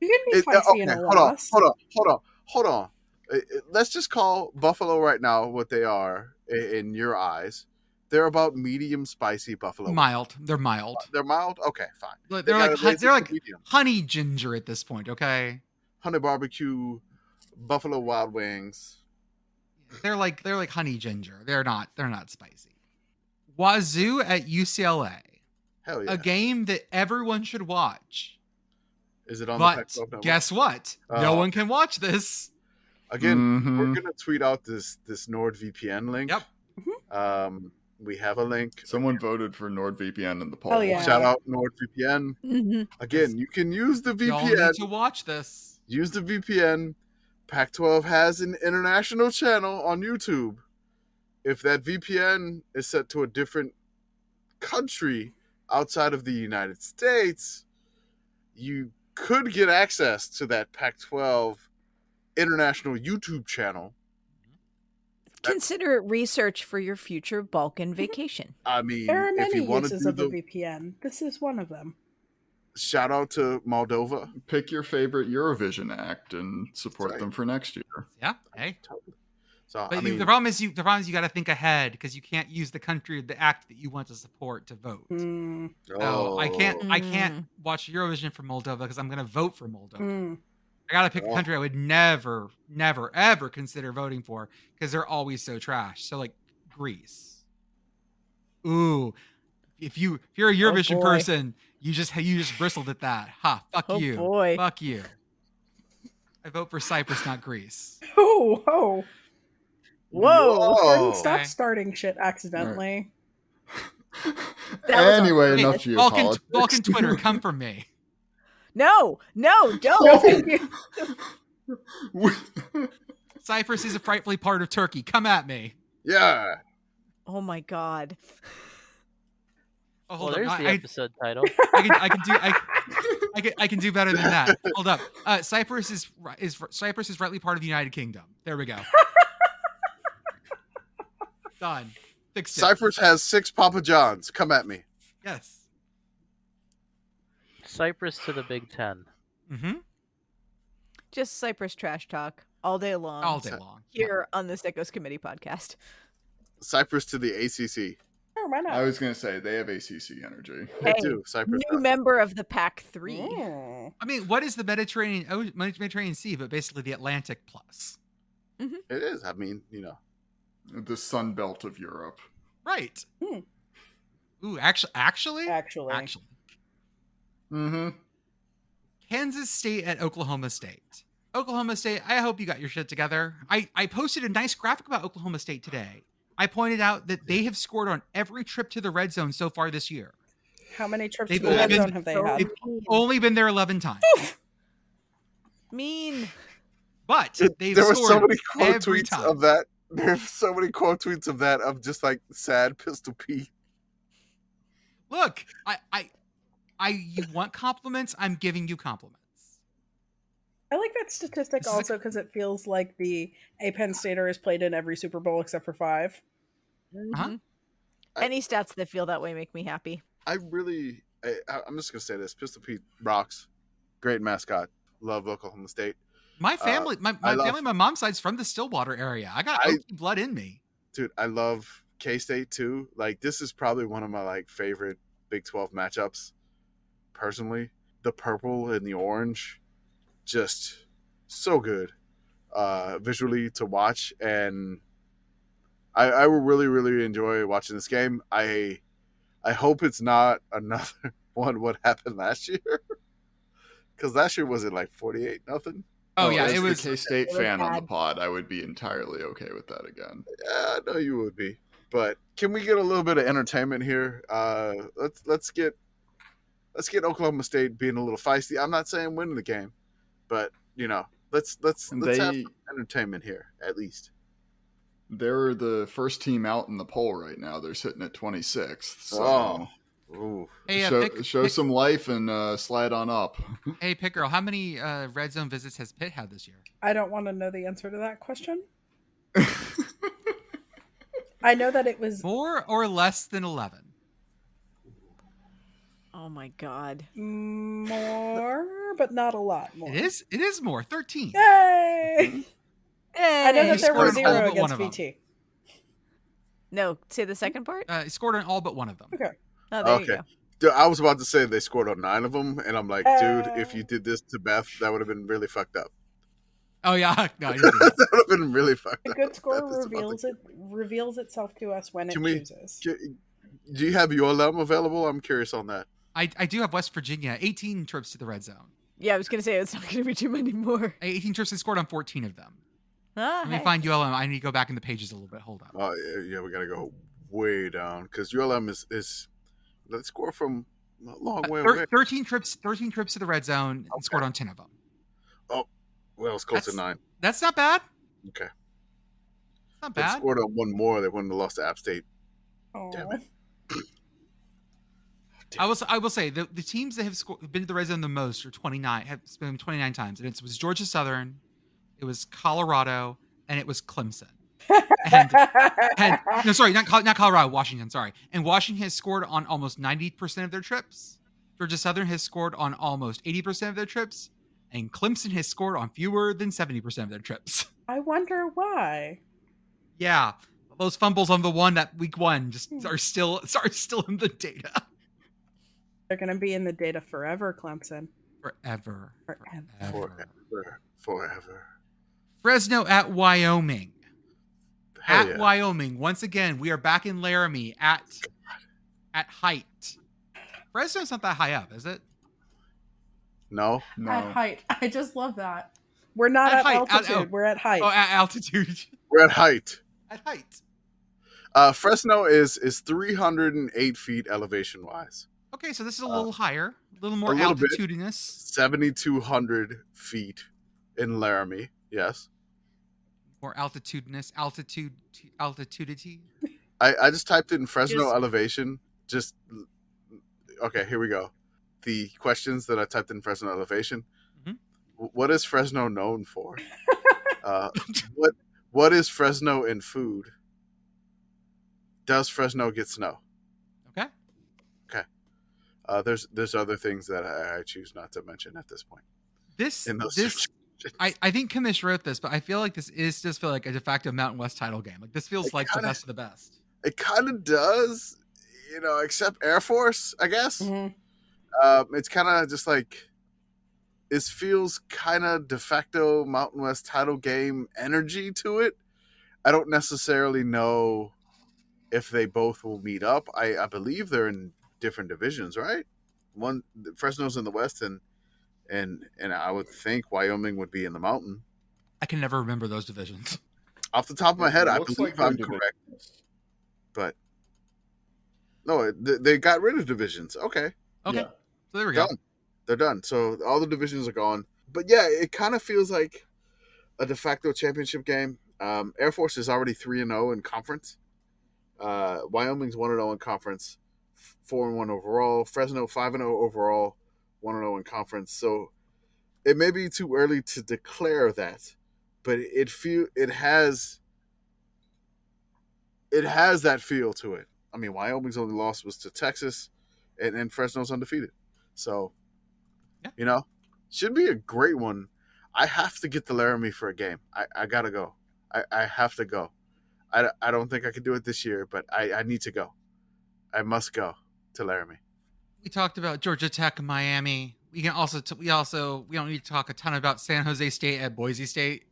Speaker 5: you can be
Speaker 3: It- uh,
Speaker 5: feisty
Speaker 3: okay,
Speaker 5: in a
Speaker 3: hold on,
Speaker 5: loss.
Speaker 3: hold on, hold on, hold on. Uh, uh, Let's just call Buffalo right now what they are i- in your eyes. They're about medium spicy Buffalo.
Speaker 1: Mild, they're mild.
Speaker 3: They're mild. Okay, fine.
Speaker 1: Like,
Speaker 3: They
Speaker 1: They're
Speaker 3: gotta
Speaker 1: like
Speaker 3: raise
Speaker 1: hu-
Speaker 3: it
Speaker 1: they're
Speaker 3: to
Speaker 1: like
Speaker 3: medium.
Speaker 1: honey ginger at this point. Okay,
Speaker 3: honey barbecue, Buffalo Wild Wings.
Speaker 1: they're like they're like honey ginger. They're not they're not spicy. Wazoo at UCLA,
Speaker 3: Hell yeah!
Speaker 1: a game that everyone should watch.
Speaker 3: Is it on the
Speaker 1: but
Speaker 3: Pac-12 network?
Speaker 1: guess what? no
Speaker 3: Uh,
Speaker 1: one can watch this.
Speaker 3: Again, we're
Speaker 4: mhm.
Speaker 3: gonna tweet out this this NordVPN link.
Speaker 1: Yep.
Speaker 3: Um, we have a link.
Speaker 4: someone voted for NordVPN in the poll.
Speaker 5: Oh, yeah.
Speaker 3: Shout out NordVPN
Speaker 2: Mhm.
Speaker 3: again. You can use the
Speaker 1: Y'all need
Speaker 3: VPN.
Speaker 1: to watch this.
Speaker 3: Use the VPN. Pac-12 has an international channel on YouTube. If that VPN is set to a different country outside of the United States, you could get access to that Pac-12 international YouTube channel.
Speaker 2: Consider it research for your future Balkan vacation.
Speaker 3: I mean,
Speaker 5: There are
Speaker 3: if
Speaker 5: many
Speaker 3: you want to
Speaker 5: uses
Speaker 3: do
Speaker 5: of the
Speaker 3: the
Speaker 5: VPN. This is one of them.
Speaker 3: shout out to Moldova.
Speaker 4: Pick your favorite Eurovision act and support
Speaker 3: Right.
Speaker 4: them for next
Speaker 1: (laughs)
Speaker 4: year.
Speaker 1: Yeah. Hey.
Speaker 3: Totally. So
Speaker 1: But
Speaker 3: I
Speaker 1: you-
Speaker 3: mean,
Speaker 1: the problem is you. The problem is you got to think ahead because you can't use the country of the act that you want to support to vote.
Speaker 3: Hmm.
Speaker 5: Mm,
Speaker 1: So I
Speaker 3: oh,
Speaker 1: can't. I can't
Speaker 2: Mm.
Speaker 1: watch Eurovision for Moldova because I'm going to vote for Moldova.
Speaker 5: mm.
Speaker 1: I got to pick a
Speaker 3: Yeah.
Speaker 1: country I would never, never, ever consider voting for because they're always so trash. So like Greece. Ooh, if you if you're a Eurovision
Speaker 2: boy.
Speaker 1: person, you just you just bristled at that. Ha! Fuck
Speaker 2: Oh
Speaker 1: you.
Speaker 2: boy.
Speaker 1: Fuck you. I vote for Cyprus, not Greece.
Speaker 5: Oh, oh.
Speaker 2: Whoa.
Speaker 3: Whoa.
Speaker 5: Stop
Speaker 1: Okay.
Speaker 5: starting shit accidentally.
Speaker 2: was
Speaker 4: anyway,
Speaker 2: on-
Speaker 4: enough
Speaker 2: Hey,
Speaker 1: Balkan,
Speaker 4: geopolitics.
Speaker 1: Balkan
Speaker 4: (laughs)
Speaker 1: Twitter, come for me.
Speaker 2: No, no, don't.
Speaker 4: Oh.
Speaker 2: Thank you.
Speaker 1: Cyprus is a frightfully part of Turkey. Come at me.
Speaker 3: Yeah.
Speaker 2: Oh my God.
Speaker 1: Oh,
Speaker 6: Well,
Speaker 1: hold
Speaker 6: there's
Speaker 1: up.
Speaker 6: the
Speaker 1: I, I, (laughs)
Speaker 6: episode title.
Speaker 1: I can, I can do. I, I can, I can do better than that. Hold up. Uh, Cyprus is ri- is Cyprus is rightly part of the United Kingdom. There we go. Done. Fixed it.
Speaker 3: Cyprus has six Papa Johns. Come at me.
Speaker 1: yes.
Speaker 6: Cyprus to the Big Ten.
Speaker 1: Mm-hmm.
Speaker 2: Just Cypress trash talk all day long.
Speaker 1: All day long.
Speaker 2: Here on the Sickos Committee podcast.
Speaker 3: Cyprus to the ACC.
Speaker 5: Sure, (laughs) why not?
Speaker 4: I was gonna say they have ACC energy.
Speaker 3: They
Speaker 2: Hey,
Speaker 3: do. Cyprus.
Speaker 2: New member of the Pack Three.
Speaker 5: Mm.
Speaker 1: I mean, what is the Mediterranean O- Mediterranean Sea, but basically the Atlantic plus?
Speaker 3: it is. I mean, you know.
Speaker 4: The sun belt of Europe.
Speaker 1: Right.
Speaker 5: Hmm.
Speaker 1: Ooh, actually, actually,
Speaker 5: Actually,
Speaker 1: actually,
Speaker 4: Mm-hmm.
Speaker 1: Kansas State at Oklahoma State. Oklahoma State, I hope you got your shit together. I, I posted a nice graphic about Oklahoma State today. I pointed out that they have scored on every trip to the red zone so far this year.
Speaker 5: how many trips
Speaker 1: They've
Speaker 5: to the red
Speaker 1: been-
Speaker 5: zone have they had?
Speaker 1: They've only been there 11 times.
Speaker 2: Mean.
Speaker 1: But they've
Speaker 3: there were
Speaker 1: scored
Speaker 3: so many quote
Speaker 1: every
Speaker 3: tweets
Speaker 1: time.
Speaker 3: of that. (laughs) There's so many quote tweets of that of just like sad Pistol Pete.
Speaker 1: Look, I, I, I. You want compliments? I'm giving you compliments.
Speaker 5: I like that statistic
Speaker 1: This is a-
Speaker 5: also because it feels like the a Penn Stater is played in every Super Bowl except for five.
Speaker 1: Uh-huh.
Speaker 3: I-
Speaker 2: Any stats that feel that way make me happy.
Speaker 3: I really, I, I- I'm just gonna say this: Pistol Pete rocks. Great mascot. Love Oklahoma State,
Speaker 1: My family, my, my
Speaker 3: Uh, I love-
Speaker 1: family, my mom's side's from the Stillwater area. I got
Speaker 3: I-
Speaker 1: Okie blood in me.
Speaker 3: dude. I love K State too. Like this is probably one of my like favorite Big 12 matchups. Personally, the purple and the orange, just so good, uh, visually to watch, and I, I will really, really enjoy watching this game. I, I hope it's not (laughs) another one what happened last year, because last year was it like 48 nothing.
Speaker 1: Oh, yeah,
Speaker 4: as
Speaker 1: it was.
Speaker 4: the K
Speaker 2: It
Speaker 4: State
Speaker 2: was
Speaker 4: fan on the
Speaker 2: bad.
Speaker 4: pod. I would be entirely okay with that again.
Speaker 3: Yeah, I know you would be. But can we get a little bit of entertainment here? Uh, let's let's get let's get Oklahoma State being a little feisty. I'm not saying winning the game, but you know, let's let's
Speaker 4: And
Speaker 3: let's have
Speaker 4: they
Speaker 3: entertainment here at least.
Speaker 4: they're the first team out in the poll right now. They're sitting at twenty sixth. So
Speaker 3: Oh. Ooh,
Speaker 1: Hey, uh,
Speaker 4: show,
Speaker 1: pick,
Speaker 4: show
Speaker 1: pick,
Speaker 4: some life and uh, slide on up.
Speaker 1: hey, Pick Girl, how many uh, red zone visits has Pitt had this year?
Speaker 5: I don't want to know the answer to that (laughs) question. I know that it was
Speaker 1: More or less than eleven?
Speaker 2: Oh my god.
Speaker 5: more, but not a lot more.
Speaker 1: It is. It is more. Thirteen.
Speaker 5: Yay! I know
Speaker 1: Hey,
Speaker 5: that there were
Speaker 1: scored all
Speaker 5: zero
Speaker 1: but one
Speaker 5: against
Speaker 1: of 'em.
Speaker 5: VT.
Speaker 2: No, say the second part.
Speaker 1: Uh, he scored on all but one of them.
Speaker 5: Okay.
Speaker 2: Oh, there
Speaker 3: Okay.
Speaker 2: you go.
Speaker 3: Dude, I was about to say they scored on nine of them, and I'm like, dude, if you did this to Beth, that would have been really fucked up. (laughs)
Speaker 1: Oh yeah, (laughs) no, he didn't.
Speaker 3: that would have been really fucked
Speaker 5: The
Speaker 3: up.
Speaker 5: (laughs) good score
Speaker 3: That's about the-
Speaker 5: reveals it reveals itself to us when it
Speaker 3: Can we-
Speaker 5: chooses.
Speaker 3: Can- Do you have your lem available? I'm curious on that.
Speaker 1: I, I do have West Virginia. Eighteen trips to the red zone.
Speaker 2: Yeah, I was gonna say it's not gonna be too many more.
Speaker 1: Eighteen trips and scored on fourteen of them.
Speaker 2: Ah,
Speaker 1: Let me
Speaker 2: hey.
Speaker 1: find ULM. I need to go back in the pages a little bit. Hold up.
Speaker 3: Oh yeah, yeah, we gotta go way down because ULM is is let's score from a long
Speaker 1: Uh,
Speaker 3: way
Speaker 1: thir-
Speaker 3: away.
Speaker 1: Thirteen trips. Thirteen trips to the red zone and
Speaker 3: Okay.
Speaker 1: scored on ten of them.
Speaker 3: Well, it's close to
Speaker 1: that's
Speaker 3: nine.
Speaker 1: That's not bad.
Speaker 3: Okay,
Speaker 1: Not
Speaker 3: they
Speaker 1: bad.
Speaker 3: scored on one more. They wouldn't have lost to App State.
Speaker 5: Aw.
Speaker 3: Damn it.
Speaker 1: I will. s- I will say the, the teams that have sco- been to the red zone the most are 29. Have been 29 times, and it was Georgia Southern, it was Colorado, and it was Clemson. And, and- no, sorry, not Col- not Colorado, Washington. Sorry, and Washington has scored on almost 90 percent of their trips. Georgia Southern has scored on almost 80 percent of their trips, and Clemson has scored on fewer than 70 percent of their trips.
Speaker 5: (laughs)
Speaker 1: (laughs)
Speaker 5: I wonder why.
Speaker 1: yeah, those fumbles on the one that week one just
Speaker 5: Hmm.
Speaker 1: are still are still in the data (laughs)
Speaker 5: They're gonna be in the data forever, Clemson.
Speaker 1: forever.
Speaker 5: Forever.
Speaker 1: forever.
Speaker 3: Forever, forever.
Speaker 1: Fresno at Wyoming.
Speaker 3: Hell
Speaker 1: at
Speaker 3: yeah.
Speaker 1: Wyoming. Once again, we are back in Laramie at at height. Fresno's not that high up, is it?
Speaker 3: no,
Speaker 4: No,
Speaker 5: height. I just love that. We're not
Speaker 1: At
Speaker 5: at,
Speaker 1: height, at-
Speaker 5: altitude.
Speaker 1: oh.
Speaker 5: We're at height.
Speaker 1: Oh, at altitude. (laughs)
Speaker 3: we're at height.
Speaker 1: at height.
Speaker 3: Uh, Fresno is is 308 feet elevation wise,
Speaker 1: Okay, so this is a
Speaker 3: Uh,
Speaker 1: little higher, a little more
Speaker 3: little bit.
Speaker 1: altitudinous,
Speaker 3: 7,200 feet in Laramie. Yes,
Speaker 1: more altitudinous, altitude, altitudity.
Speaker 3: I, I just typed in Fresno
Speaker 2: Just-
Speaker 3: elevation. Just okay. Here we go. The questions that I typed in Fresno elevation.
Speaker 1: Mhm.
Speaker 3: Wh- What is Fresno known for? uh, what What is Fresno in food? Does Fresno get snow?
Speaker 1: Okay,
Speaker 3: Uh, there's there's other things that I, I choose not to mention at this point.
Speaker 1: this
Speaker 3: In those
Speaker 1: this I I think Kamish wrote this, but I feel like this is does feel like a de facto Mountain West title game. Like this feels
Speaker 3: It
Speaker 1: like the
Speaker 3: kinda-
Speaker 1: best of the best.
Speaker 3: it kind of does, you know, except Air Force, I guess.
Speaker 5: (laughs) Mhm.
Speaker 3: um, it's kind of just like this feels kind of de facto Mountain West title game energy to it. I don't necessarily know if they both will meet up. I, I believe they're in different divisions, right? One Fresno's in the West, and and and I would think Wyoming would be in the Mountain.
Speaker 1: I can never remember those divisions. (laughs)
Speaker 3: Off the top of my head,
Speaker 4: It
Speaker 3: I
Speaker 4: looks
Speaker 3: believe
Speaker 4: like
Speaker 3: I'm
Speaker 4: they're divi-
Speaker 3: correct. But no, th- they got rid of divisions. Okay,
Speaker 1: Okay,
Speaker 4: Yeah.
Speaker 1: so there we go.
Speaker 3: Done. they're done. So all the divisions are gone. But yeah, it kind of feels like a de facto championship game. Um, oh Air Force is already three and zero in oh conference. Uh, Wyoming's one and zero in conference. four and one overall. Fresno five and zero overall, one and zero in conference. So it may be too early to declare that, but it feel it has it has that feel to it. I mean, Wyoming's only loss was to Texas, and, and Fresno's undefeated. So,
Speaker 1: Yeah.
Speaker 3: you know, should be a great one. I have to get to Laramie for a game. I, I gotta go. I, I have to go. I, I don't think I can do it this year, but I, I need to go. I must go to Laramie.
Speaker 1: We talked about Georgia Tech and Miami. We can also t- we also we don't need to talk a ton about San Jose State at Boise State.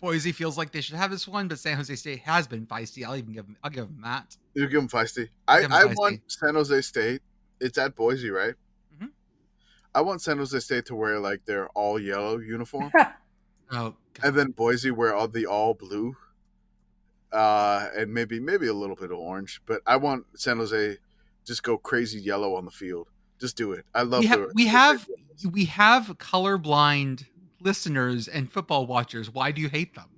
Speaker 1: Boise feels like they should have this one, but San Jose State has been feisty. I'll even give them, I'll give them that.
Speaker 3: You give them feisty. I,
Speaker 1: Give 'em
Speaker 3: I
Speaker 1: feisty.
Speaker 3: want San Jose State. It's at Boise, right?
Speaker 1: Mhm.
Speaker 3: I want San Jose State to wear like their all yellow uniform,
Speaker 1: Oh, God.
Speaker 3: and then Boise wear all the all blue, uh, and maybe maybe a little bit of orange. But I want San Jose just go crazy yellow on the field. Just do it. I love.
Speaker 1: we have
Speaker 3: the-
Speaker 1: we
Speaker 3: the
Speaker 1: have
Speaker 3: crazy yellows.
Speaker 1: we have colorblind listeners and football watchers. Why do you hate them?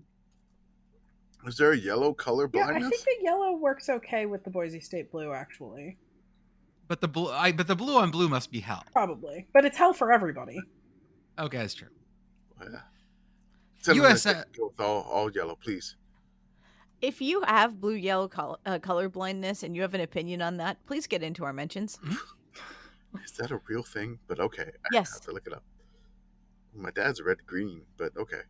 Speaker 3: Is there a yellow color
Speaker 5: Yeah, I
Speaker 3: blindness?
Speaker 5: think the yellow works okay with the Boise State blue, actually.
Speaker 1: But the blue, I, but the blue on blue must be hell.
Speaker 5: Probably. But it's hell for everybody.
Speaker 1: Okay, that's true.
Speaker 3: Yeah. San Jose
Speaker 1: USF
Speaker 3: State, go with all all yellow, please.
Speaker 2: If you have blue yellow col- uh, color blindness and you have an opinion on that, please get into our mentions.
Speaker 3: Is that a real thing? But okay, I have
Speaker 2: Yes,
Speaker 3: to look it up. My dad's red green, but okay.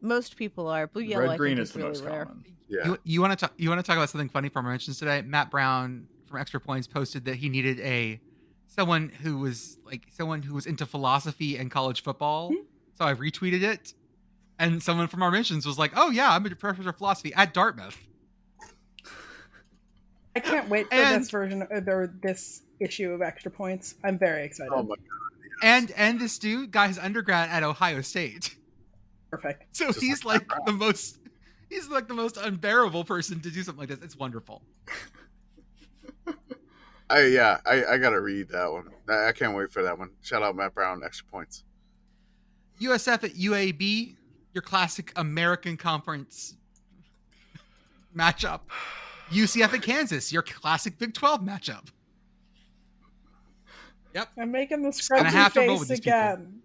Speaker 2: most people are blue yellow. I
Speaker 4: Red green
Speaker 2: think
Speaker 4: is the
Speaker 2: really
Speaker 4: most
Speaker 2: rare.
Speaker 4: common.
Speaker 3: Yeah.
Speaker 1: You, you want to talk? You want to talk about something funny from our mentions today? Matt Brown from Extra Points posted that he needed a someone who was like someone who was into philosophy and college football.
Speaker 5: Hmm.
Speaker 1: So I retweeted it, and someone from our mentions was like, "Oh yeah, I'm a professor of philosophy at Dartmouth."
Speaker 5: I can't wait for
Speaker 1: And-
Speaker 5: this version of or this issue of extra points. I'm very excited.
Speaker 3: oh my
Speaker 1: And and this dude got his undergrad at Ohio State.
Speaker 5: Perfect.
Speaker 1: So
Speaker 3: Just
Speaker 1: he's like,
Speaker 3: like
Speaker 1: the most he's like the most unbearable person to do something like this. It's wonderful.
Speaker 3: I yeah, I, I gotta read that one. I, I can't wait for that one. Shout out Matt Brown, extra points.
Speaker 1: USF at UAB, your classic American conference matchup. UCF at Kansas, your classic Big 12 matchup.
Speaker 5: I'm making the
Speaker 1: gonna
Speaker 5: scrunchy
Speaker 1: have to roll with these
Speaker 5: face
Speaker 1: people.
Speaker 5: again.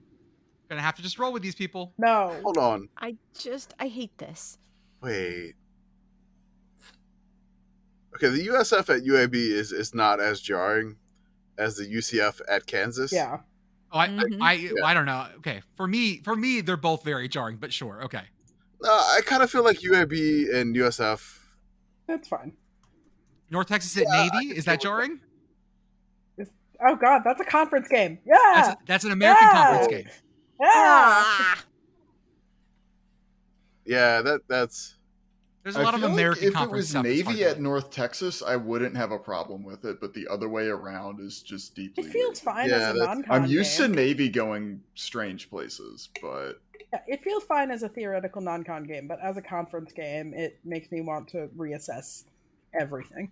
Speaker 1: Gonna have to just roll with these people.
Speaker 5: No.
Speaker 3: Hold on,
Speaker 2: I just I hate this.
Speaker 3: wait. Okay, the USF at UAB is is not as jarring as the UCF at Kansas.
Speaker 5: Yeah.
Speaker 1: Oh, I,
Speaker 2: Mhm.
Speaker 1: I, I, I don't know. Okay, for me, for me, they're both very jarring, but sure. Okay,
Speaker 3: No, I kind of feel like UAB and USF.
Speaker 5: That's fine.
Speaker 1: North Texas at
Speaker 3: Yeah, I
Speaker 1: Navy
Speaker 3: can
Speaker 1: is
Speaker 3: deal
Speaker 1: that
Speaker 3: with that.
Speaker 1: jarring?
Speaker 5: Oh god, that's a conference game. Yeah.
Speaker 1: That's, Ah. that's an American
Speaker 5: Yeah.
Speaker 1: conference game.
Speaker 5: yeah.
Speaker 3: Ah! Yeah, that that's
Speaker 1: There's a lot
Speaker 4: I
Speaker 1: of
Speaker 4: feel like
Speaker 1: American
Speaker 4: if it
Speaker 1: conference
Speaker 4: was
Speaker 1: stuff that's hard
Speaker 4: Navy
Speaker 1: to
Speaker 4: at
Speaker 1: like.
Speaker 4: North Texas, I wouldn't have a problem with it, but the other way around is just deeply.
Speaker 5: It feels
Speaker 4: weird.
Speaker 5: fine
Speaker 3: Yeah,
Speaker 5: as a
Speaker 3: that's-
Speaker 5: non-con.
Speaker 4: I'm used
Speaker 5: game.
Speaker 4: to Navy going strange places, but
Speaker 5: Yeah, it feels fine as a theoretical non-con game, but as a conference game, it makes me want to reassess everything.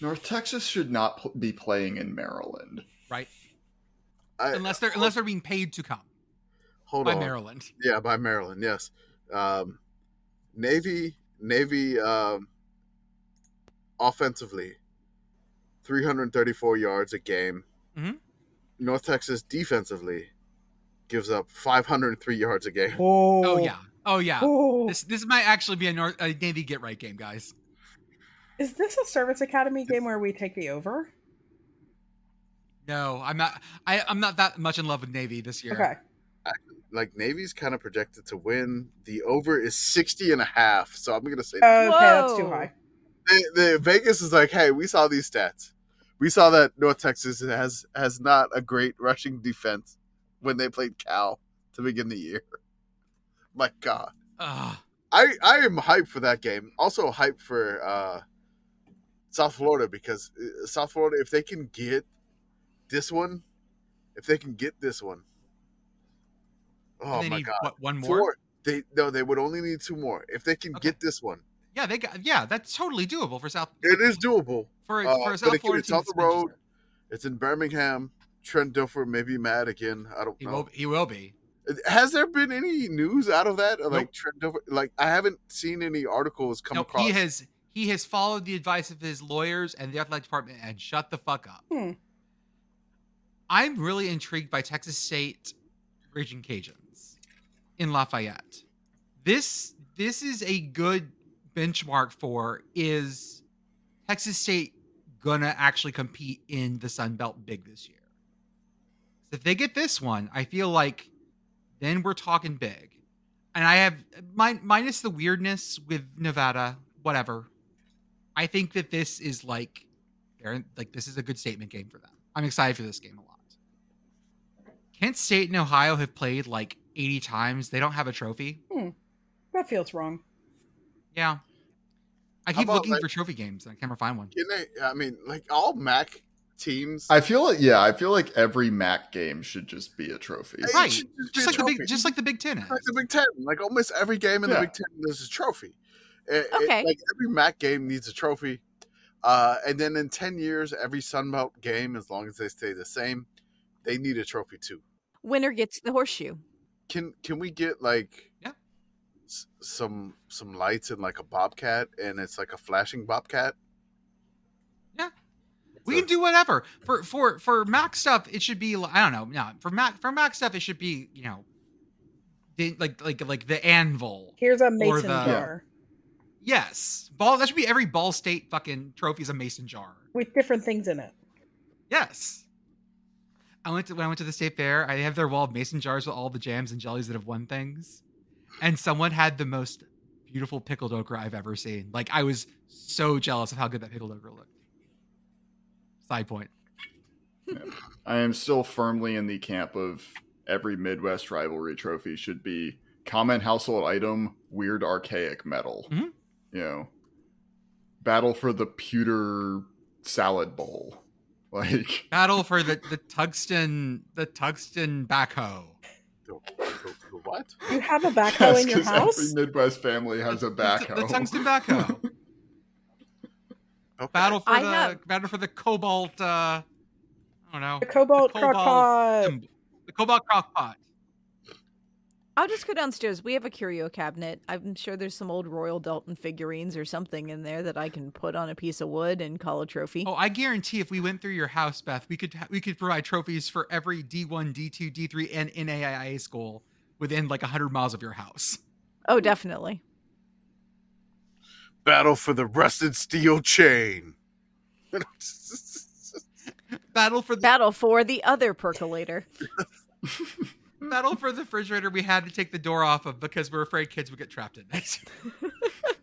Speaker 4: North Texas should not pl- be playing in Maryland.
Speaker 1: right?
Speaker 3: I,
Speaker 1: Unless they're unless they're being paid to come
Speaker 3: hold
Speaker 1: by
Speaker 3: on.
Speaker 1: Maryland.
Speaker 3: Yeah, by Maryland. Yes, um, Navy. Navy. Um, offensively, 334 yards a game.
Speaker 1: Mhm.
Speaker 3: North Texas defensively gives up 503 yards a game.
Speaker 5: Oh,
Speaker 1: Oh yeah, oh yeah.
Speaker 5: Oh,
Speaker 1: This this might actually be a, North, a Navy get right game, guys.
Speaker 5: is this a service academy game where we take the over?
Speaker 1: No, I'm not. I, I'm not that much in love with Navy this year.
Speaker 5: Okay.
Speaker 3: Like Navy's kind of projected to win. The over is 60 and a half. So I'm going to say
Speaker 5: Okay, that's too
Speaker 2: Whoa.
Speaker 5: high.
Speaker 3: the, the Vegas is like, hey, we saw these stats. We saw that North Texas has has not a great rushing defense when they played Cal to begin the year. (laughs) My God,
Speaker 1: Ugh.
Speaker 3: I I am hyped for that game. Also hyped for uh, South Florida because uh, South Florida, if they can get this one, if they can get this one, oh
Speaker 1: they
Speaker 3: my
Speaker 1: need
Speaker 3: God,
Speaker 1: what one more?
Speaker 3: four. They no, they would only need two more if they can
Speaker 1: Okay.
Speaker 3: get this one.
Speaker 1: Yeah, they got. Yeah, that's totally doable for South.
Speaker 3: It is doable.
Speaker 1: for
Speaker 3: Uh,
Speaker 1: for a
Speaker 3: but
Speaker 1: South
Speaker 3: again,
Speaker 1: Florida
Speaker 3: it's
Speaker 1: team.
Speaker 3: on
Speaker 1: that's
Speaker 3: the
Speaker 1: been
Speaker 3: road.
Speaker 1: just-
Speaker 3: It's in Birmingham. Trent Dilfer may be mad again. I don't
Speaker 1: He
Speaker 3: know.
Speaker 1: will. He will be.
Speaker 3: Has there been any news out of that? Like
Speaker 1: Nope.
Speaker 3: Trent Dilfer, like I haven't seen any articles come
Speaker 1: No,
Speaker 3: across.
Speaker 1: he has. He has followed the advice of his lawyers and the athletic department and shut the fuck up.
Speaker 5: Hmm.
Speaker 1: I'm really intrigued by Texas State Raging Cajuns in Lafayette. This this is a good benchmark for is Texas State gonna actually compete in the Sun Belt big this year. So if they get this one, I feel like then we're talking big. And I have min- minus the weirdness with Nevada, whatever. I think that this is like, they're like this is a good statement game for them. I'm excited for this game a lot. Kent State and Ohio have played like 80 times. They don't have a trophy.
Speaker 5: That feels wrong.
Speaker 1: Yeah. I
Speaker 3: How
Speaker 1: keep
Speaker 3: about,
Speaker 1: looking
Speaker 3: like-
Speaker 1: for trophy games and I can't ever find one.
Speaker 3: Can they? I mean, like all MAC teams.
Speaker 4: I feel like yeah, I feel like every Mac game should just be a trophy.
Speaker 3: It
Speaker 1: Right.
Speaker 3: should be
Speaker 1: Just
Speaker 3: a
Speaker 1: like the big,
Speaker 3: trophy.
Speaker 1: just like the Big Ten.
Speaker 3: like
Speaker 1: has.
Speaker 3: the Big Ten. Like almost every game in
Speaker 4: Yeah.
Speaker 3: the Big Ten, there's a trophy. It- it-
Speaker 2: Okay.
Speaker 3: like every MAC game needs a trophy. Uh, and then in ten years, every Sun Belt game, as long as they stay the same, they need a trophy too.
Speaker 2: Winner gets the horseshoe.
Speaker 3: Can can we get like
Speaker 1: Yeah.
Speaker 3: s- some some lights and like a bobcat, and it's like a flashing bobcat?
Speaker 1: Yeah. We can do whatever for for for Mac stuff. It should be li- I don't know. No, for Mac for Mac stuff, it should be you know, the, like like like the anvil.
Speaker 5: Here's a mason
Speaker 1: the-
Speaker 5: jar
Speaker 1: Yes, ball. That should be every Ball State fucking trophy is a mason jar.
Speaker 5: with different things in it.
Speaker 1: Yes. I went to when I went to the state fair. I have their wall of mason jars with all the jams and jellies that have won things, and someone had the most beautiful pickled okra I've ever seen. Like I was so jealous of how good that pickled okra looked. Side point.
Speaker 4: I am still firmly in the camp of every Midwest rivalry trophy should be common household item, weird archaic metal.
Speaker 1: Mhm.
Speaker 4: You know, battle for the pewter salad bowl. (laughs) Like,
Speaker 1: Battle for the the tungsten the tungsten backhoe.
Speaker 3: The, the- the what?
Speaker 5: You have a backhoe
Speaker 4: yes,
Speaker 5: in your
Speaker 4: 'cause
Speaker 5: house?
Speaker 4: every Midwest family has
Speaker 1: (laughs)
Speaker 4: a
Speaker 1: The- the-
Speaker 4: backhoe.
Speaker 1: The, tungsten backhoe.
Speaker 3: Okay.
Speaker 1: battle for
Speaker 2: I
Speaker 1: the
Speaker 2: have-
Speaker 1: battle for the cobalt. Uh, I don't know
Speaker 5: The cobalt
Speaker 1: The cobalt
Speaker 5: crockpot.
Speaker 1: symbol. the cobalt crockpot.
Speaker 2: I'll just go downstairs. We have a curio cabinet. I'm sure there's some old Royal Dalton figurines or something in there that I can put on a piece of wood and call a trophy.
Speaker 1: Oh, I guarantee if we went through your house, Beth, we could ha- we could provide trophies for every D one, D two, D three, and NAIA school within like hundred miles of your house.
Speaker 2: Oh, definitely.
Speaker 3: Battle for the rusted steel chain. (laughs)
Speaker 1: Battle for the
Speaker 2: Battle for the other percolator.
Speaker 1: battle for the refrigerator we had to take the door off of because we're afraid kids would get trapped in it. (laughs)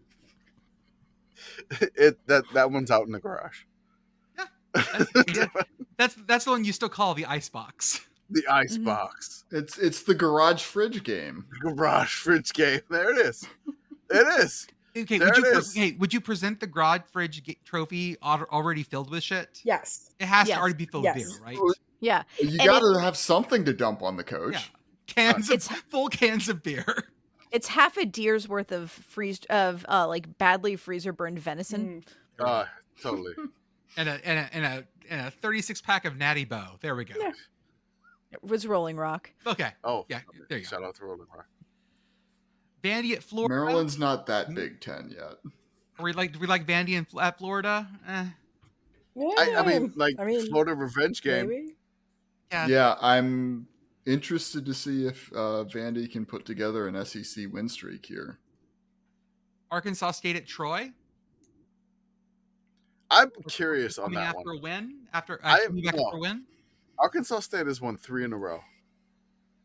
Speaker 3: it that that one's out in the garage. (laughs)
Speaker 1: Yeah. that's that's the one you still call the icebox.
Speaker 3: the ice box,
Speaker 4: It's it's the garage fridge game.
Speaker 3: garage fridge game. There it is. It is.
Speaker 1: Okay,
Speaker 3: There
Speaker 1: would you
Speaker 3: it
Speaker 1: pre-
Speaker 3: is.
Speaker 1: hey, would you present the garage fridge ga- trophy al- already filled with shit?
Speaker 5: Yes.
Speaker 1: It has
Speaker 2: Yes.
Speaker 1: to already be filled
Speaker 5: Yes.
Speaker 1: with beer, right?
Speaker 2: Yeah.
Speaker 4: You
Speaker 2: And
Speaker 4: gotta have something to dump on the coach.
Speaker 1: Yeah. Cans of,
Speaker 2: It's-
Speaker 1: (laughs) full cans of beer. (laughs)
Speaker 2: It's half a deer's worth of freeze of uh, like badly freezer burned venison.
Speaker 5: Mm.
Speaker 3: Uh,
Speaker 1: (laughs)
Speaker 3: totally.
Speaker 1: and a and a and a and a 36 pack of Natty Bow. There we go.
Speaker 5: Yeah.
Speaker 2: It was Rolling
Speaker 3: (laughs)
Speaker 2: Rock. (laughs)
Speaker 1: Okay.
Speaker 3: Oh,
Speaker 1: Yeah, there you go.
Speaker 3: Shout out to Rolling Rock.
Speaker 1: Vandy at Florida.
Speaker 4: Maryland's not
Speaker 1: Mm-hmm.
Speaker 4: that Big Ten yet.
Speaker 1: We like we like Vandy in, at Florida. Eh,
Speaker 3: I, I mean, like
Speaker 5: I mean,
Speaker 3: Florida revenge game.
Speaker 5: Mm. maybe?
Speaker 1: yeah.
Speaker 4: Yeah, I'm interested to see if uh, Vandy can put together an SEC win streak here.
Speaker 1: Arkansas State at Troy.
Speaker 3: I'm curious on
Speaker 1: Coming
Speaker 3: that
Speaker 1: after
Speaker 3: one.
Speaker 1: a win. After
Speaker 3: I
Speaker 1: after,
Speaker 3: am
Speaker 1: coming back
Speaker 3: not.
Speaker 1: after a win.
Speaker 3: Arkansas State has won three in a row.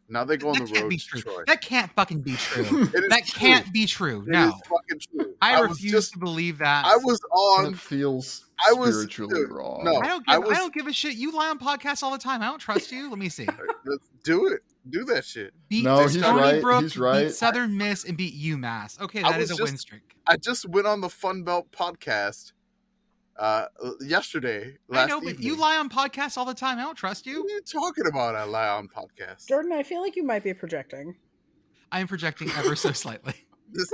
Speaker 3: Now they go on
Speaker 1: That
Speaker 3: the
Speaker 1: can't
Speaker 3: road
Speaker 1: be
Speaker 3: to
Speaker 1: true.
Speaker 3: Troy.
Speaker 1: That can't fucking be
Speaker 3: (laughs)
Speaker 4: (laughs)
Speaker 1: true.
Speaker 3: It is
Speaker 1: that
Speaker 3: true.
Speaker 1: can't be true.
Speaker 3: It
Speaker 1: No.
Speaker 3: is fucking true.
Speaker 1: I,
Speaker 3: was
Speaker 1: refuse
Speaker 3: just.
Speaker 1: to believe that.
Speaker 3: I was on.
Speaker 4: That feels
Speaker 3: Um, I was-
Speaker 4: spiritually
Speaker 3: dude,
Speaker 4: wrong.
Speaker 3: no.
Speaker 1: I don't give
Speaker 3: I
Speaker 1: I,
Speaker 3: was-
Speaker 1: don't give a shit. You lie on podcasts all the time. I don't trust you. Let me see.
Speaker 3: (laughs) Let's do it. Do that shit.
Speaker 1: Beat
Speaker 4: No, he's
Speaker 1: Stony
Speaker 4: right.
Speaker 1: Brook,
Speaker 4: He's right.
Speaker 1: beat Southern Miss, and beat UMass. Okay,
Speaker 3: I
Speaker 1: that is a
Speaker 3: was
Speaker 1: win
Speaker 3: just-
Speaker 1: streak.
Speaker 3: I just went on the Fun Belt podcast uh, yesterday. Last
Speaker 1: I know, but you
Speaker 3: evening.
Speaker 1: lie on podcasts all the time. I don't trust
Speaker 3: What
Speaker 1: you.
Speaker 3: are you talking about? I lie on podcast.
Speaker 5: Jordan, I feel like you might be projecting.
Speaker 1: I am projecting ever so slightly. (laughs)
Speaker 3: This-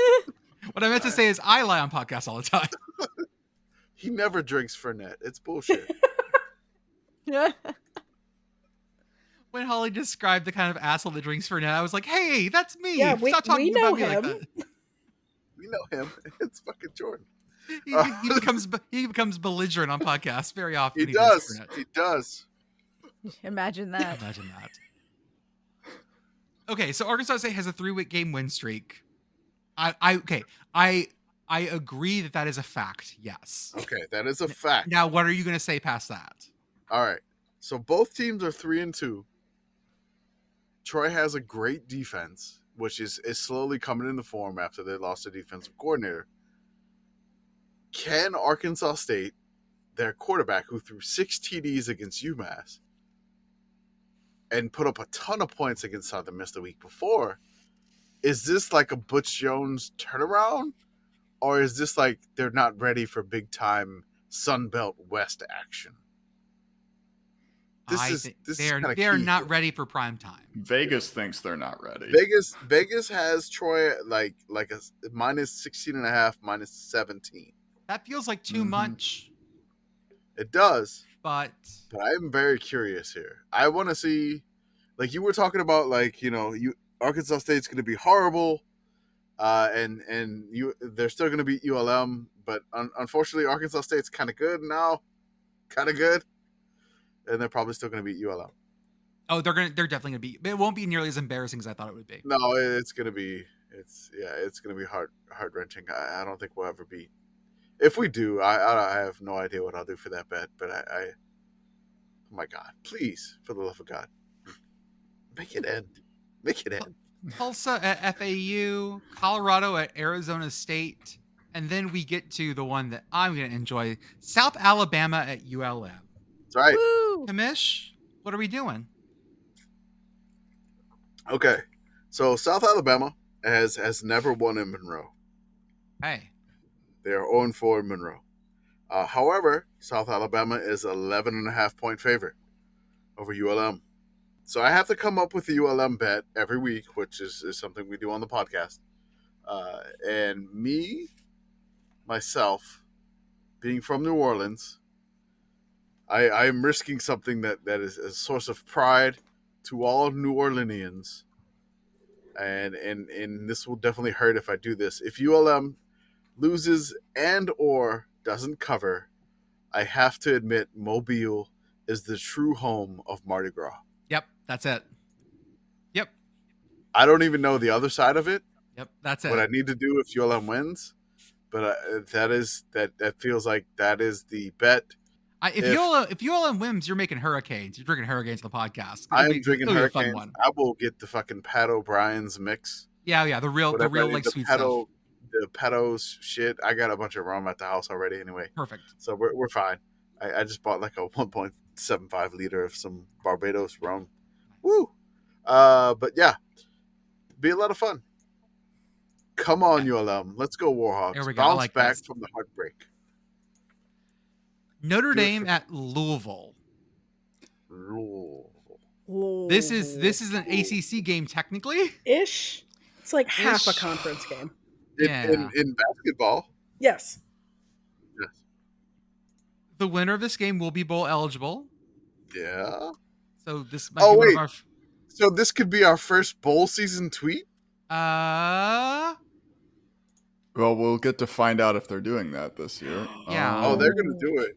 Speaker 1: What I meant to say is I lie on podcasts all the time.
Speaker 3: he never drinks Fernet. It's bullshit.
Speaker 1: When Holly described the kind of asshole that drinks Fernet, I was like, "Hey, that's me.
Speaker 5: Yeah, we-
Speaker 1: Stop talking
Speaker 5: (laughs) we know
Speaker 1: about me like
Speaker 5: him.
Speaker 1: that."
Speaker 3: (laughs) we know him. It's fucking Jordan.
Speaker 1: He, he becomes he becomes belligerent on podcasts very often.
Speaker 3: He
Speaker 1: in the
Speaker 3: does.
Speaker 1: internet.
Speaker 3: He does.
Speaker 2: Imagine that.
Speaker 1: Imagine that. Okay, so Arkansas State has a three-week game win streak. I, I okay, I I agree that that is a fact. Yes.
Speaker 3: Okay, that is a fact.
Speaker 1: Now, what are you going to say past that?
Speaker 3: All right. So both teams are three and two. Troy has a great defense, which is is slowly coming into form after they lost their defensive coordinator. Can Arkansas State, their quarterback who threw six TDs against UMass and put up a ton of points against Southern Miss the week before, is this like a Butch Jones turnaround? Or is this like they're not ready for big time Sun Belt West action? This
Speaker 1: I
Speaker 3: is-
Speaker 1: think
Speaker 3: this is
Speaker 1: they are
Speaker 3: kinda
Speaker 1: they are
Speaker 3: key
Speaker 1: not
Speaker 3: here.
Speaker 1: ready for prime time.
Speaker 4: Vegas thinks they're not ready.
Speaker 3: Vegas Vegas has Troy at like like a s- minus 16 and a half, minus 17.
Speaker 1: That feels like too
Speaker 3: Mm-hmm.
Speaker 4: Mhm.
Speaker 1: much,
Speaker 3: It does,
Speaker 1: but
Speaker 3: but I'm very curious here. I want to see like you were talking about like, you know, you Arkansas State's going to be horrible uh and and you they're still going to beat ULM, but un- unfortunately Arkansas State's kind of good now. Kind of good. And they're probably still going to beat ULM.
Speaker 1: oh, they're gonna they're definitely gonna be. but It won't be nearly as embarrassing as I thought it would be.
Speaker 3: No, it- it's gonna be it's yeah, it's gonna be heart heart wrenching. I, I don't think we'll ever be. If we do, I, I I have no idea what I'll do for that bet, but I, I oh my god, please for the love of God, make it end, make it end.
Speaker 1: Tulsa at FAU, Colorado at Arizona State, and then we get to the one that I'm gonna enjoy: South Alabama at ULM.
Speaker 3: It's all right.
Speaker 2: Woo!
Speaker 1: Kamish, what are we doing?
Speaker 3: Okay, so South Alabama has has never won in Monroe.
Speaker 1: Hey,
Speaker 3: They are 0 4 in Monroe. Uh, however, South Alabama is 11 and a half point favorite over ULM. So I have to come up with a ULM bet every week, which is, is something we do on the podcast. Uh, and me, myself, being from New Orleans, I, I am risking something that, that is a source of pride to all New Orleanians. And, and and this will definitely hurt if I do this. If ULM loses and or doesn't cover, I have to admit Mobile is the true home of Mardi Gras.
Speaker 1: yep, that's it. Yep,
Speaker 3: I don't even know the other side of it.
Speaker 1: yep, that's it.
Speaker 3: What I need to do if ULM wins, but I, that is that that feels like that is the bet.
Speaker 1: I, if,
Speaker 3: if-
Speaker 1: you if you all in whims, you're making hurricanes. You're drinking hurricanes on the podcast.
Speaker 3: I
Speaker 1: It'll be-
Speaker 3: am drinking
Speaker 1: it'll be a fun
Speaker 3: Hurricanes.
Speaker 1: one.
Speaker 3: I will get the fucking Pat O'Brien's mix.
Speaker 1: Yeah, yeah, the real, Oh, the
Speaker 3: Whatever I
Speaker 1: real
Speaker 3: need,
Speaker 1: like sweet
Speaker 3: Pat
Speaker 1: stuff.
Speaker 3: O- the Peto's shit. I got a bunch of rum at the house already anyway.
Speaker 1: Perfect.
Speaker 3: So we're, we're fine. I, I just bought like a (laughs) 1.75 liter of some Barbados rum. Woo! Uh, but yeah, be a lot of fun. Come on, ULM. Let's go, Warhawks.
Speaker 1: There we go. I
Speaker 3: Bounce
Speaker 1: like
Speaker 3: back
Speaker 1: this.
Speaker 3: from the heartbreak.
Speaker 1: Notre
Speaker 3: Do it
Speaker 1: Dame
Speaker 3: for-
Speaker 1: at Louisville.
Speaker 3: Ooh.
Speaker 1: This is this is an
Speaker 3: Ooh.
Speaker 1: ACC game technically.
Speaker 5: ish. It's like half a
Speaker 1: Ish.
Speaker 5: conference game.
Speaker 3: In,
Speaker 1: Yeah.
Speaker 3: in, in basketball,
Speaker 5: Yes.
Speaker 3: yes.
Speaker 1: The winner of this game will be bowl eligible.
Speaker 3: Yeah.
Speaker 1: So this might
Speaker 3: Oh,
Speaker 1: be
Speaker 3: wait.
Speaker 1: one of
Speaker 3: So this could be our first bowl season tweet.
Speaker 1: our. Uh,
Speaker 4: Well, we'll get to find out if they're doing that this
Speaker 3: (gasps)
Speaker 4: year. Um,
Speaker 1: Yeah.
Speaker 3: Oh, they're
Speaker 4: there.
Speaker 3: gonna do it.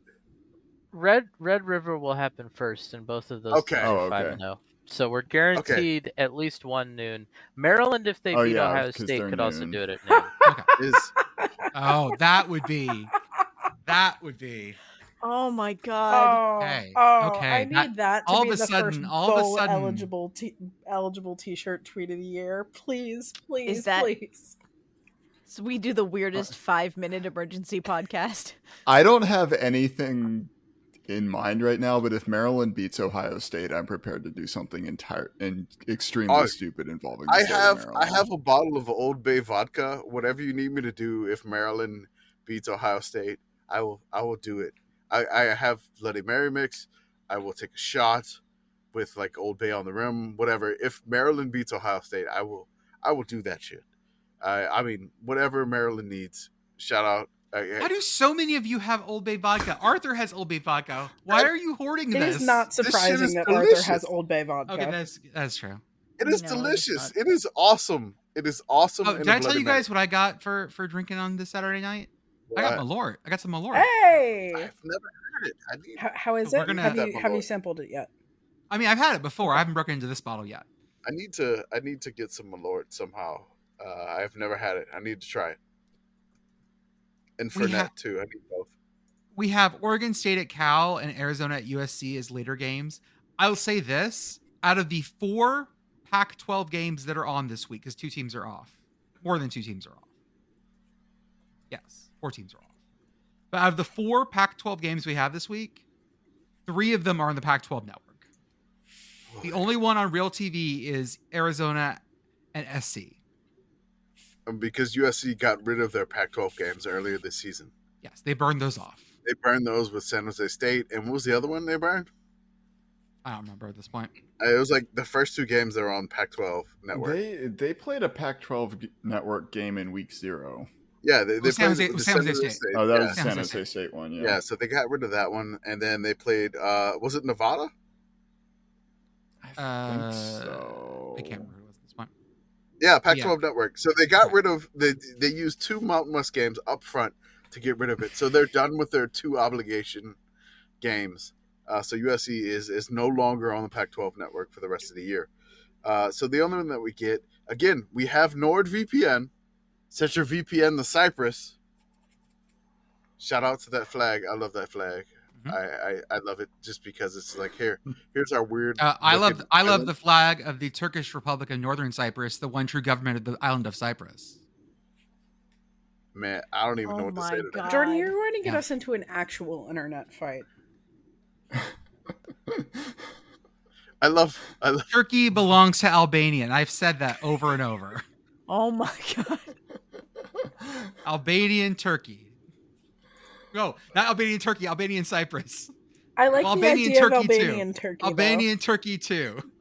Speaker 6: Red Red River will happen first, and both of those
Speaker 3: Okay.
Speaker 6: teams are
Speaker 4: Oh,
Speaker 6: five
Speaker 4: okay.
Speaker 6: and zero. So we're guaranteed at least one noon. Maryland, if they
Speaker 4: Oh,
Speaker 6: beat
Speaker 4: yeah,
Speaker 6: Ohio
Speaker 4: 'cause
Speaker 6: State,
Speaker 4: they're
Speaker 6: could also
Speaker 4: noon.
Speaker 6: do it at noon.
Speaker 3: Is
Speaker 1: oh, that would be. That would be.
Speaker 2: Oh my god.
Speaker 5: Oh,
Speaker 1: Okay,
Speaker 5: oh, I
Speaker 1: okay,
Speaker 5: need
Speaker 1: that-
Speaker 5: that to
Speaker 1: all
Speaker 5: be
Speaker 1: of a
Speaker 5: the
Speaker 1: sudden-
Speaker 5: first
Speaker 1: all of a
Speaker 5: bowl
Speaker 1: sudden-
Speaker 5: eligible t- eligible T-shirt tweet of the year. Please, please,
Speaker 2: that-
Speaker 5: please.
Speaker 2: So we do the weirdest five minute emergency podcast.
Speaker 4: I don't have anything in mind right now, but if Maryland beats Ohio State, I'm prepared to do something entire and extremely
Speaker 3: Oh,
Speaker 4: stupid involving. the
Speaker 3: I
Speaker 4: state of
Speaker 3: have I
Speaker 4: Maryland.
Speaker 3: have a bottle of Old Bay vodka. Whatever you need me to do, if Maryland beats Ohio State, I will I will do it. I, I have Bloody Mary mix. I will take a shot with like Old Bay on the rim, whatever. If Maryland beats Ohio State, I will I will do that shit. I I mean whatever Maryland needs. Shout out. I, I-
Speaker 1: Why do so many of you have Old Bay vodka? Arthur has Old Bay vodka. Why are you hoarding
Speaker 5: It
Speaker 1: this?
Speaker 5: is not
Speaker 3: This shit is
Speaker 5: surprising that
Speaker 3: delicious.
Speaker 5: Arthur has Old Bay vodka.
Speaker 1: Okay, that's that's true.
Speaker 2: No,
Speaker 3: it is
Speaker 2: it is
Speaker 3: delicious.
Speaker 2: not.
Speaker 3: It is awesome. It is awesome.
Speaker 1: Oh,
Speaker 3: in
Speaker 1: did
Speaker 3: a
Speaker 1: I tell
Speaker 3: Bloody
Speaker 1: you
Speaker 3: Mary.
Speaker 1: guys what I got for for drinking on this Saturday night? I got
Speaker 3: What?
Speaker 1: Malort. I got some Malort.
Speaker 5: Hey,
Speaker 3: I've never heard it. I need,
Speaker 5: how, how is
Speaker 1: We're
Speaker 5: it?
Speaker 1: gonna
Speaker 5: Have
Speaker 3: have
Speaker 5: you
Speaker 3: that
Speaker 5: have you
Speaker 3: below.
Speaker 5: sampled it yet?
Speaker 1: I mean, I've had it before. I haven't broken into this bottle yet.
Speaker 3: I need to. I need to get some Malort somehow. Uh, I've never had it. I need to try it. And
Speaker 1: We
Speaker 3: Fernet
Speaker 1: ha-
Speaker 3: too. I need both.
Speaker 1: we have Oregon State at Cal and Arizona at USC as later games. I'll say this out of the four Pac 12 games that are on this week, because two teams are off, more than two teams are off. Yes, four teams are off. But out of the four Pac 12 games we have this week, three of them are on the Pac 12 network. The only one on real TV is Arizona and SC.
Speaker 3: And Um, Because USC got rid of their Pac-12 games earlier this season.
Speaker 1: Yes, they burned those off.
Speaker 3: They burned those with San Jose State, and what was the other one they burned?
Speaker 1: I don't remember at this point.
Speaker 3: Uh, It was like the first two games that were on Pac-12 network.
Speaker 4: They they played a Pac-12 g- network game in week zero.
Speaker 3: yeah, they, they
Speaker 1: was Oh, San Jose-
Speaker 3: played with
Speaker 1: it was
Speaker 3: the
Speaker 1: San Jose State.
Speaker 4: Oh, that
Speaker 3: yeah.
Speaker 4: was
Speaker 1: San
Speaker 4: San
Speaker 1: Jose
Speaker 4: Jose
Speaker 1: State.
Speaker 4: State, one. Yeah.
Speaker 3: Yeah, so they got rid of that one, and then they played. uh Was it Nevada?
Speaker 4: I think
Speaker 1: Uh,
Speaker 4: so.
Speaker 1: I can't remember who it was at this point.
Speaker 3: Yeah, Pac-12 Network. So they got rid of they they used two Mountain West games up front to get rid of it. So they're done with their two obligation games. Uh, so USC is is no longer on the Pac-12 Network for the rest of the year. Uh, so the only one that we get again, we have NordVPN. Set your VPN to Cyprus. Shout out to that flag. I love that flag.
Speaker 1: Mhm.
Speaker 3: I, I I love it just because it's like here, here's our weird.
Speaker 1: Uh, I love
Speaker 3: looking
Speaker 1: I love
Speaker 3: island.
Speaker 1: the flag of the Turkish Republic of Northern Cyprus, the one true government of the island of Cyprus.
Speaker 3: man. I don't even
Speaker 2: Oh
Speaker 3: know what to
Speaker 2: my
Speaker 3: say to that.
Speaker 2: God.
Speaker 5: Jordan, you're going to get
Speaker 1: Yeah.
Speaker 5: us into an actual internet fight.
Speaker 3: (laughs) I love I love.
Speaker 1: Turkey belongs to Albania, and I've said that over and over.
Speaker 2: Oh my (laughs) god.
Speaker 1: Albanian Turkey. No, not Albanian Turkey, Albanian Cyprus.
Speaker 5: I like
Speaker 1: Well,
Speaker 5: the
Speaker 1: Albanian
Speaker 5: idea
Speaker 1: turkey,
Speaker 5: of
Speaker 1: too.
Speaker 5: Albanian turkey. though.
Speaker 1: Albanian Turkey too.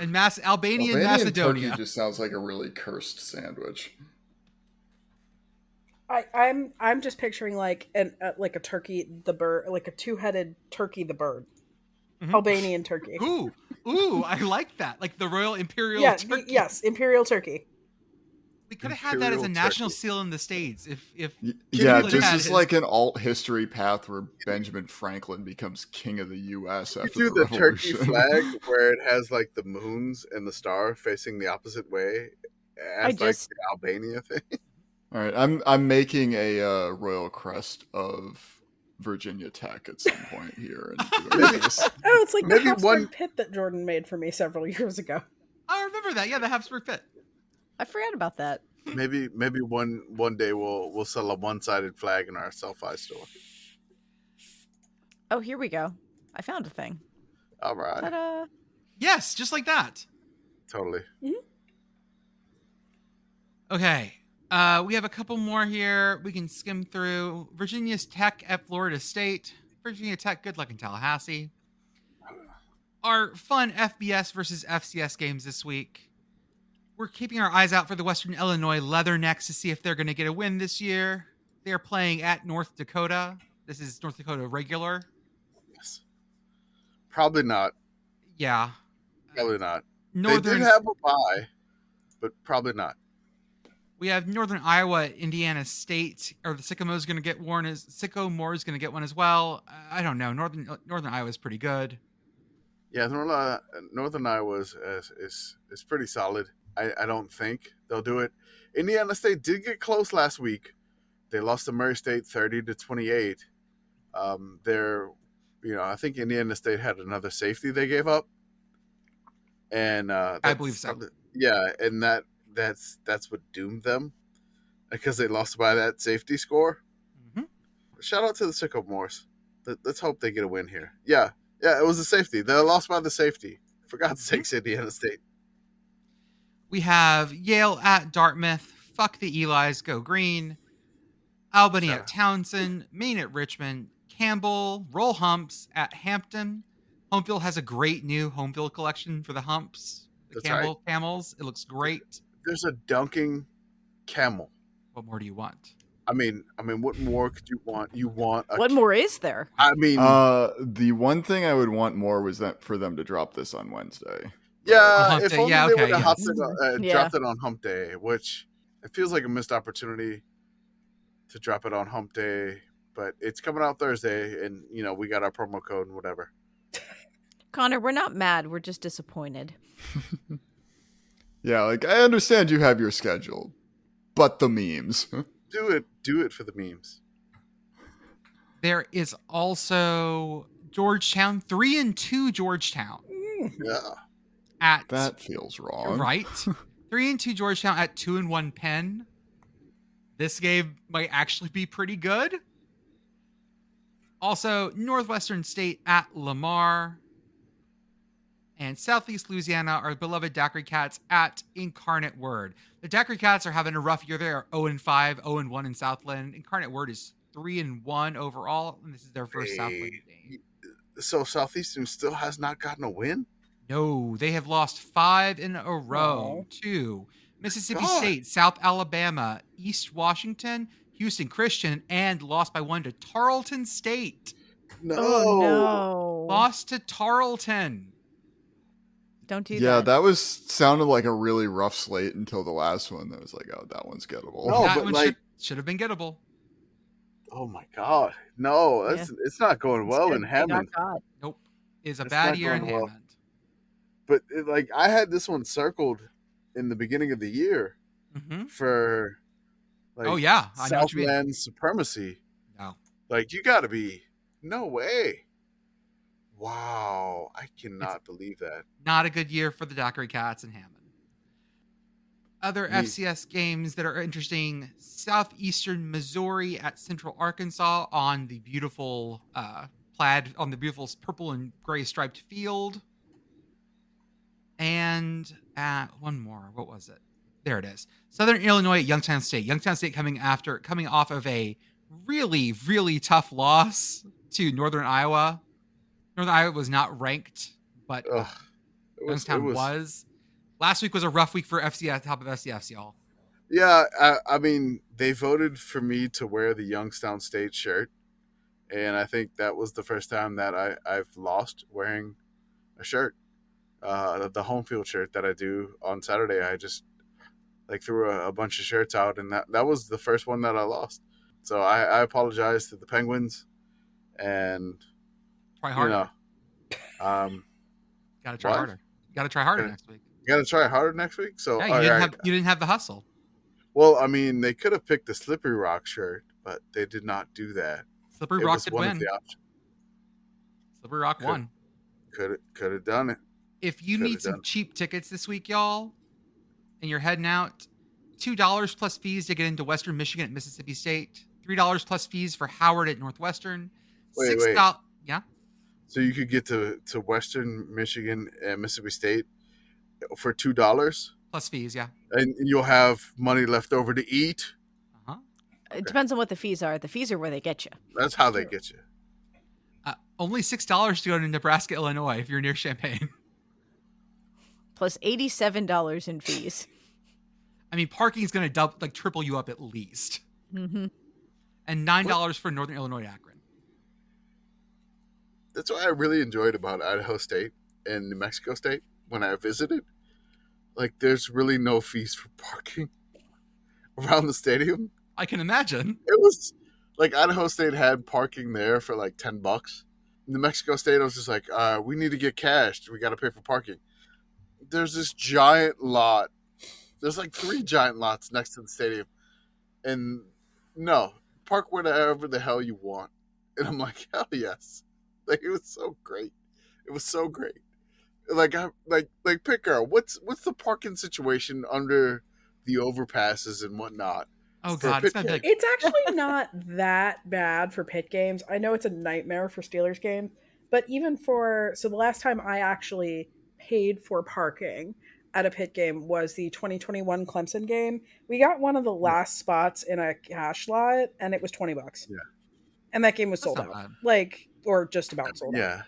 Speaker 1: And Mas Albania and
Speaker 4: Albania and
Speaker 1: Macedonia.
Speaker 4: Turkey just sounds like a really cursed sandwich.
Speaker 5: I, I'm I'm just picturing like an uh, like a turkey the bird like a two headed turkey the bird,
Speaker 1: Mhm.
Speaker 5: Albanian
Speaker 1: (laughs)
Speaker 5: turkey.
Speaker 1: Ooh, ooh, I like that. Like the Royal Imperial
Speaker 5: yeah, the-
Speaker 1: Turkey.
Speaker 5: yes, imperial turkey.
Speaker 1: We could have had that as a
Speaker 3: Imperial
Speaker 1: national
Speaker 3: Turkey.
Speaker 1: seal in the States if if
Speaker 4: Y-
Speaker 1: Give
Speaker 4: Yeah,
Speaker 1: me
Speaker 4: this
Speaker 1: that.
Speaker 4: is like an alt history path where Benjamin Franklin becomes king of the U.S.
Speaker 3: You
Speaker 4: after
Speaker 3: do
Speaker 4: the,
Speaker 3: (laughs) the turkey
Speaker 4: revolution. (laughs)
Speaker 3: flag where it has like the moons and the star facing the opposite way as
Speaker 2: I
Speaker 3: like
Speaker 2: just-
Speaker 3: the Albania thing. (laughs)
Speaker 4: All right, I'm I'm making a uh, royal crest of Virginia Tech at some point here. And doing (laughs) this.
Speaker 5: Oh, it's like
Speaker 3: Maybe
Speaker 5: the Habsburg
Speaker 3: one-
Speaker 5: pit that Jordan made for me several (laughs) years ago.
Speaker 1: I remember that. Yeah, the Habsburg Pit.
Speaker 2: I forgot about that.
Speaker 3: maybe maybe one one day we'll we'll sell a one sided flag in our self eye store.
Speaker 2: Oh, here we go. I found a thing.
Speaker 3: All right.
Speaker 2: Ta-da.
Speaker 1: Yes, just like that.
Speaker 3: Totally.
Speaker 1: Okay. Uh, we have a couple more here. We can skim through. Virginia's Tech at Florida State. Virginia Tech, good luck in Tallahassee. Our fun FBS versus FCS games this week. We're keeping our eyes out for the Western Illinois Leathernecks to see if they're going to get a win this year. They're playing at North Dakota. This is North Dakota regular.
Speaker 3: Yes. Probably not.
Speaker 1: Yeah.
Speaker 3: Probably not. They
Speaker 1: Northern.
Speaker 3: did have a bye, but probably not.
Speaker 1: We have Northern Iowa, Indiana State, or the Sycamore's going to get one. Is Sycamore's going to get one as well? I- I don't know. Northern uh, Northern Iowa's pretty good.
Speaker 3: Yeah, Northern, Northern Iowa is, is is is pretty solid. I, I don't think they'll do it. Indiana State did get close last week. They lost to Murray State thirty to twenty eight. Um, they're you know I think Indiana State had another safety they gave up, and uh,
Speaker 1: I
Speaker 3: that's
Speaker 1: believe so.
Speaker 3: something- Yeah, and that that's that's what doomed them because they lost by that safety score
Speaker 1: Mhm.
Speaker 3: shout out to the Sycamores. Let- Let's hope they get a win here. Yeah, yeah, it was the safety. They lost by the safety. For God's
Speaker 2: Mm-hmm.
Speaker 3: sakes, Indiana State.
Speaker 1: We have Yale at Dartmouth. Fuck the Eli's, go green. Albany
Speaker 3: Yeah.
Speaker 1: at Townsend. Maine at Richmond. Campbell, Roll Humps at Hampton. Homefield has a great new Homefield collection for the humps. The
Speaker 3: That's
Speaker 1: Campbell camels. It looks great.
Speaker 3: There's a dunking camel.
Speaker 1: What more do you want?
Speaker 3: I mean, I mean, what more could you want? You want a
Speaker 2: What more is there?
Speaker 3: I mean,
Speaker 4: Uh, the one thing I would want more was that for them to drop this on Wednesday.
Speaker 1: a
Speaker 3: yeah.
Speaker 1: hump
Speaker 3: If
Speaker 1: day.
Speaker 3: only
Speaker 1: Yeah,
Speaker 3: they
Speaker 1: okay,
Speaker 3: would have
Speaker 1: yes.
Speaker 3: hopped it on- uh,
Speaker 2: Yeah.
Speaker 3: dropped it on Hump Day, which it feels like a missed opportunity to drop it on hump day, but it's coming out Thursday, and you know we got our promo code and whatever.
Speaker 2: Connor, we're not mad. We're just disappointed.
Speaker 4: Yeah, like I understand you have your schedule, but the memes. (laughs)
Speaker 3: Do it, do it for the
Speaker 2: (laughs)
Speaker 3: memes.
Speaker 1: There is also Georgetown, three and two Georgetown
Speaker 3: Yeah,
Speaker 1: at
Speaker 4: that feels wrong.
Speaker 1: right. three and two Georgetown at two and one Penn. This game might actually be pretty good. Also, Northwestern State at Lamar. And Southeast Louisiana, our beloved Daiquiri Cats at Incarnate Word. The Daiquiri Cats are having a rough year. They are 0 and 5, 0 and 1 in Southland. Incarnate Word is 3 and 1 overall, and this is their first
Speaker 3: Hey.
Speaker 1: Southland game.
Speaker 3: so Southeastern still has not gotten a win.
Speaker 1: No, they have lost five in a row
Speaker 5: Aw.
Speaker 1: to Mississippi
Speaker 3: God.
Speaker 1: State, South Alabama, East Washington, Houston Christian, and lost by one to Tarleton State.
Speaker 3: No,
Speaker 2: Oh, no.
Speaker 1: Lost to Tarleton.
Speaker 2: Don't do
Speaker 4: yeah,
Speaker 2: that.
Speaker 4: that was sounded like a really rough slate until the last one. That was like, oh, that one's gettable.
Speaker 3: No,
Speaker 1: that
Speaker 3: but
Speaker 1: one
Speaker 3: like-
Speaker 1: should, should have been gettable.
Speaker 3: oh my God, no, that's, it's not going well in Hammond.
Speaker 1: Nope. Is a
Speaker 3: That's
Speaker 1: bad
Speaker 3: not
Speaker 1: year in
Speaker 3: going well.
Speaker 1: Hammond.
Speaker 3: But it, like I had this one circled in the beginning of the year
Speaker 1: Mhm.
Speaker 3: for like
Speaker 1: oh yeah, I know what you mean.
Speaker 3: Southland supremacy.
Speaker 1: No.
Speaker 3: Like you got to be no way. Wow, I cannot believe that.
Speaker 1: Not a good year for the Dockery Cats in Hammond. Other
Speaker 3: Ye-
Speaker 1: FCS games that are interesting: Southeastern Missouri at Central Arkansas on the beautiful uh, plaid, on the beautiful purple and gray striped field, and uh, one more. What was it? There it is. Southern Illinois at Youngstown State. Youngstown State coming after coming off of a really really tough loss to Northern Iowa. Northern Iowa was not ranked, but
Speaker 3: Ugh. It was- it
Speaker 1: Youngstown was,
Speaker 3: was-
Speaker 1: Last week was a rough week for FCS, top of FCS, y'all.
Speaker 3: Yeah, I, I mean, they voted for me to wear the Youngstown State shirt, and I think that was the first time that I I've lost wearing a shirt, uh, the home field shirt that I do on Saturday. I just like threw a, a bunch of shirts out, and that that was the first one that I lost. So I, I apologize to the Penguins, and
Speaker 1: Try
Speaker 3: you
Speaker 1: harder.
Speaker 3: know, um,
Speaker 1: Gotta try
Speaker 3: What?
Speaker 1: harder. Gotta try harder
Speaker 3: Yeah.
Speaker 1: next week.
Speaker 3: gotta try harder next week. So
Speaker 1: Yeah, you
Speaker 3: all
Speaker 1: didn't
Speaker 3: right.
Speaker 1: have you didn't have the hustle.
Speaker 3: well, I mean, they could have picked the Slippery Rock shirt, but they did not do that.
Speaker 1: Slippery
Speaker 3: it
Speaker 1: Rock
Speaker 3: was
Speaker 1: did
Speaker 3: one of
Speaker 1: win.
Speaker 3: the options.
Speaker 1: Slippery Rock
Speaker 3: Could-
Speaker 1: won.
Speaker 3: Could could have done it.
Speaker 1: If you
Speaker 3: could've
Speaker 1: need some
Speaker 3: done.
Speaker 1: cheap tickets this week, y'all, and you're heading out, two dollars plus fees to get into Western Michigan at Mississippi State. Three dollars plus fees for Howard at Northwestern.
Speaker 3: Wait,
Speaker 1: Six
Speaker 3: wait.
Speaker 1: dollars. Yeah.
Speaker 3: So you could get to to Western Michigan and Mississippi State for two dollars,
Speaker 1: Plus fees. Yeah.
Speaker 3: and you'll have money left over to eat.
Speaker 1: Uh-huh.
Speaker 2: It depends on what the fees are. The fees are where they get you.
Speaker 3: That's how they get you.
Speaker 1: Uh, only six dollars to go to Nebraska, Illinois, if you're near Champaign. (laughs)
Speaker 2: Plus eighty-seven dollars in fees. (laughs)
Speaker 1: I mean, parking's gonna double, like triple you up at least.
Speaker 2: hmm
Speaker 1: and nine dollars for Northern Illinois Akron.
Speaker 3: That's what I really enjoyed about Idaho State and New Mexico State when I visited. Like, there's really no fees for (laughs) parking around the stadium.
Speaker 1: I can imagine.
Speaker 3: it was like Idaho State had parking there for like ten bucks. New Mexico State, I was just like, uh, we need to get cashed. We got to pay for parking. There's this giant lot. There's like three giant lots next to the stadium, and no, park wherever the hell you want. And I'm like, hell yes. Like it was so great. It was so great. Like I like like Picker, what's what's the parking situation under the overpasses and whatnot?
Speaker 1: Oh
Speaker 3: For
Speaker 1: god, it's gonna be like
Speaker 5: It's actually not that bad for pit games. I know it's a nightmare for Steelers games, but even for so the last time I actually paid for parking at a pit game was the 2021 Clemson game. We got one of the
Speaker 3: Hmm.
Speaker 5: last spots in a cash lot and it was 20 bucks.
Speaker 3: Yeah.
Speaker 5: And that game was
Speaker 1: That's
Speaker 5: sold
Speaker 1: not
Speaker 5: out.
Speaker 1: bad.
Speaker 5: Like or just about sold out.
Speaker 3: Yeah,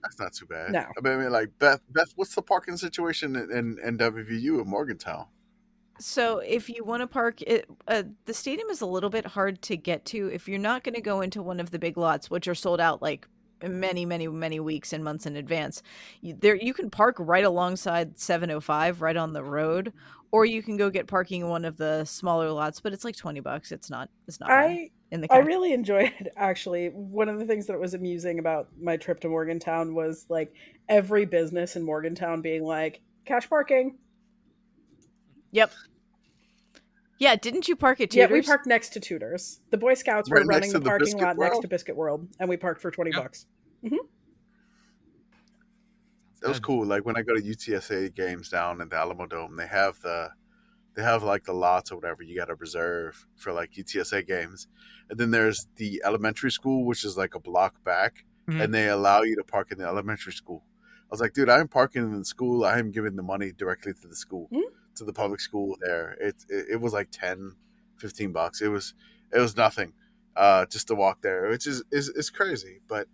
Speaker 3: that's not too bad.
Speaker 5: No.
Speaker 3: I mean, I mean, like Beth, Beth, what's the parking situation in, in, in WVU in Morgantown?
Speaker 2: So if you want to park, it, uh, the stadium is a little bit hard to get to if you're not going to go into one of the big lots, which are sold out like many, many, many weeks and months in advance. You, there, you can park right alongside 705, right on the road, or you can go get parking in one of the smaller lots. But it's like twenty bucks. It's not. It's not bad
Speaker 5: I
Speaker 2: in the.
Speaker 5: I
Speaker 2: County.
Speaker 5: really enjoyed actually. One of the things that was amusing about my trip to Morgantown was like every business in Morgantown being like cash parking.
Speaker 2: yeah, didn't you park at
Speaker 5: Yeah,
Speaker 2: Tudor's?
Speaker 5: we parked next to Tutors. The Boy Scouts were
Speaker 3: Right next
Speaker 5: running
Speaker 3: to
Speaker 5: the
Speaker 3: the
Speaker 5: parking
Speaker 3: Biscuit
Speaker 5: lot next
Speaker 3: World?
Speaker 5: to Biscuit World, and we parked for twenty
Speaker 1: Yep.
Speaker 5: bucks.
Speaker 3: That was
Speaker 1: Good.
Speaker 3: cool. Like when I go to UTSA games down in the Alamo Dome, they have the they have like the lots or whatever you got to reserve for like UTSA games, and then there's the elementary school, which is like a block back,
Speaker 1: Mhm.
Speaker 3: and they allow you to park in the elementary school. I was like, dude, I'm parking in the school. I am giving the money directly to the school,
Speaker 5: Mhm.
Speaker 3: to the public school there. It, it it was like 10, 15 bucks. It was it was nothing, uh, just to walk there, which is is, is crazy, but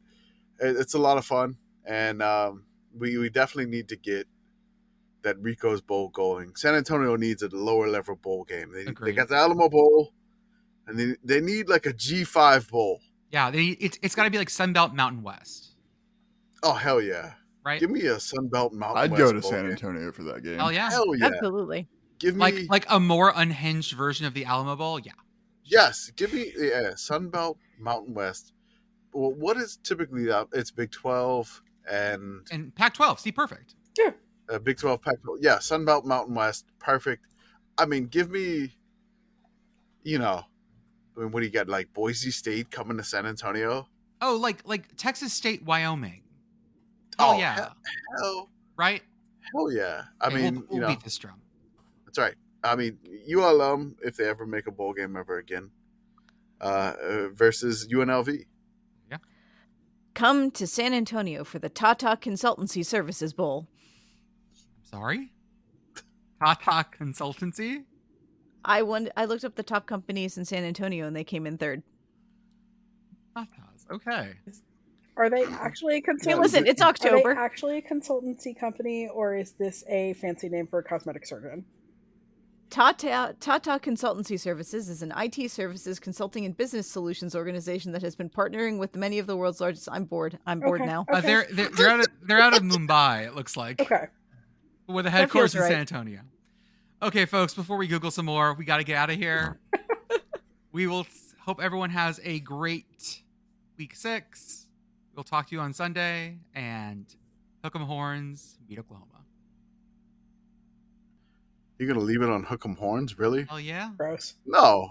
Speaker 3: it, it's a lot of fun and. um we, we definitely need to get that Rico's Bowl going. San Antonio needs a lower level bowl game. They, they
Speaker 1: Agreed.
Speaker 3: got the Alamo Bowl, and they, they need like a G5 bowl.
Speaker 1: Yeah, they, it's it's got to be like Sunbelt Mountain West,
Speaker 3: Oh, hell yeah.
Speaker 1: right?
Speaker 3: Give me a Sunbelt Mountain
Speaker 4: (laughs) I'd
Speaker 3: West
Speaker 4: go to
Speaker 3: bowl
Speaker 4: San
Speaker 3: game.
Speaker 4: Antonio for that game.
Speaker 1: Hell yeah.
Speaker 3: Hell yeah.
Speaker 2: Absolutely.
Speaker 3: Give me,
Speaker 1: Like like a more unhinged version of the Alamo Bowl. Yeah.
Speaker 3: yes, give me yeah, Sunbelt Mountain West. Well, what is typically that? It's Big 12 and
Speaker 1: And Pac-12, see, perfect.
Speaker 3: uh, Big 12 Pac 12. Yeah, Sunbelt Mountain West. Perfect. I mean, give me, you know, I mean, what do you got? Like Boise State coming to San Antonio?
Speaker 1: Oh, like like Texas State, Wyoming. Oh,
Speaker 3: Oh,
Speaker 1: yeah,
Speaker 3: hell- Hell,
Speaker 1: right.
Speaker 3: hell yeah. I
Speaker 1: Okay,
Speaker 3: mean,
Speaker 1: we'll,
Speaker 3: you
Speaker 1: we'll
Speaker 3: know,
Speaker 1: beat this drum.
Speaker 3: that's right. I mean, ULM, if they ever make a bowl game ever again, uh, uh, versus UNLV.
Speaker 2: Come to San Antonio for the Tata Consultancy Services Bowl.
Speaker 1: Sorry. Tata Consultancy.
Speaker 2: I won- I looked up the top companies in San Antonio and they came in third.
Speaker 1: Tatas. Okay. Uh,
Speaker 5: Are they actually a consultancy?
Speaker 2: Hey, listen, it's
Speaker 5: Are they
Speaker 2: October.
Speaker 5: actually a consultancy company, or is this a fancy name for a cosmetic surgeon?
Speaker 2: Tata, Tata Consultancy Services is an IT services consulting and business solutions organization that has been partnering with many of the world's largest. I'm bored. I'm bored
Speaker 5: Okay,
Speaker 2: now.
Speaker 1: Uh, they're, they're they're out of they're out of Mumbai. It looks like.
Speaker 5: Okay.
Speaker 1: With a
Speaker 2: That feels
Speaker 1: headquarters in
Speaker 2: right.
Speaker 1: San Antonio. Okay, folks. Before we Google some more, we got to get out of here. (laughs) we will s- hope everyone has a great week six. We'll talk to you on Sunday and hook 'em horns, beat Oklahoma.
Speaker 3: You're going to leave it on Hook'em Horns? Really?
Speaker 1: Hell yeah.
Speaker 5: Gross.
Speaker 3: No.